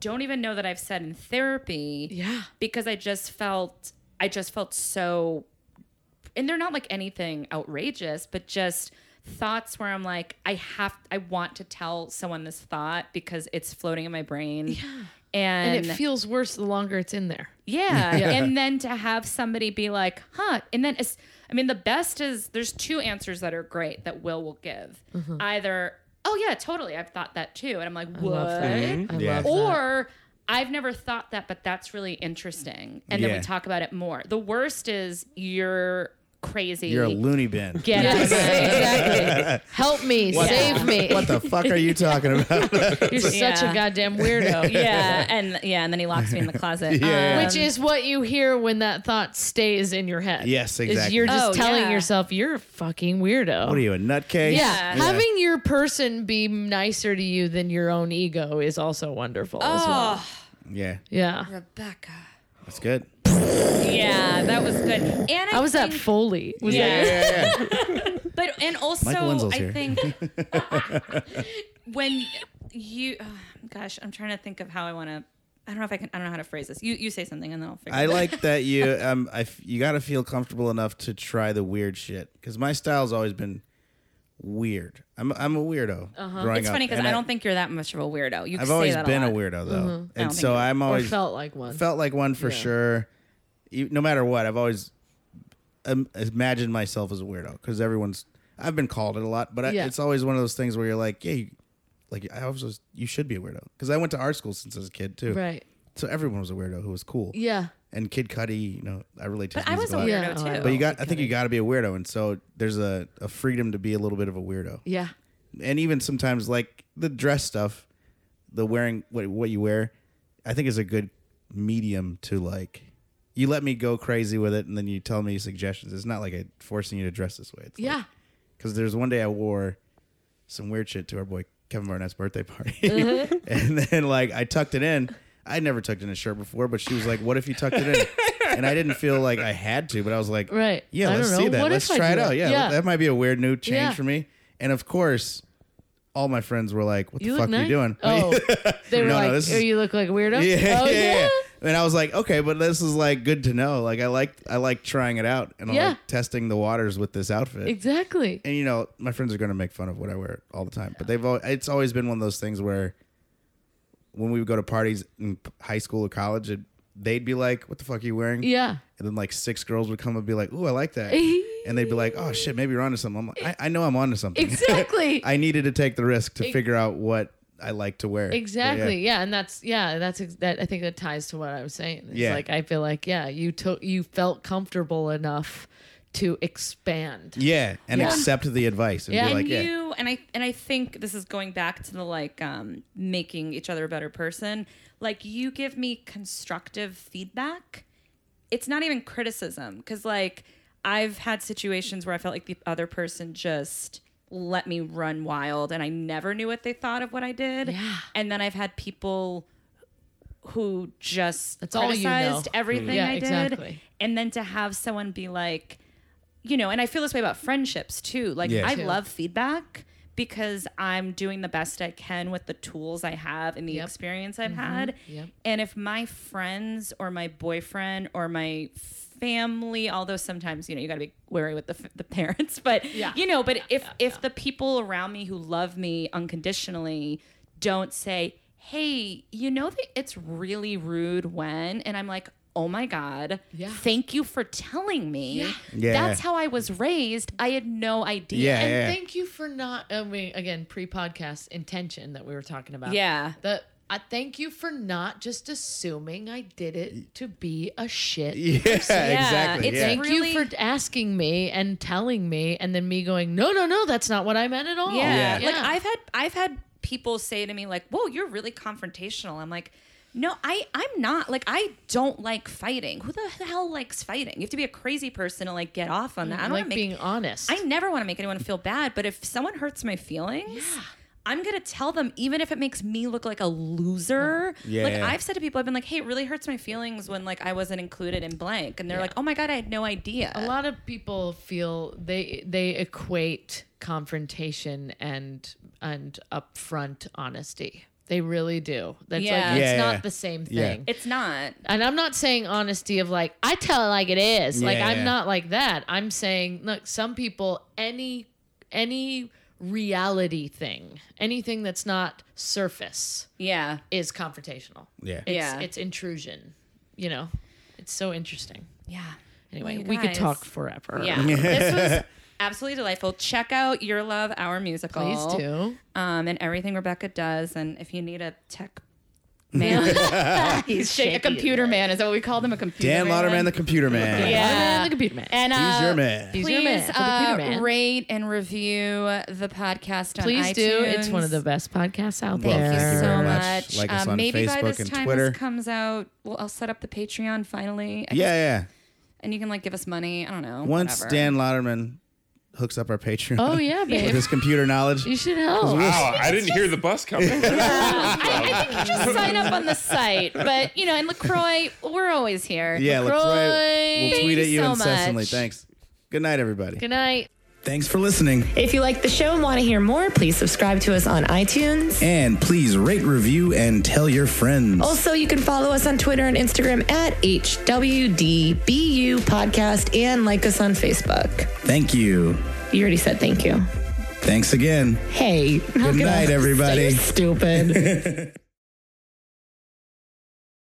[SPEAKER 1] don't even know that i've said in therapy
[SPEAKER 3] Yeah.
[SPEAKER 1] because I just felt I just felt so and they're not like anything outrageous, but just thoughts where I'm like, I have I want to tell someone this thought because it's floating in my brain. Yeah. And,
[SPEAKER 3] And, it feels worse the longer it's in there.
[SPEAKER 1] yeah. And then to have somebody be like, huh. And then, it's, I mean, the best is there's two answers that are great that Will will give. Either, oh, yeah, totally. I've thought that too. And I'm like, what?
[SPEAKER 3] Love that. Mm-hmm. I
[SPEAKER 2] Mm-hmm. Yeah.
[SPEAKER 3] love that.
[SPEAKER 1] or I've never thought that, but that's really interesting. And then
[SPEAKER 2] Yeah.
[SPEAKER 1] we talk about it more. The worst is you're crazy.
[SPEAKER 2] you're a loony bin.
[SPEAKER 1] Get out
[SPEAKER 3] Yes,
[SPEAKER 1] of here.
[SPEAKER 3] exactly. Help me,
[SPEAKER 2] What the-
[SPEAKER 3] save me.
[SPEAKER 2] What the fuck are you talking about?
[SPEAKER 3] You're such a
[SPEAKER 1] Yeah.
[SPEAKER 3] goddamn weirdo.
[SPEAKER 1] Yeah, and yeah, and then he locks me in the closet.
[SPEAKER 2] Yeah.
[SPEAKER 3] Which is what you hear when that thought stays in your head.
[SPEAKER 2] Yes,
[SPEAKER 3] Is
[SPEAKER 2] exactly.
[SPEAKER 3] you're just
[SPEAKER 1] Oh,
[SPEAKER 3] telling
[SPEAKER 1] yeah.
[SPEAKER 3] yourself you're a fucking weirdo.
[SPEAKER 2] what are you a nutcase?
[SPEAKER 3] yeah.
[SPEAKER 1] Yeah.
[SPEAKER 3] having your person be nicer to you than your own ego is also wonderful as well.
[SPEAKER 1] oh,
[SPEAKER 2] yeah,
[SPEAKER 3] Yeah,
[SPEAKER 1] Rebecca.
[SPEAKER 2] that's good.
[SPEAKER 1] Uh, Yeah, that was good. And I,
[SPEAKER 3] I was at
[SPEAKER 1] think,
[SPEAKER 3] Foley. Was
[SPEAKER 1] Yeah.
[SPEAKER 3] that-
[SPEAKER 2] yeah, yeah.
[SPEAKER 1] But and
[SPEAKER 2] Michael
[SPEAKER 1] also,
[SPEAKER 2] Wenzel's
[SPEAKER 1] I
[SPEAKER 2] here.
[SPEAKER 1] think when you, oh, gosh, I'm trying to think of how I want to. I don't know if I can. I don't know how to phrase this. You you say something and then I'll figure.
[SPEAKER 2] I
[SPEAKER 1] it out.
[SPEAKER 2] like that you um I f- you got to feel comfortable enough to try the weird shit because my style's always been weird. I'm I'm a weirdo. growing
[SPEAKER 1] Uh-huh. It's
[SPEAKER 2] up,
[SPEAKER 1] funny because
[SPEAKER 2] and
[SPEAKER 1] I don't think you're that much of a weirdo. You
[SPEAKER 2] I've
[SPEAKER 1] say
[SPEAKER 2] always
[SPEAKER 1] that
[SPEAKER 2] been
[SPEAKER 1] a,
[SPEAKER 2] a,
[SPEAKER 1] lot.
[SPEAKER 2] weirdo though, and
[SPEAKER 1] Mm-hmm. don't
[SPEAKER 2] so
[SPEAKER 1] think-
[SPEAKER 2] I'm
[SPEAKER 3] or
[SPEAKER 2] always Oh, felt,
[SPEAKER 3] felt like one.
[SPEAKER 2] like one for sure. E- No matter what, I've always um, imagined myself as a weirdo because everyone's. I've been called it a lot, but I,
[SPEAKER 3] Yeah.
[SPEAKER 2] it's always one of those things where you're like, yeah, you, Like I always was, you should be a weirdo because I went to art school since I was a kid too.
[SPEAKER 3] Right.
[SPEAKER 2] So everyone was a weirdo who was cool.
[SPEAKER 3] Yeah.
[SPEAKER 2] And Kid Cudi, you know, I relate to.
[SPEAKER 1] But
[SPEAKER 2] his
[SPEAKER 1] I
[SPEAKER 2] music
[SPEAKER 1] was a
[SPEAKER 2] lot.
[SPEAKER 3] Yeah,
[SPEAKER 1] weirdo
[SPEAKER 3] oh, I
[SPEAKER 1] too.
[SPEAKER 2] But you got, I think you got to be a weirdo, and so there's a, a freedom to be a little bit of a weirdo,
[SPEAKER 3] Yeah.
[SPEAKER 2] and even sometimes like the dress stuff, the wearing what what you wear, I think is a good medium to like. You let me go crazy with it, and then you tell me suggestions. It's not like I forcing you to dress this way. It's like-
[SPEAKER 3] Yeah.
[SPEAKER 2] because there's one day I wore some weird shit to our boy Kevin Barnett's birthday party,
[SPEAKER 3] Uh-huh.
[SPEAKER 2] and then like I tucked it in. I never tucked in a shirt before, but she was like, "What if you tucked it in?" and I didn't feel like I had to, but I was like,
[SPEAKER 3] Right.
[SPEAKER 2] yeah,
[SPEAKER 3] I
[SPEAKER 2] let's
[SPEAKER 3] don't
[SPEAKER 2] see
[SPEAKER 3] know.
[SPEAKER 2] that.
[SPEAKER 3] What
[SPEAKER 2] let's
[SPEAKER 3] if I
[SPEAKER 2] try it
[SPEAKER 3] do
[SPEAKER 2] out."
[SPEAKER 3] it?
[SPEAKER 2] Yeah,
[SPEAKER 3] Yeah.
[SPEAKER 2] that might be a weird new change
[SPEAKER 3] Yeah.
[SPEAKER 2] for me." And of course, all my friends were like, "What
[SPEAKER 3] You
[SPEAKER 2] the fuck
[SPEAKER 3] look
[SPEAKER 2] are
[SPEAKER 3] nice.
[SPEAKER 2] you doing?"
[SPEAKER 3] Oh, they were
[SPEAKER 2] No, no,
[SPEAKER 3] like,
[SPEAKER 2] this is-
[SPEAKER 3] "Oh, you look like a weirdo."
[SPEAKER 2] yeah,
[SPEAKER 3] oh,
[SPEAKER 2] yeah, yeah. And I was like, okay, but this is like good to know. Like I like I like trying it out and I
[SPEAKER 3] Yeah.
[SPEAKER 2] like testing the waters with this outfit
[SPEAKER 3] Exactly.
[SPEAKER 2] and you know my friends are going to make fun of what i wear all the time but they've al- it's always been one of those things where when we would go to parties in p- high school or college it, they'd be like what the fuck are you wearing
[SPEAKER 3] Yeah.
[SPEAKER 2] and then like six girls would come and be like ooh i like that and they'd be like oh shit maybe you're onto something i'm like i, I know i'm onto something
[SPEAKER 3] Exactly.
[SPEAKER 2] i needed to take the risk to figure out what i like to wear But yeah.
[SPEAKER 3] Exactly. Yeah. and that's yeah, that's ex- that. I think that ties to what I was saying. It's
[SPEAKER 2] Yeah.
[SPEAKER 3] like I feel like yeah, you took you felt comfortable enough to expand.
[SPEAKER 2] yeah, and
[SPEAKER 3] Yeah.
[SPEAKER 2] accept the advice and
[SPEAKER 3] Yeah.
[SPEAKER 2] be
[SPEAKER 3] And
[SPEAKER 2] like
[SPEAKER 1] and
[SPEAKER 2] yeah
[SPEAKER 1] you and I and I think this is going back to the like um, making each other a better person. Like you give me constructive feedback. It's not even criticism because like I've had situations where I felt like the other person just let me run wild and I never knew what they thought of what I did.
[SPEAKER 3] Yeah.
[SPEAKER 1] And then I've had people who just
[SPEAKER 3] That's all you
[SPEAKER 1] criticized
[SPEAKER 3] know. Mm-hmm.
[SPEAKER 1] everything
[SPEAKER 3] Yeah,
[SPEAKER 1] I did.
[SPEAKER 3] exactly.
[SPEAKER 1] And then to have someone be like, you know, and I feel this way about friendships too. Like
[SPEAKER 2] Yeah.
[SPEAKER 1] I
[SPEAKER 3] Too.
[SPEAKER 1] love feedback because I'm doing the best I can with the tools I have and the
[SPEAKER 3] Yep. Mm-hmm.
[SPEAKER 1] experience I've had.
[SPEAKER 3] Yep.
[SPEAKER 1] And if my friends or my boyfriend or my family, although sometimes you know you got to be wary with the, f- the parents, but
[SPEAKER 3] Yeah.
[SPEAKER 1] you know, but if if the people around me who love me unconditionally don't say, "Hey, you know that it's really rude when," and I'm like. Oh my God.
[SPEAKER 3] Yeah.
[SPEAKER 1] Thank you for telling me.
[SPEAKER 3] Yeah.
[SPEAKER 2] Yeah.
[SPEAKER 1] That's how I was raised. I had no idea.
[SPEAKER 2] Yeah,
[SPEAKER 3] And
[SPEAKER 2] yeah.
[SPEAKER 3] thank you for not. I mean, again, pre-podcast intention that we were talking about.
[SPEAKER 1] Yeah.
[SPEAKER 3] The I thank you for not just assuming I did it to be a shit.
[SPEAKER 2] yeah, exactly
[SPEAKER 1] it's
[SPEAKER 2] yeah.
[SPEAKER 3] Thank you
[SPEAKER 1] Really-
[SPEAKER 3] for asking me and telling me, and then me going, no, no, no, that's not what I meant at all.
[SPEAKER 1] Oh, Yeah.
[SPEAKER 2] Yeah.
[SPEAKER 1] Like I've had I've had people say to me like, "Whoa, you're really confrontational." I'm like, "No, I I'm not. Like I don't like fighting. Who the hell likes fighting? You have to be a crazy person to like get off on that. I don't
[SPEAKER 3] like
[SPEAKER 1] want to make
[SPEAKER 3] being honest.
[SPEAKER 1] I never want to make anyone feel bad, but if someone hurts my feelings, I'm gonna tell them, even if it makes me look like a loser.
[SPEAKER 2] Yeah,
[SPEAKER 1] like
[SPEAKER 2] yeah.
[SPEAKER 1] I've said to people, I've been like, "Hey, it really hurts my feelings when like I wasn't included in blank," and they're like, "Oh my god, I had no idea."
[SPEAKER 3] a lot of people feel they they equate confrontation and and upfront honesty. They really do. That's
[SPEAKER 1] Yeah.
[SPEAKER 3] like it's
[SPEAKER 2] Yeah,
[SPEAKER 3] not
[SPEAKER 2] yeah.
[SPEAKER 3] the same
[SPEAKER 2] Yeah.
[SPEAKER 3] thing.
[SPEAKER 1] It's not.
[SPEAKER 3] And I'm not saying honesty of like I tell it like it is. Like
[SPEAKER 2] Yeah,
[SPEAKER 3] I'm
[SPEAKER 2] yeah.
[SPEAKER 3] not like that. I'm saying look, some people any any reality thing, anything that's not surface
[SPEAKER 1] Yeah.
[SPEAKER 3] is confrontational.
[SPEAKER 2] yeah
[SPEAKER 3] It's
[SPEAKER 1] Yeah.
[SPEAKER 3] it's intrusion, you know. It's so interesting.
[SPEAKER 1] Yeah.
[SPEAKER 3] Anyway,
[SPEAKER 1] Well, you
[SPEAKER 3] we could
[SPEAKER 1] guys-
[SPEAKER 3] talk forever.
[SPEAKER 1] Yeah. this was absolutely delightful. Check out Your Love, Our Musical.
[SPEAKER 3] Please do.
[SPEAKER 1] Um, and everything Rebecca does. And if you need a tech man, he's shaking. A computer man is that what we call them? A computer
[SPEAKER 2] dan lauderman the computer man
[SPEAKER 1] Yeah.
[SPEAKER 3] Waterman, the computer man.
[SPEAKER 1] and uh,
[SPEAKER 2] he's your man
[SPEAKER 3] He's your man.
[SPEAKER 1] please
[SPEAKER 3] The computer
[SPEAKER 1] uh,
[SPEAKER 3] man.
[SPEAKER 1] rate and review the podcast on
[SPEAKER 3] Please do. It's
[SPEAKER 1] iTunes.
[SPEAKER 3] one of the best podcasts out
[SPEAKER 2] Well,
[SPEAKER 3] there.
[SPEAKER 1] Thank you so
[SPEAKER 2] very much.
[SPEAKER 1] much.
[SPEAKER 2] Like us
[SPEAKER 1] Uh,
[SPEAKER 2] on
[SPEAKER 1] maybe by
[SPEAKER 2] Facebook
[SPEAKER 1] this
[SPEAKER 2] and
[SPEAKER 1] time
[SPEAKER 2] Twitter.
[SPEAKER 1] this comes out, well, I'll set up the Patreon finally.
[SPEAKER 2] yeah
[SPEAKER 1] I just-
[SPEAKER 2] yeah
[SPEAKER 1] and you can like give us money. I don't know.
[SPEAKER 2] Once
[SPEAKER 1] whatever.
[SPEAKER 2] Dan Lauderman hooks up our Patreon
[SPEAKER 3] Oh yeah,
[SPEAKER 2] with
[SPEAKER 3] babe.
[SPEAKER 2] his computer knowledge,
[SPEAKER 3] you should help.
[SPEAKER 4] Wow, I didn't hear the bus coming.
[SPEAKER 1] I think you just sign up on the site. But you know, and Lacroix, we're always here.
[SPEAKER 2] yeah,
[SPEAKER 3] LaCroix.
[SPEAKER 2] LaCroix will
[SPEAKER 1] Thank
[SPEAKER 2] tweet
[SPEAKER 1] you
[SPEAKER 2] at you
[SPEAKER 1] so
[SPEAKER 2] incessantly.
[SPEAKER 1] much.
[SPEAKER 2] Thanks. Good night, everybody.
[SPEAKER 3] Good night.
[SPEAKER 2] Thanks for listening,
[SPEAKER 5] If you like the show and want to hear more, please subscribe to us on iTunes.
[SPEAKER 2] and please rate, review, and tell your friends.
[SPEAKER 5] Also, you can follow us on Twitter and Instagram at HWDBU Podcast and like us on Facebook.
[SPEAKER 2] Thank you.
[SPEAKER 5] You already said thank you.
[SPEAKER 2] Thanks again.
[SPEAKER 5] Hey, good
[SPEAKER 2] night, everybody.
[SPEAKER 5] Stupid.